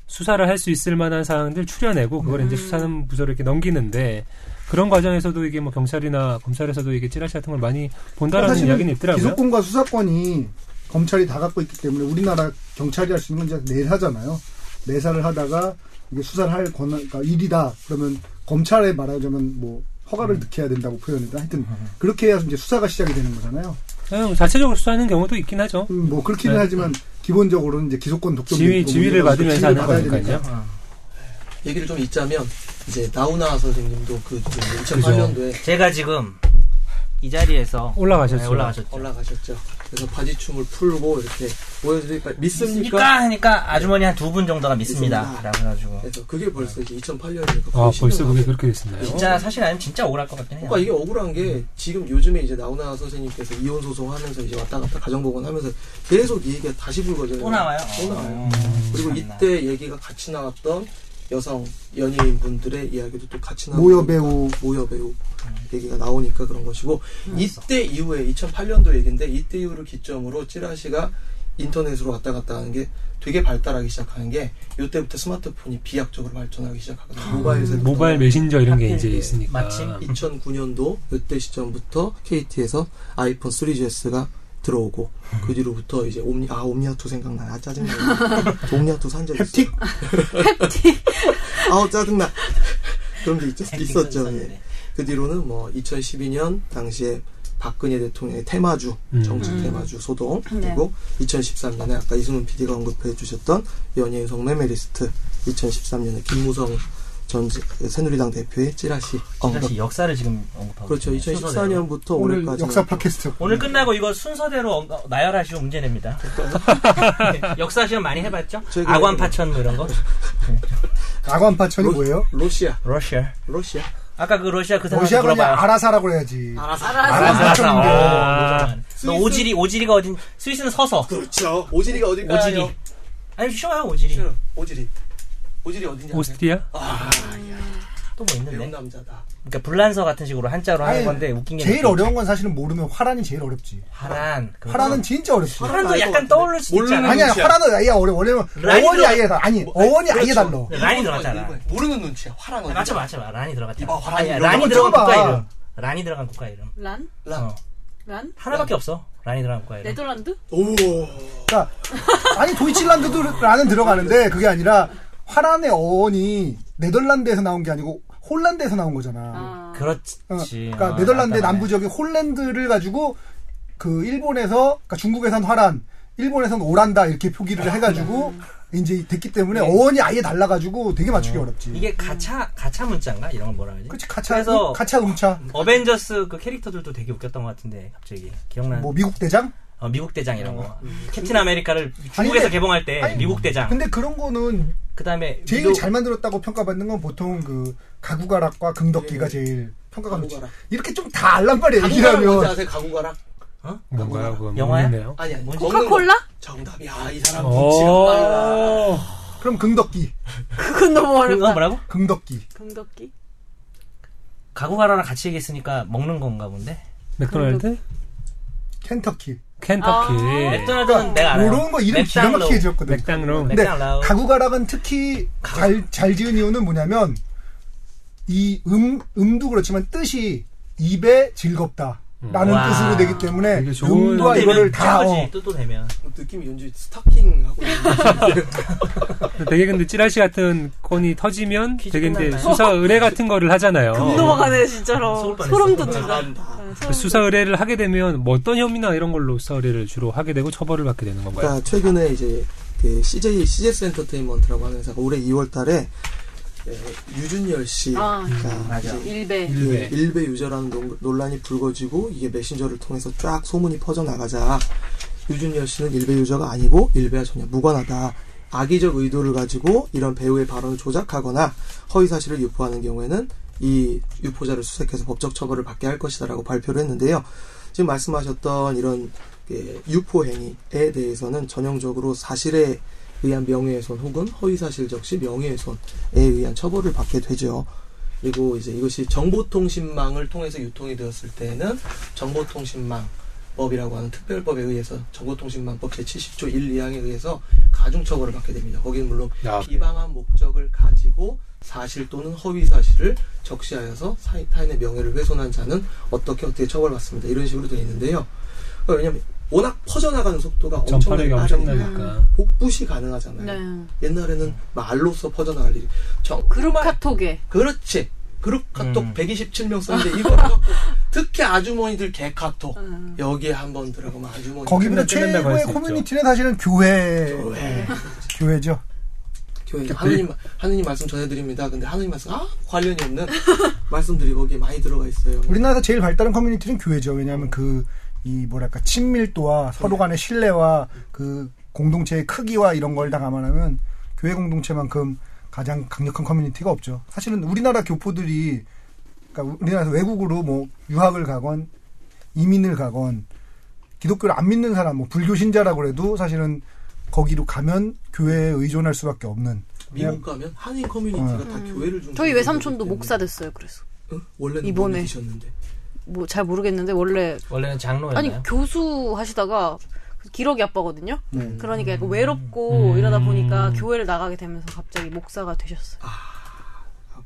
[SPEAKER 1] 수사를 할 수 있을 만한 사항들 추려내고 그걸 이제 수사는 부서로 이렇게 넘기는데 그런 과정에서도 이게 뭐 경찰이나 검찰에서도 이게 찌라시 같은 걸 많이 본다라는
[SPEAKER 4] 사실은
[SPEAKER 1] 그러니까 이야기는 있더라고요.
[SPEAKER 4] 기소권과 수사권이 검찰이 다 갖고 있기 때문에 우리나라 경찰이 할 수 있는 건 이제 내사잖아요. 내사를 하다가 이게 수사를 할 권한, 그러니까 일이다. 그러면 검찰에 말하자면 뭐
[SPEAKER 1] 음.
[SPEAKER 4] 허가를 득해야 된다고 표현했다. 하여튼 그렇게 해야 이제 수사가 시작이 되는 거잖아요.
[SPEAKER 1] 음, 자체적으로 수사하는 경우도 있긴 하죠.
[SPEAKER 4] 음, 뭐 그렇기는
[SPEAKER 1] 네.
[SPEAKER 4] 하지만 기본적으로는 이제 기소권 독점 뭐
[SPEAKER 1] 지휘 지휘를 받으면서 하는 거니까요.
[SPEAKER 2] 어.
[SPEAKER 5] 얘기를 좀 잊자면 이제 나우나 선생님도 그 2008년도에
[SPEAKER 2] 제가 지금 이 자리에서
[SPEAKER 1] 올라가셨죠.
[SPEAKER 2] 네, 올라가셨죠.
[SPEAKER 5] 올라가셨죠. 그래서 바지춤을 풀고 이렇게 보여드릴까 믿습니까?
[SPEAKER 2] 믿습니까? 그러니까 하니까 아주머니 한 두 분 정도가 믿습니다.
[SPEAKER 5] 믿습니다.
[SPEAKER 2] 라고 해가지고.
[SPEAKER 5] 그래서 그게 벌써 이제 2008년이니까
[SPEAKER 1] 아 벌써 그게 그렇게 됐었나요?
[SPEAKER 2] 진짜 사실 아니면 진짜 억울할 것 같긴 해요.
[SPEAKER 5] 그러니까 이게 억울한 게 지금 요즘에 이제 나훈아 선생님께서 이혼 소송하면서 이제 왔다 갔다 가정법원 하면서 계속 이 얘기가 다시 불거져요.
[SPEAKER 2] 또 나와요.
[SPEAKER 5] 또 나와요.
[SPEAKER 2] 음,
[SPEAKER 5] 그리고
[SPEAKER 2] 참나.
[SPEAKER 5] 이때 얘기가 같이 나왔던 여성 연예인 분들의 이야기도 또 같이 나오고
[SPEAKER 4] 모여 배우
[SPEAKER 5] 모여 배우
[SPEAKER 1] 음.
[SPEAKER 5] 얘기가 나오니까 그런 것이고 이때 이후에 2008년도 얘기인데 이때 이후를 기점으로 찌라시가 인터넷으로 왔다 갔다 하는 게 되게 발달하기 시작하는 게 이때부터 스마트폰이 비약적으로 발전하기 시작하거든요. 모바일 세대
[SPEAKER 1] 아, 모바일 메신저 이런 게 이제
[SPEAKER 2] 하필,
[SPEAKER 1] 있으니까.
[SPEAKER 2] 마침
[SPEAKER 5] 2009년도 이때 시점부터 KT에서 아이폰 3GS가 들어오고
[SPEAKER 1] 음.
[SPEAKER 5] 그 뒤로부터 이제 옴니 아 옴니아토 생각나 아 짜증나 옴니아토 산적 있어
[SPEAKER 4] 햅틱
[SPEAKER 5] 아우 짜증나 그런 게 있,
[SPEAKER 2] 어.
[SPEAKER 5] 있었죠. 예. 그 뒤로는 뭐 2012년 당시에 박근혜 대통령의 테마주
[SPEAKER 1] 음.
[SPEAKER 5] 정치
[SPEAKER 3] 음.
[SPEAKER 5] 테마주 소동
[SPEAKER 3] 네.
[SPEAKER 5] 그리고 2013년에 아까 이승훈 PD가 언급해 주셨던 연예인 성매매 리스트 2013년에 김무성 전 지- 새누리당 대표의 찌라시 언급
[SPEAKER 2] 사실 역사를 지금 언급하고
[SPEAKER 5] 그렇죠
[SPEAKER 2] 있어요. 순서대로.
[SPEAKER 5] 2014년부터
[SPEAKER 4] 오늘
[SPEAKER 5] 올해까지 뭐.
[SPEAKER 4] 역사 팟캐스트.
[SPEAKER 2] 오늘 끝나고 이거 순서대로 언- 나열하시오 문제냅니다. 네, 역사 시험 많이 해봤죠?
[SPEAKER 5] 저희가
[SPEAKER 2] 아관
[SPEAKER 5] 이거는-
[SPEAKER 2] 파천 뭐 이런 거?
[SPEAKER 4] 아관파천이 뭐예요?
[SPEAKER 5] 러시아
[SPEAKER 2] 러시아.
[SPEAKER 5] 러시아
[SPEAKER 2] 아까 그 러시아 그 사람
[SPEAKER 4] 러시아
[SPEAKER 2] 들어봐요.
[SPEAKER 4] 그냥 아라사라고 해야지.
[SPEAKER 5] 알아서
[SPEAKER 4] 알아서.
[SPEAKER 2] 알아서.
[SPEAKER 1] 아.
[SPEAKER 2] 알아서. 너 오지리 오지리가 어딘? 스위스는 서서.
[SPEAKER 5] 그렇죠 오지리가 어딜까요?
[SPEAKER 2] 오지리. 아니 쉬워요 오지리.
[SPEAKER 5] 싫어. 오지리 오지리 어디냐
[SPEAKER 1] 오스트리아?
[SPEAKER 2] 또 뭐
[SPEAKER 5] 배운
[SPEAKER 2] 있는데?
[SPEAKER 5] 남자다
[SPEAKER 2] 그러니까 불란서 같은 식으로 한자로 하는
[SPEAKER 4] 아니,
[SPEAKER 2] 건데 웃긴 게
[SPEAKER 4] 제일
[SPEAKER 2] 뭐지?
[SPEAKER 4] 어려운 건 사실은 모르면 화란이 제일 어렵지.
[SPEAKER 2] 하란. 그거.
[SPEAKER 4] 화란은 진짜 어렵지.
[SPEAKER 2] 음. 화란도
[SPEAKER 5] 알것
[SPEAKER 2] 약간
[SPEAKER 5] 같은데.
[SPEAKER 2] 떠오를 수
[SPEAKER 5] 모르는
[SPEAKER 2] 있잖아.
[SPEAKER 4] 아니야,
[SPEAKER 5] 눈치야.
[SPEAKER 4] 화란은 아예 어려워. 왜냐면
[SPEAKER 2] 음, 라인으로-
[SPEAKER 4] 어원이 아예 달라.
[SPEAKER 2] 뭐,
[SPEAKER 4] 아니, 어원이 아예
[SPEAKER 5] 그렇죠.
[SPEAKER 4] 달라.
[SPEAKER 2] 라인이
[SPEAKER 5] 일본어야,
[SPEAKER 2] 들어갔잖아. 아,
[SPEAKER 5] 일본어야. 모르는 눈치야 화랑 어디
[SPEAKER 2] 맞춰봐 맞춰봐. 란이 들어갔잖아.
[SPEAKER 5] 이봐, 화란이
[SPEAKER 2] 아니야,
[SPEAKER 5] 이런
[SPEAKER 2] 란이
[SPEAKER 5] 거
[SPEAKER 2] 들어간
[SPEAKER 4] 쳐봐.
[SPEAKER 2] 국가 이름. 란이 들어간 국가 이름.
[SPEAKER 3] 란?
[SPEAKER 5] 랑.
[SPEAKER 2] 어.
[SPEAKER 3] 란?
[SPEAKER 2] 하나밖에 없어. 란이 들어간 국가 이름.
[SPEAKER 3] 네덜란드?
[SPEAKER 5] 오
[SPEAKER 4] 그러니까 아니 도이칠란드도 라는 들어가는데 그게 아니라 화란의 어원이 네덜란드에서 나온 게 아니고 홀란드에서 나온 거잖아.
[SPEAKER 3] 아.
[SPEAKER 2] 그렇지.
[SPEAKER 4] 어,
[SPEAKER 2] 어,
[SPEAKER 4] 그러니까 네덜란드 의
[SPEAKER 2] 맞다,
[SPEAKER 4] 남부 지역이 홀랜드를 가지고 그 일본에서 그러니까 중국에선 화란, 일본에선 오란다 이렇게 표기를 해가지고 이제 됐기 때문에 어원이 아예 달라가지고 되게 맞추기 어렵지.
[SPEAKER 2] 네. 맞네. 이게 가차 가차 문자인가 이런 걸 뭐라 그러지?
[SPEAKER 4] 그렇지 가차
[SPEAKER 2] 그래서-
[SPEAKER 4] 음, 가차 음차
[SPEAKER 2] 어벤져스 그 캐릭터들도 되게 웃겼던 것 같은데 갑자기 기억나는
[SPEAKER 4] 뭐 미국 대장?
[SPEAKER 2] 어, 미국 대장 이런 거 캡틴 아메리카를 중국에서
[SPEAKER 4] 아니, 근데-
[SPEAKER 2] 개봉할 때
[SPEAKER 4] 아니,
[SPEAKER 2] 미국 대장
[SPEAKER 4] 근데 그런 거는
[SPEAKER 2] 그다음에
[SPEAKER 4] 제일
[SPEAKER 2] 위도-
[SPEAKER 4] 잘 만들었다고 평가받는 건 보통 그 가구가락과 금덕기가 제일 평가가 높지.
[SPEAKER 5] 가구가락.
[SPEAKER 4] 이렇게 좀 다 알란 말이야.
[SPEAKER 5] 가구가락 뭔지
[SPEAKER 4] 얘기라면
[SPEAKER 5] 아세요 가구가락
[SPEAKER 1] 뭔가요? 그건
[SPEAKER 2] 영화야? 아,
[SPEAKER 1] 모르겠네요. 어.
[SPEAKER 5] 아니 아니
[SPEAKER 2] 뭔지
[SPEAKER 5] 먹는 거.
[SPEAKER 3] 코카콜라?
[SPEAKER 5] 정답이야 이 사람 눈치가 빨라
[SPEAKER 1] 오.
[SPEAKER 4] 그럼 금덕기,
[SPEAKER 3] 그건 너무
[SPEAKER 2] 그건
[SPEAKER 3] 어렵다.
[SPEAKER 2] 뭐라고?
[SPEAKER 4] 금덕기.
[SPEAKER 3] 금덕기?
[SPEAKER 2] 가구가라랑 같이 얘기했으니까 먹는 건가 본데
[SPEAKER 1] 맥도날드?
[SPEAKER 4] 켄터키.
[SPEAKER 1] 켄터키.
[SPEAKER 3] 아.
[SPEAKER 2] 맥도날드는 내가 알아요
[SPEAKER 4] 이런 어, 그러니까 거 이름 기가
[SPEAKER 2] 맥당로.
[SPEAKER 4] 막히게 지었거든.
[SPEAKER 1] 맥당롱.
[SPEAKER 2] 맥-
[SPEAKER 4] 근데
[SPEAKER 2] 맥당라우.
[SPEAKER 4] 가구가락은 특히 잘, 잘 지은 이유는 뭐냐면 이 음, 음도 그렇지만 뜻이 입에 즐겁다. 라는
[SPEAKER 2] 와.
[SPEAKER 4] 뜻으로 되기 때문에
[SPEAKER 1] 이게 좋은-
[SPEAKER 4] 음과
[SPEAKER 1] 되면
[SPEAKER 4] 이거를 다
[SPEAKER 2] 최고지,
[SPEAKER 4] 어,
[SPEAKER 2] 또, 또 되면
[SPEAKER 5] 느낌이 왠지 스타킹 하고 있는
[SPEAKER 1] 되게 근데 찌라시 같은 건이 터지면
[SPEAKER 2] 퀴즈
[SPEAKER 1] 되게 근데
[SPEAKER 2] 끝났나요?
[SPEAKER 1] 수사 의뢰 같은 거를 하잖아요.
[SPEAKER 3] 금 넘어가네 진짜로.
[SPEAKER 2] 소름 뻔했어.
[SPEAKER 3] 소름 돋는다.
[SPEAKER 5] 잘한다
[SPEAKER 3] 아,
[SPEAKER 1] 그
[SPEAKER 3] 소름
[SPEAKER 1] 수사 의뢰를 하게 되면 뭐 어떤 혐의나 이런 걸로 수사 의뢰를 주로 하게 되고 처벌을 받게 되는 건가요?
[SPEAKER 5] 그러니까 최근에 이제 그 CJ CJS 엔터테인먼트라고 하는 회사가 올해 2월달에 예, 유준열 씨 그러니까
[SPEAKER 3] 아,
[SPEAKER 5] 가
[SPEAKER 2] 맞아.
[SPEAKER 3] 일배.
[SPEAKER 1] 일베.
[SPEAKER 5] 일베 유저라는 논- 논란이 불거지고 이게 메신저를 통해서 쫙 소문이 퍼져나가자 유준열 씨는 일베 유저가 아니고 일베와 전혀 무관하다 악의적 의도를 가지고 이런 배우의 발언을 조작하거나 허위 사실을 유포하는 경우에는 이 유포자를 수색해서 법적 처벌을 받게 할 것이다라고 발표를 했는데요. 지금 말씀하셨던 이런 예, 유포 행위에 대해서는 전형적으로 사실에 의한 명예훼손 혹은 허위 사실 적시 명예훼손에 의한 처벌을 받게 되죠. 그리고 이제 이것이 정보통신망을 통해서 유통이 되었을 때는 정보통신망법이라고 하는 특별법에 의해서 정보통신망법 제70조 1, 2항에 의해서 가중처벌을 받게 됩니다. 거기는 물론
[SPEAKER 1] 아.
[SPEAKER 5] 비방한 목적을 가지고 사실 또는 허위 사실을 적시하여서 사이- 타인의 명예를 훼손한 자는 어떻게 어떻게 처벌받습니다. 이런 식으로 되어 있는데요. 그러니까 왜냐하면 워낙 퍼져나가는 속도가
[SPEAKER 1] 전파력이
[SPEAKER 5] 엄청나게 빠르니까
[SPEAKER 1] 엄청나니까.
[SPEAKER 5] 복붙이 가능하잖아요.
[SPEAKER 3] 네.
[SPEAKER 5] 옛날에는 말로써 퍼져나갈 일이 정
[SPEAKER 3] 그룹 카톡에.
[SPEAKER 5] 그렇지. 그룹 카톡
[SPEAKER 2] 음.
[SPEAKER 5] 127명 썼는데 이걸 갖고 특히 아주머니들 개 카톡
[SPEAKER 3] 음.
[SPEAKER 5] 여기에 한번 들어가면 아주머니
[SPEAKER 4] 거기보다
[SPEAKER 1] 끝난- 끝난다고 할수
[SPEAKER 4] 최고의
[SPEAKER 1] 있죠.
[SPEAKER 4] 커뮤니티는 사실은 교회,
[SPEAKER 5] 그
[SPEAKER 2] 네.
[SPEAKER 5] 교회
[SPEAKER 4] 교회죠.
[SPEAKER 5] 교회 하느님 마- 하느님 말씀 전해드립니다. 근데 하느님 말씀 아 관련이 없는 말씀들이 거기에 많이 들어가 있어요.
[SPEAKER 4] 우리나라에서 제일 발달한 커뮤니티는 교회죠. 왜냐하면 그 이 뭐랄까 친밀도와 서로 간의 신뢰와 그 공동체의 크기와 이런 걸 다 감안하면 교회 공동체만큼 가장 강력한 커뮤니티가 없죠. 사실은 우리나라 교포들이 그러니까 우리나라에서 외국으로 뭐 유학을 가건 이민을 가건 기독교를 안 믿는 사람, 뭐 불교 신자라고 해도 사실은 거기로 가면 교회에 의존할 수밖에 없는
[SPEAKER 5] 미국 가면 한인 커뮤니티가
[SPEAKER 2] 어.
[SPEAKER 5] 다 교회를 중
[SPEAKER 3] 음. 저희 외삼촌도 목사 됐어요. 그래서
[SPEAKER 5] 원래는
[SPEAKER 3] 이번에.
[SPEAKER 5] 이번에 계셨는데
[SPEAKER 3] 뭐 잘 모르겠는데 원래
[SPEAKER 2] 원래는
[SPEAKER 3] 아니
[SPEAKER 2] 장로였나요?
[SPEAKER 3] 교수 하시다가 기러기 아빠거든요. 그러니까 약간 음. 외롭고 이러다 보니까 교회를 나가게 되면서 갑자기 목사가 되셨어요.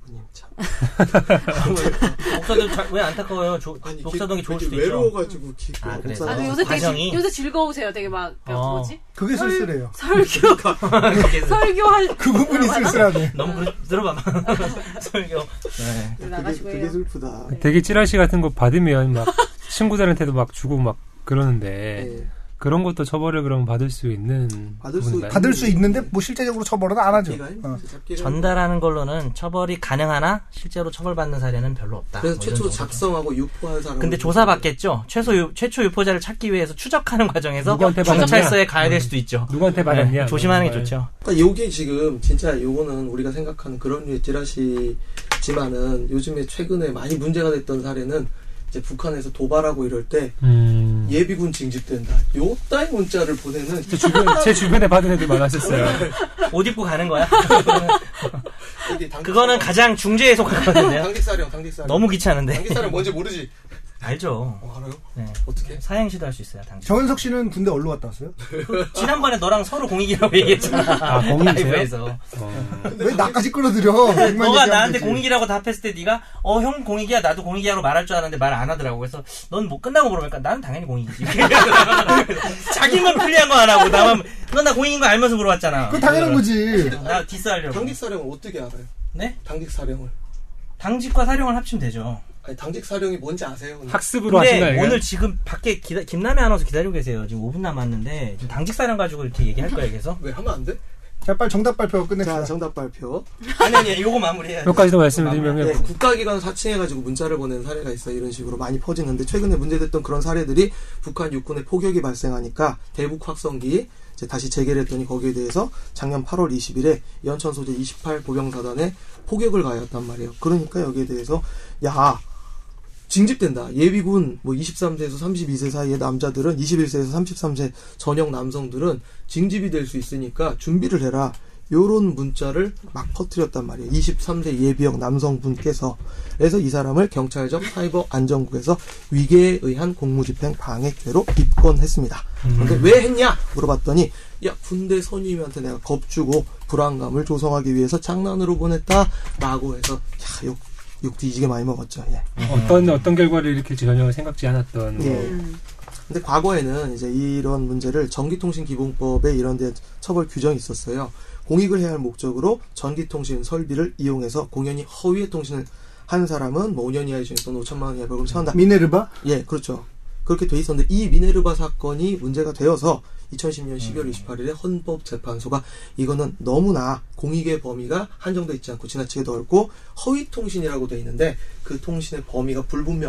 [SPEAKER 5] 목사님 참.
[SPEAKER 3] 그
[SPEAKER 2] 목사동 자- 왜 안타까워요? 조-
[SPEAKER 5] 아니, 이게
[SPEAKER 2] 목사동이 좋을
[SPEAKER 5] 되게
[SPEAKER 2] 수도 있죠.
[SPEAKER 5] 외로워가지고 기-
[SPEAKER 2] 아,
[SPEAKER 5] 목사님.
[SPEAKER 2] 그래서?
[SPEAKER 3] 아, 근데
[SPEAKER 2] 어,
[SPEAKER 3] 요새 되게
[SPEAKER 2] 과정이?
[SPEAKER 3] 질- 요새 즐거우세요. 되게 막 어.
[SPEAKER 2] 어.
[SPEAKER 3] 뭐지?
[SPEAKER 4] 그게 쓸쓸해요.
[SPEAKER 3] 설교 설교 할그
[SPEAKER 4] 그 부분이 쓸쓸하네.
[SPEAKER 2] 너무 그래- 들어봐봐. 설교. 네.
[SPEAKER 5] 그게,
[SPEAKER 3] 나가시고요. 네.
[SPEAKER 5] 그게 슬프다.
[SPEAKER 1] 되게 찌라시 같은 거 받으면 막 친구들한테도 막 주고 막 그러는데
[SPEAKER 5] 예.
[SPEAKER 2] 네.
[SPEAKER 1] 그런 것도 처벌을 그럼 받을 수 있는
[SPEAKER 5] 받을 수-
[SPEAKER 1] 부분인가요?
[SPEAKER 4] 받을 수 있는데 뭐 실제적으로 처벌은 안 하죠.
[SPEAKER 5] 잡기가
[SPEAKER 4] 어.
[SPEAKER 5] 잡기가
[SPEAKER 2] 전달하는 걸로는 처벌이 가능하나 실제로 처벌받는 사례는 별로 없다.
[SPEAKER 5] 그래서
[SPEAKER 2] 뭐 이런
[SPEAKER 5] 최초
[SPEAKER 2] 정도죠.
[SPEAKER 5] 작성하고 유포한 사람.
[SPEAKER 2] 근데 조사받겠죠. 최소 유, 최초 유포자를 찾기 위해서 추적하는 과정에서
[SPEAKER 1] 누구한테 받았냐?
[SPEAKER 2] 경찰서에 가야
[SPEAKER 1] 음.
[SPEAKER 2] 될 수도 있죠.
[SPEAKER 1] 누구한테 받았냐?
[SPEAKER 2] 네, 조심하는 게
[SPEAKER 1] 정말.
[SPEAKER 2] 좋죠.
[SPEAKER 5] 그러니까 요게 지금 진짜 요거는 우리가 생각하는 그런 류의 찌라시지만은 요즘에 최근에 많이 문제가 됐던 사례는 이제 북한에서 도발하고 이럴 때
[SPEAKER 1] 음.
[SPEAKER 5] 예비군 징집된다. 요 따위 문자를 보내는
[SPEAKER 1] 제, 주변, 제 주변에 받은 애들 많았었어요.
[SPEAKER 2] 옷 입고 가는 거야.
[SPEAKER 5] 이게 당직-
[SPEAKER 2] 그거는 가장 중죄에 속하거든요.
[SPEAKER 5] 당직사령 당직사령
[SPEAKER 2] 너무 귀찮은데.
[SPEAKER 5] 당직사령 뭔지 모르지.
[SPEAKER 2] 알죠.
[SPEAKER 5] 어, 알아요?
[SPEAKER 2] 네.
[SPEAKER 5] 어떻게?
[SPEAKER 2] 사행시도 할 수 있어요, 당신.
[SPEAKER 4] 정현석 씨는 군대 어디로 갔다 왔어요?
[SPEAKER 2] 지난번에 너랑 서로 공익이라고 얘기했잖아.
[SPEAKER 1] 아, 공익이세요?
[SPEAKER 2] 라이브에서. 네.
[SPEAKER 1] 어.
[SPEAKER 4] 왜 나까지 끌어들여? 너가
[SPEAKER 2] 너가 나한테 공익이라고 답했을 때 네가 어 형 공익이야 나도 공익이야로 말할 줄 알았는데 말 안 하더라고. 그래서 넌 뭐 끝나고 물어보니까 나는 당연히 공익이지. 자기만 편리한 거 안 하고 나만 넌 나 공익인 거 알면서 물어봤잖아.
[SPEAKER 4] 그 당연한 거지.
[SPEAKER 2] 나 디스하려고.
[SPEAKER 5] 당직사령을 어떻게 알아요?
[SPEAKER 2] 네?
[SPEAKER 5] 당직사령을.
[SPEAKER 2] 당직과 사령을 합치면 되죠.
[SPEAKER 5] 아니 당직사령이 뭔지 아세요? 근데?
[SPEAKER 1] 학습으로 하신 거
[SPEAKER 2] 근데
[SPEAKER 1] 아니에요?
[SPEAKER 2] 오늘 지금 밖에 기다, 김남해 아나운서 기다리고 계세요. 지금 5분 남았는데 지금 당직 사령 가지고 이렇게 얘기할 거야 계속.
[SPEAKER 5] 왜 하면 안 돼?
[SPEAKER 4] 자, 빨리 정답 발표
[SPEAKER 5] 자
[SPEAKER 4] 끝냅시다.
[SPEAKER 5] 정답 발표.
[SPEAKER 2] 아니 아니 요거 마무리해야 돼.
[SPEAKER 1] 몇 가지 더 말씀드리면
[SPEAKER 5] 네,
[SPEAKER 1] 그냥
[SPEAKER 5] 국가기관 사칭해가지고 문자를 보낸 사례가 있어 이런 식으로 많이 퍼지는데 최근에 문제됐던 그런 사례들이 북한 육군의 포격이 발생하니까 대북 확성기 이제 다시 재개했더니 거기에 대해서 작년 8월 20일에 연천 소재 28 보병사단에 포격을 가했단 말이에요. 그러니까 여기에 대해서 야 징집된다. 예비군 뭐 23세에서 32세 사이의 남자들은 21세에서 33세 전역 남성들은 징집이 될 수 있으니까 준비를 해라. 요런 문자를 막 퍼뜨렸단 말이에요. 23세 예비역 남성분께서 그래서 이 사람을 경찰청 사이버 안전국에서 위계에 의한 공무집행 방해죄로 입건했습니다. 근데 왜 했냐 물어봤더니 야 군대 선임한테 내가 겁주고 불안감을 조성하기 위해서 장난으로 보냈다라고 해서 야 욕 욕 뒤지게 많이 먹었죠. 예.
[SPEAKER 1] 어떤 어떤 결과를 일으킬지 전혀 생각지 않았던
[SPEAKER 5] 예.
[SPEAKER 1] 뭐
[SPEAKER 3] 음.
[SPEAKER 5] 근데 과거에는 이제 이런 문제를 전기통신기본법에 이런 데 처벌 규정이 있었어요. 공익을 해야 할 목적으로 전기통신 설비를 이용해서 공연히 허위의 통신을 한 사람은 뭐 5년 이하의 징역 또는 5천만 원 이하의 벌금 처한다.
[SPEAKER 4] 미네르바?
[SPEAKER 5] 예, 그렇죠. 그렇게 돼 있었는데 이 미네르바 사건이 문제가 되어서 2010년
[SPEAKER 3] 음.
[SPEAKER 5] 12월 28일에 헌법재판소가 이거는 너무나 공익의 범위가 한정돼 있지 않고 지나치게 넓고 허위 통신이라고 돼 있는데 그 통신의 범위가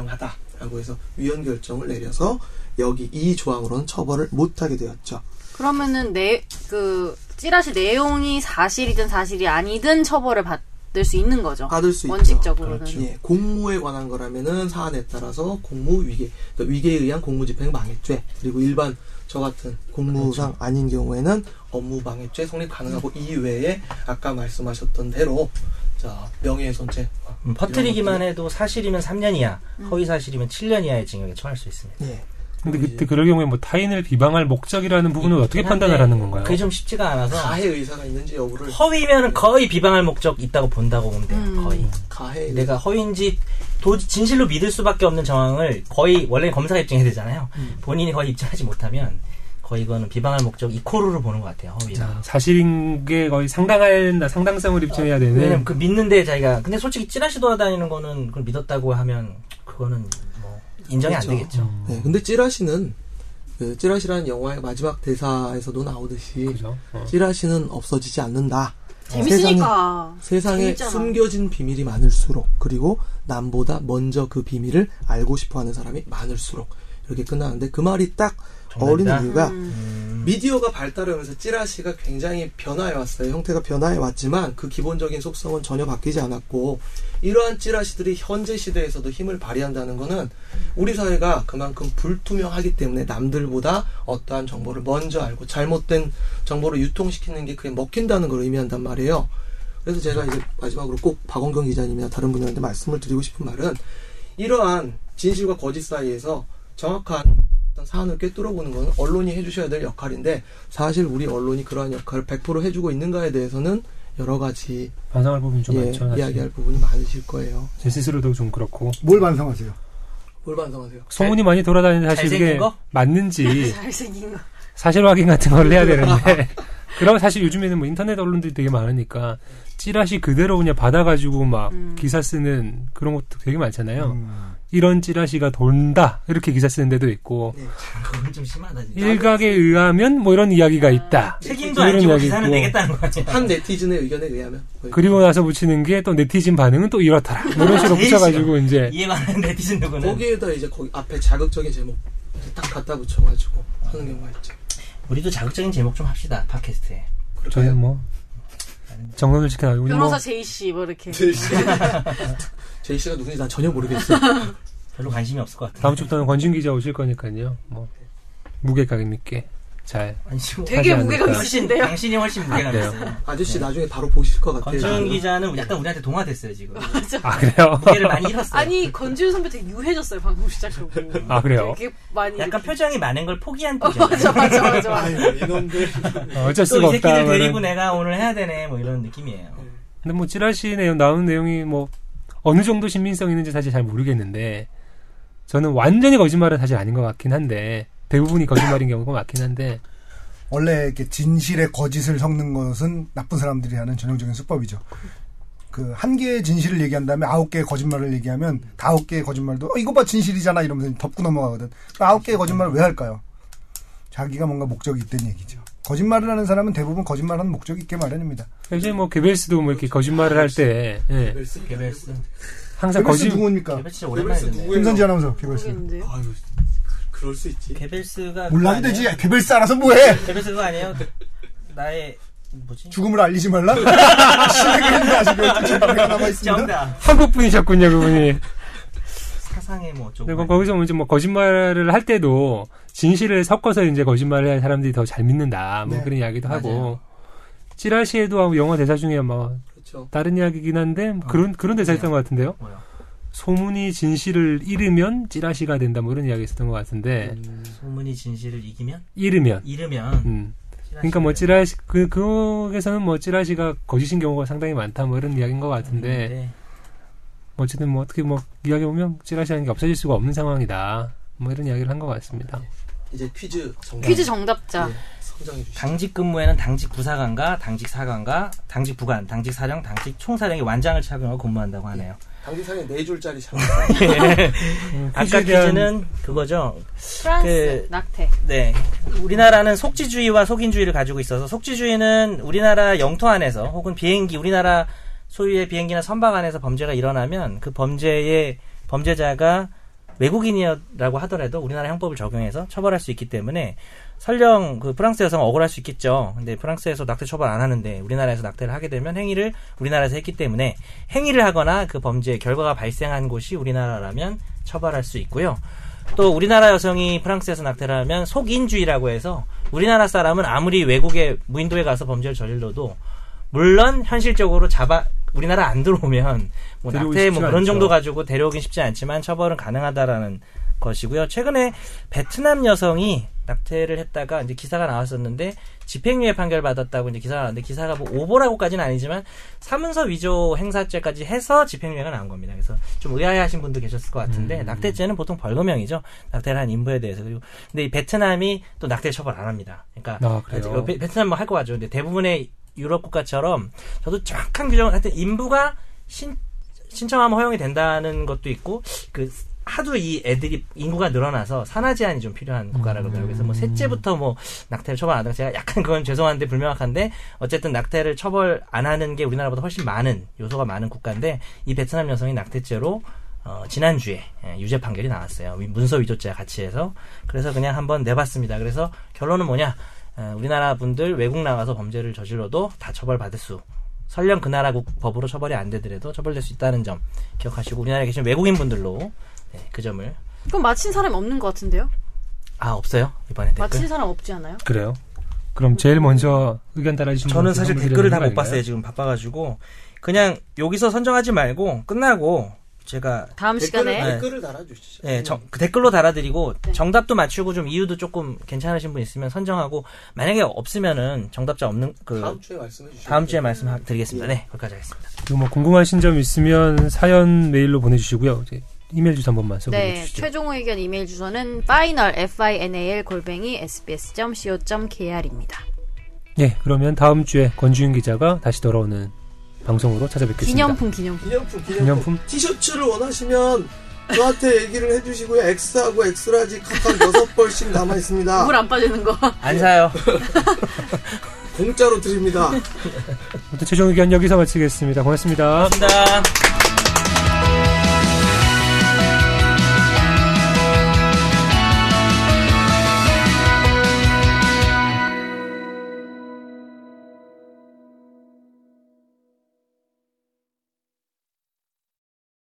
[SPEAKER 5] 불분명하다라고 해서 위헌 결정을 내려서 여기 이 조항으로는 처벌을 못하게 되었죠.
[SPEAKER 3] 그러면은 내 그 찌라시 내용이 사실이든 사실이 아니든 처벌을 받을 수 있는 거죠.
[SPEAKER 5] 받을 수 있죠.
[SPEAKER 3] 원칙적으로는.
[SPEAKER 5] 예, 공무에 관한 거라면은 사안에 따라서 공무 위계, 그러니까 위계에 의한 공무집행 방해죄 그리고 일반 저 같은 공무상 아닌 경우에는 업무 방해죄 성립 가능하고 이외에 아까 말씀하셨던 대로 자 명예훼손죄
[SPEAKER 2] 음, 퍼뜨리기만 해도 사실이면 3년 이하, 허위 사실이면 7년 이하의 징역에 처할 수 있습니다.
[SPEAKER 5] 예,
[SPEAKER 1] 근데 그때 그럴 경우에 뭐 타인을 비방할 목적이라는 부분을 어떻게 판단을
[SPEAKER 2] 한데
[SPEAKER 1] 하는 건가요?
[SPEAKER 2] 그게 좀 쉽지가 않아서
[SPEAKER 5] 가해 의사가 있는지 여부를
[SPEAKER 2] 허위면 거의 비방할 목적 있다고 본다고 보면 돼요.
[SPEAKER 3] 음.
[SPEAKER 2] 거의
[SPEAKER 5] 가해 의사.
[SPEAKER 2] 내가 허위인지 도 진실로 믿을 수밖에 없는 정황을 거의 원래 검사가 입증해야 되잖아요. 본인이 거의 입증하지 못하면 거의 이거는 비방할 목적 이코르로 보는 것 같아요. 허위가.
[SPEAKER 1] 사실인 게 거의 상당한 상당성을 입증해야
[SPEAKER 2] 왜냐면
[SPEAKER 1] 되는 음,
[SPEAKER 2] 그 믿는데 자기가 근데 솔직히 찌라시 돌아다니는 거는 그걸 믿었다고 하면 그거는 뭐 인정이 안
[SPEAKER 5] 그렇죠.
[SPEAKER 2] 되겠죠.
[SPEAKER 5] 예, 근데 찌라시는 그 찌라시라는 영화의 마지막 대사에서도 나오듯이
[SPEAKER 1] 그죠? 어.
[SPEAKER 5] 찌라시는 없어지지 않는다.
[SPEAKER 3] 재밌으니까.
[SPEAKER 5] 세상에
[SPEAKER 3] 재밌잖아.
[SPEAKER 5] 숨겨진 비밀이 많을수록 그리고 남보다 먼저 그 비밀을 알고 싶어하는 사람이 많을수록 이렇게 끝나는데 그 말이 딱
[SPEAKER 2] 정답이다.
[SPEAKER 5] 어울리는 이유가
[SPEAKER 3] 음.
[SPEAKER 5] 미디어가 발달하면서 찌라시가 굉장히 변화해 왔어요. 형태가 변화해 왔지만 그 기본적인 속성은 전혀 바뀌지 않았고 이러한 찌라시들이 현재 시대에서도 힘을 발휘한다는 것은 우리 사회가 그만큼 불투명하기 때문에 남들보다 어떠한 정보를 먼저 알고 잘못된 정보를 유통시키는 게 그게 먹힌다는 걸 의미한단 말이에요. 그래서 제가 이제 마지막으로 꼭 박원경 기자님이나 다른 분들한테 말씀을 드리고 싶은 말은 이러한 진실과 거짓 사이에서 정확한 어떤 사안을 꿰뚫어 보는 건 언론이 해주셔야 될 역할인데 사실 우리 언론이 그러한 역할을 100% 해주고 있는가에 대해서는 여러 가지
[SPEAKER 1] 반성할 부분 좀
[SPEAKER 5] 예,
[SPEAKER 1] 많죠. 사실.
[SPEAKER 5] 이야기할 부분이 많으실 거예요.
[SPEAKER 1] 제 스스로도 좀 그렇고
[SPEAKER 2] 네.
[SPEAKER 4] 뭘 반성하세요?
[SPEAKER 5] 뭘 반성하세요?
[SPEAKER 1] 소문이 많이 돌아다니는 사실
[SPEAKER 2] 잘생긴
[SPEAKER 1] 이게
[SPEAKER 2] 거?
[SPEAKER 1] 맞는지
[SPEAKER 3] 잘생긴 거.
[SPEAKER 1] 사실 확인 같은 걸 해야 되는데 그럼 사실 요즘에는 뭐 인터넷 언론들이 되게 많으니까 찌라시 그대로 그냥 받아가지고 막
[SPEAKER 3] 음.
[SPEAKER 1] 기사 쓰는 그런 것도 되게 많잖아요.
[SPEAKER 4] 음.
[SPEAKER 1] 이런 찌라시가 돈다 이렇게 기사 쓰는 데도 있고
[SPEAKER 2] 그건 좀 심하다 진짜.
[SPEAKER 1] 일각에 의하면 뭐 이런 이야기가 있다.
[SPEAKER 2] 아, 책임도
[SPEAKER 1] 예. 이런
[SPEAKER 2] 안 지고
[SPEAKER 1] 이야기
[SPEAKER 2] 기사는
[SPEAKER 1] 있고.
[SPEAKER 2] 내겠다는 거 아니야.
[SPEAKER 5] 한 네티즌의 의견에 의하면 거의
[SPEAKER 1] 그리고 나서 붙이는 게 또 네티즌 반응은 또 이렇더라. 뭐 이런 식으로
[SPEAKER 2] 제일
[SPEAKER 1] 붙여가지고 이제
[SPEAKER 2] 이해가 안 되는 네티즌 누구는.
[SPEAKER 5] 거기에다 이제 거기 앞에 자극적인 제목 딱 갖다 붙여가지고 하는 경우가 있죠.
[SPEAKER 2] 우리도 자극적인 제목 좀 합시다 팟캐스트에.
[SPEAKER 1] 저는 뭐 정선을 지켜나가고 우리 뭐
[SPEAKER 3] 변호사 제이 씨뭐 이렇게.
[SPEAKER 5] 제이 씨, 제이 씨가 누군지 난 전혀 모르겠어요.
[SPEAKER 2] 별로 관심이 없을 것 같아.
[SPEAKER 1] 다음 주부터는 권진 기자 오실 거니까요. 뭐 무게감 있게 잘
[SPEAKER 2] 아니 지금 네.
[SPEAKER 3] 되게
[SPEAKER 1] 하지
[SPEAKER 3] 무게가
[SPEAKER 1] 않을까.
[SPEAKER 2] 훨씬
[SPEAKER 3] 있으신데요.
[SPEAKER 2] 당신이 훨씬 무게가
[SPEAKER 1] 그래요?
[SPEAKER 2] 있어요.
[SPEAKER 5] 아저씨 나중에 바로 보실 것 같아요.
[SPEAKER 2] 권지훈 기자는 약간 우리한테 동화됐어요 지금.
[SPEAKER 1] 아 그래요?
[SPEAKER 2] 무게를 많이 잃었어요.
[SPEAKER 3] 아니 건지훈 선배 되게 유해졌어요 방송 시작하고.
[SPEAKER 1] 아 그래요?
[SPEAKER 3] 되게 많이.
[SPEAKER 2] 약간
[SPEAKER 3] 이렇게-
[SPEAKER 2] 표정이 많은 걸 포기한 표정.
[SPEAKER 3] 맞아 맞아 맞아. 맞아.
[SPEAKER 5] 아유, 이놈들.
[SPEAKER 1] 어, 어쩔
[SPEAKER 2] 또
[SPEAKER 1] 수가
[SPEAKER 2] 이
[SPEAKER 1] 없다.
[SPEAKER 2] 새끼들
[SPEAKER 1] 하면은.
[SPEAKER 2] 데리고 내가 오늘 해야 되네 뭐 이런 느낌이에요.
[SPEAKER 1] 근데 뭐 찌라시 내용 나오는 내용이 뭐 어느 정도 신빙성 있는지 사실 잘 모르겠는데 저는 완전히 거짓말은 사실 아닌 것 같긴 한데 대부분이 거짓말인 경우가 많긴 한데
[SPEAKER 4] 원래 이렇게 진실에 거짓을 섞는 것은 나쁜 사람들이 하는 전형적인 수법이죠. 그 한 개의 진실을 얘기한 다음에 아홉 개의 거짓말을 얘기하면 다 아홉 개의 거짓말도 어, 이거 봐 진실이잖아 이러면서 덮고 넘어가거든. 그 아홉 개의 거짓말을 왜 할까요? 자기가 뭔가 목적이 있다는 얘기죠. 거짓말을 하는 사람은 대부분 거짓말하는 목적이 있게 마련입니다.
[SPEAKER 1] 요즘 뭐 개벨스도 뭐 이렇게 거짓말을 할 때 예,
[SPEAKER 5] 벨스,
[SPEAKER 2] 개별스.
[SPEAKER 1] 항상
[SPEAKER 4] 개별스
[SPEAKER 1] 거짓
[SPEAKER 4] 누구입니까?
[SPEAKER 2] 개별 진짜
[SPEAKER 5] 개별스
[SPEAKER 2] 오랜만이던데.
[SPEAKER 5] 누구예요?
[SPEAKER 4] 김선지 아나운서 개별스.
[SPEAKER 3] 모르겠는데요.
[SPEAKER 5] 아유, 그, 그럴 수 있지.
[SPEAKER 2] 개별스가 그거
[SPEAKER 4] 몰라도
[SPEAKER 2] 아니에요?
[SPEAKER 4] 되지. 야, 개별스 알아서 뭐해?
[SPEAKER 2] 개별스 그거 아니에요? 그 나의 뭐지?
[SPEAKER 4] 죽음을 알리지 말라? 그 심하겠네 아직 12시간 남아있습니다.
[SPEAKER 2] 정답.
[SPEAKER 1] 한국 분이셨군요 그분이.
[SPEAKER 2] 사상의 뭐 어쩌고.
[SPEAKER 1] 그리고 거기서 이제 뭐 거짓말을 할 때도 진실을 섞어서 이제 거짓말을 할 사람들이 더 잘 믿는다. 뭐
[SPEAKER 4] 네.
[SPEAKER 1] 그런 이야기도 하고.
[SPEAKER 2] 맞아요.
[SPEAKER 1] 찌라시에도 하고 영화 대사 중에 뭐
[SPEAKER 5] 그렇죠.
[SPEAKER 1] 다른 이야기긴 한데
[SPEAKER 4] 어.
[SPEAKER 1] 뭐 그런 그런 대사
[SPEAKER 4] 네.
[SPEAKER 1] 있던 것 같은데요.
[SPEAKER 2] 뭐야?
[SPEAKER 1] 소문이 진실을 잃으면 찌라시가 된다. 뭐 이런 이야기 있었던 것 같은데
[SPEAKER 2] 소문이 진실을 이기면
[SPEAKER 1] 잃으면.
[SPEAKER 2] 잃으면.
[SPEAKER 1] 음. 그러니까 뭐 찌라시 그 그에서는 뭐 찌라시가 거짓인 경우가 상당히 많다. 뭐 이런 이야기인 것
[SPEAKER 2] 음, 네.
[SPEAKER 1] 같은데 어쨌든 뭐 어떻게 뭐 이야기 보면 찌라시라는 게 없어질 수가 없는 상황이다. 뭐 이런 이야기를 한 것 같습니다.
[SPEAKER 2] 음,
[SPEAKER 5] 이제 퀴즈 정답.
[SPEAKER 3] 퀴즈 정답자.
[SPEAKER 5] 예, 선정해 주시죠.
[SPEAKER 2] 당직 근무에는 당직 부사관과 당직 사관과 당직 부관, 당직 사령, 당직 총사령의 완장을 착용하고 근무한다고 하네요.
[SPEAKER 1] 예.
[SPEAKER 5] 당기상에 네 줄짜리 장.
[SPEAKER 1] 음,
[SPEAKER 2] 아까
[SPEAKER 1] 퀴즈에 대한-
[SPEAKER 2] 퀴즈는 그거죠.
[SPEAKER 3] 프랑스
[SPEAKER 2] 그-
[SPEAKER 3] 낙태.
[SPEAKER 2] 네. 우리나라는 속지주의와 속인주의를 가지고 있어서 속지주의는 우리나라 영토 안에서 혹은 비행기 우리나라 소유의 비행기나 선박 안에서 범죄가 일어나면 그 범죄의 범죄자가 외국인이라고 하더라도 우리나라 형법을 적용해서 처벌할 수 있기 때문에 설령 그 프랑스에서 억울할 수 있겠죠. 근데 프랑스에서 낙태 처벌 안 하는데 우리나라에서 낙태를 하게 되면 행위를 우리나라에서 했기 때문에 행위를 하거나 그 범죄 결과가 발생한 곳이 우리나라라면 처벌할 수 있고요. 또 우리나라 여성이 프랑스에서 낙태를 하면 속인주의라고 해서 우리나라 사람은 아무리 외국에 무인도에 가서 범죄를 저질러도 물론 현실적으로 잡아 우리나라 안 들어오면 뭐
[SPEAKER 1] 데려오기
[SPEAKER 2] 낙태 뭐
[SPEAKER 1] 쉽지가
[SPEAKER 2] 그런
[SPEAKER 1] 않죠.
[SPEAKER 2] 정도 가지고 데려오긴 쉽지 않지만 처벌은 가능하다라는 것이고요. 최근에 베트남 여성이 낙태를 했다가 이제 기사가 나왔었는데 집행유예 판결 받았다고 이제 기사가 나왔는데 기사가 뭐 오보라고까지는 아니지만 사문서 위조 행사죄까지 해서 집행유예가 나온 겁니다. 그래서 좀 의아해하신 분도 계셨을 것
[SPEAKER 1] 음.
[SPEAKER 2] 같은데 낙태죄는 보통 벌금형이죠. 낙태를 한 인부에 대해서 그리고 근데 이 베트남이 또 낙태 처벌 안 합니다. 그러니까
[SPEAKER 1] 아, 그래요?
[SPEAKER 2] 어, 베- 베트남 뭐 할 거 같죠. 근데 대부분의 유럽 국가처럼 저도 정확한 규정은 하여튼 인부가 신 신청하면 허용이 된다는 것도 있고 그 하도 이 애들이 인구가 늘어나서 산하 제한이 좀 필요한
[SPEAKER 1] 음.
[SPEAKER 2] 국가라 그러더라고요. 그래서 뭐 셋째부터 뭐 낙태를 처벌 안 하고 제가 약간 그건 죄송한데 불명확한데 어쨌든 낙태를 처벌 안 하는 게 우리나라보다 훨씬 많은 요소가 많은 국가인데 이 베트남 여성이 낙태죄로 어, 지난주에 예, 유죄 판결이 나왔어요. 위- 문서 위조죄와 같이 해서 그래서 그냥 한번 내봤습니다. 그래서 결론은 뭐냐? 에, 우리나라 분들 외국 나가서 범죄를 저질러도 다 처벌받을 수 설령 그 나라 국- 법으로 처벌이 안 되더라도 처벌될 수 있다는 점 기억하시고 우리나라에 계신 외국인 분들로 네, 그 점을
[SPEAKER 3] 그럼 맞힌 사람이 없는 것 같은데요?
[SPEAKER 1] 네,
[SPEAKER 2] 아 없어요 이번에 댓글
[SPEAKER 1] 그
[SPEAKER 3] 맞힌 사람 없지 않아요?
[SPEAKER 1] 그래요? 그럼 제일 먼저 의견 달아주신
[SPEAKER 2] 저는
[SPEAKER 1] 분한테
[SPEAKER 2] 사실
[SPEAKER 1] 선물
[SPEAKER 2] 댓글을
[SPEAKER 1] 드리는
[SPEAKER 2] 다
[SPEAKER 1] 거
[SPEAKER 2] 못 봤어요
[SPEAKER 1] 아닌가요?
[SPEAKER 2] 지금 바빠가지고 그냥 여기서 선정하지 말고 끝나고 제가
[SPEAKER 3] 다음 시간에
[SPEAKER 2] 네.
[SPEAKER 5] 댓글을 달아주시죠.
[SPEAKER 2] 네, 정- 그 댓글로 달아드리고
[SPEAKER 3] 네.
[SPEAKER 2] 정답도 맞추고 좀 이유도 조금 괜찮으신 분 있으면 선정하고 만약에 없으면은 정답자 없는 그
[SPEAKER 5] 네. 다음 주에 말씀해 주시죠.
[SPEAKER 2] 다음 주에 말씀드리겠습니다. 네, 거기까지 하겠습니다.
[SPEAKER 1] 그리고 뭐 궁금하신 점 있으면 사연 메일로 보내주시고요. 이제 이메일 주소 한 번만 소개해
[SPEAKER 3] 네,
[SPEAKER 1] 주시죠.
[SPEAKER 3] 최종 의견 이메일 주소는 final f i n a l 골뱅이 s b s c o k r 입니다.
[SPEAKER 1] 예, 그러면 다음 주에 권지윤 기자가 다시 돌아오는 방송으로 찾아뵙겠습니다.
[SPEAKER 3] 기념품 기념품.
[SPEAKER 5] 네. 기념품, 기념품.
[SPEAKER 1] 기념품?
[SPEAKER 5] 티셔츠를 원하시면 저한테 얘기를 해주시고요. X하고 X라지 카카오 여섯 벌씩 남아 있습니다.
[SPEAKER 3] 물 안 빠지는 거.
[SPEAKER 5] 네.
[SPEAKER 2] 안 사요.
[SPEAKER 5] 공짜로 드립니다.
[SPEAKER 1] 아무튼 최종 의견 여기서 마치겠습니다. 고맙습니다.
[SPEAKER 2] 감사합니다.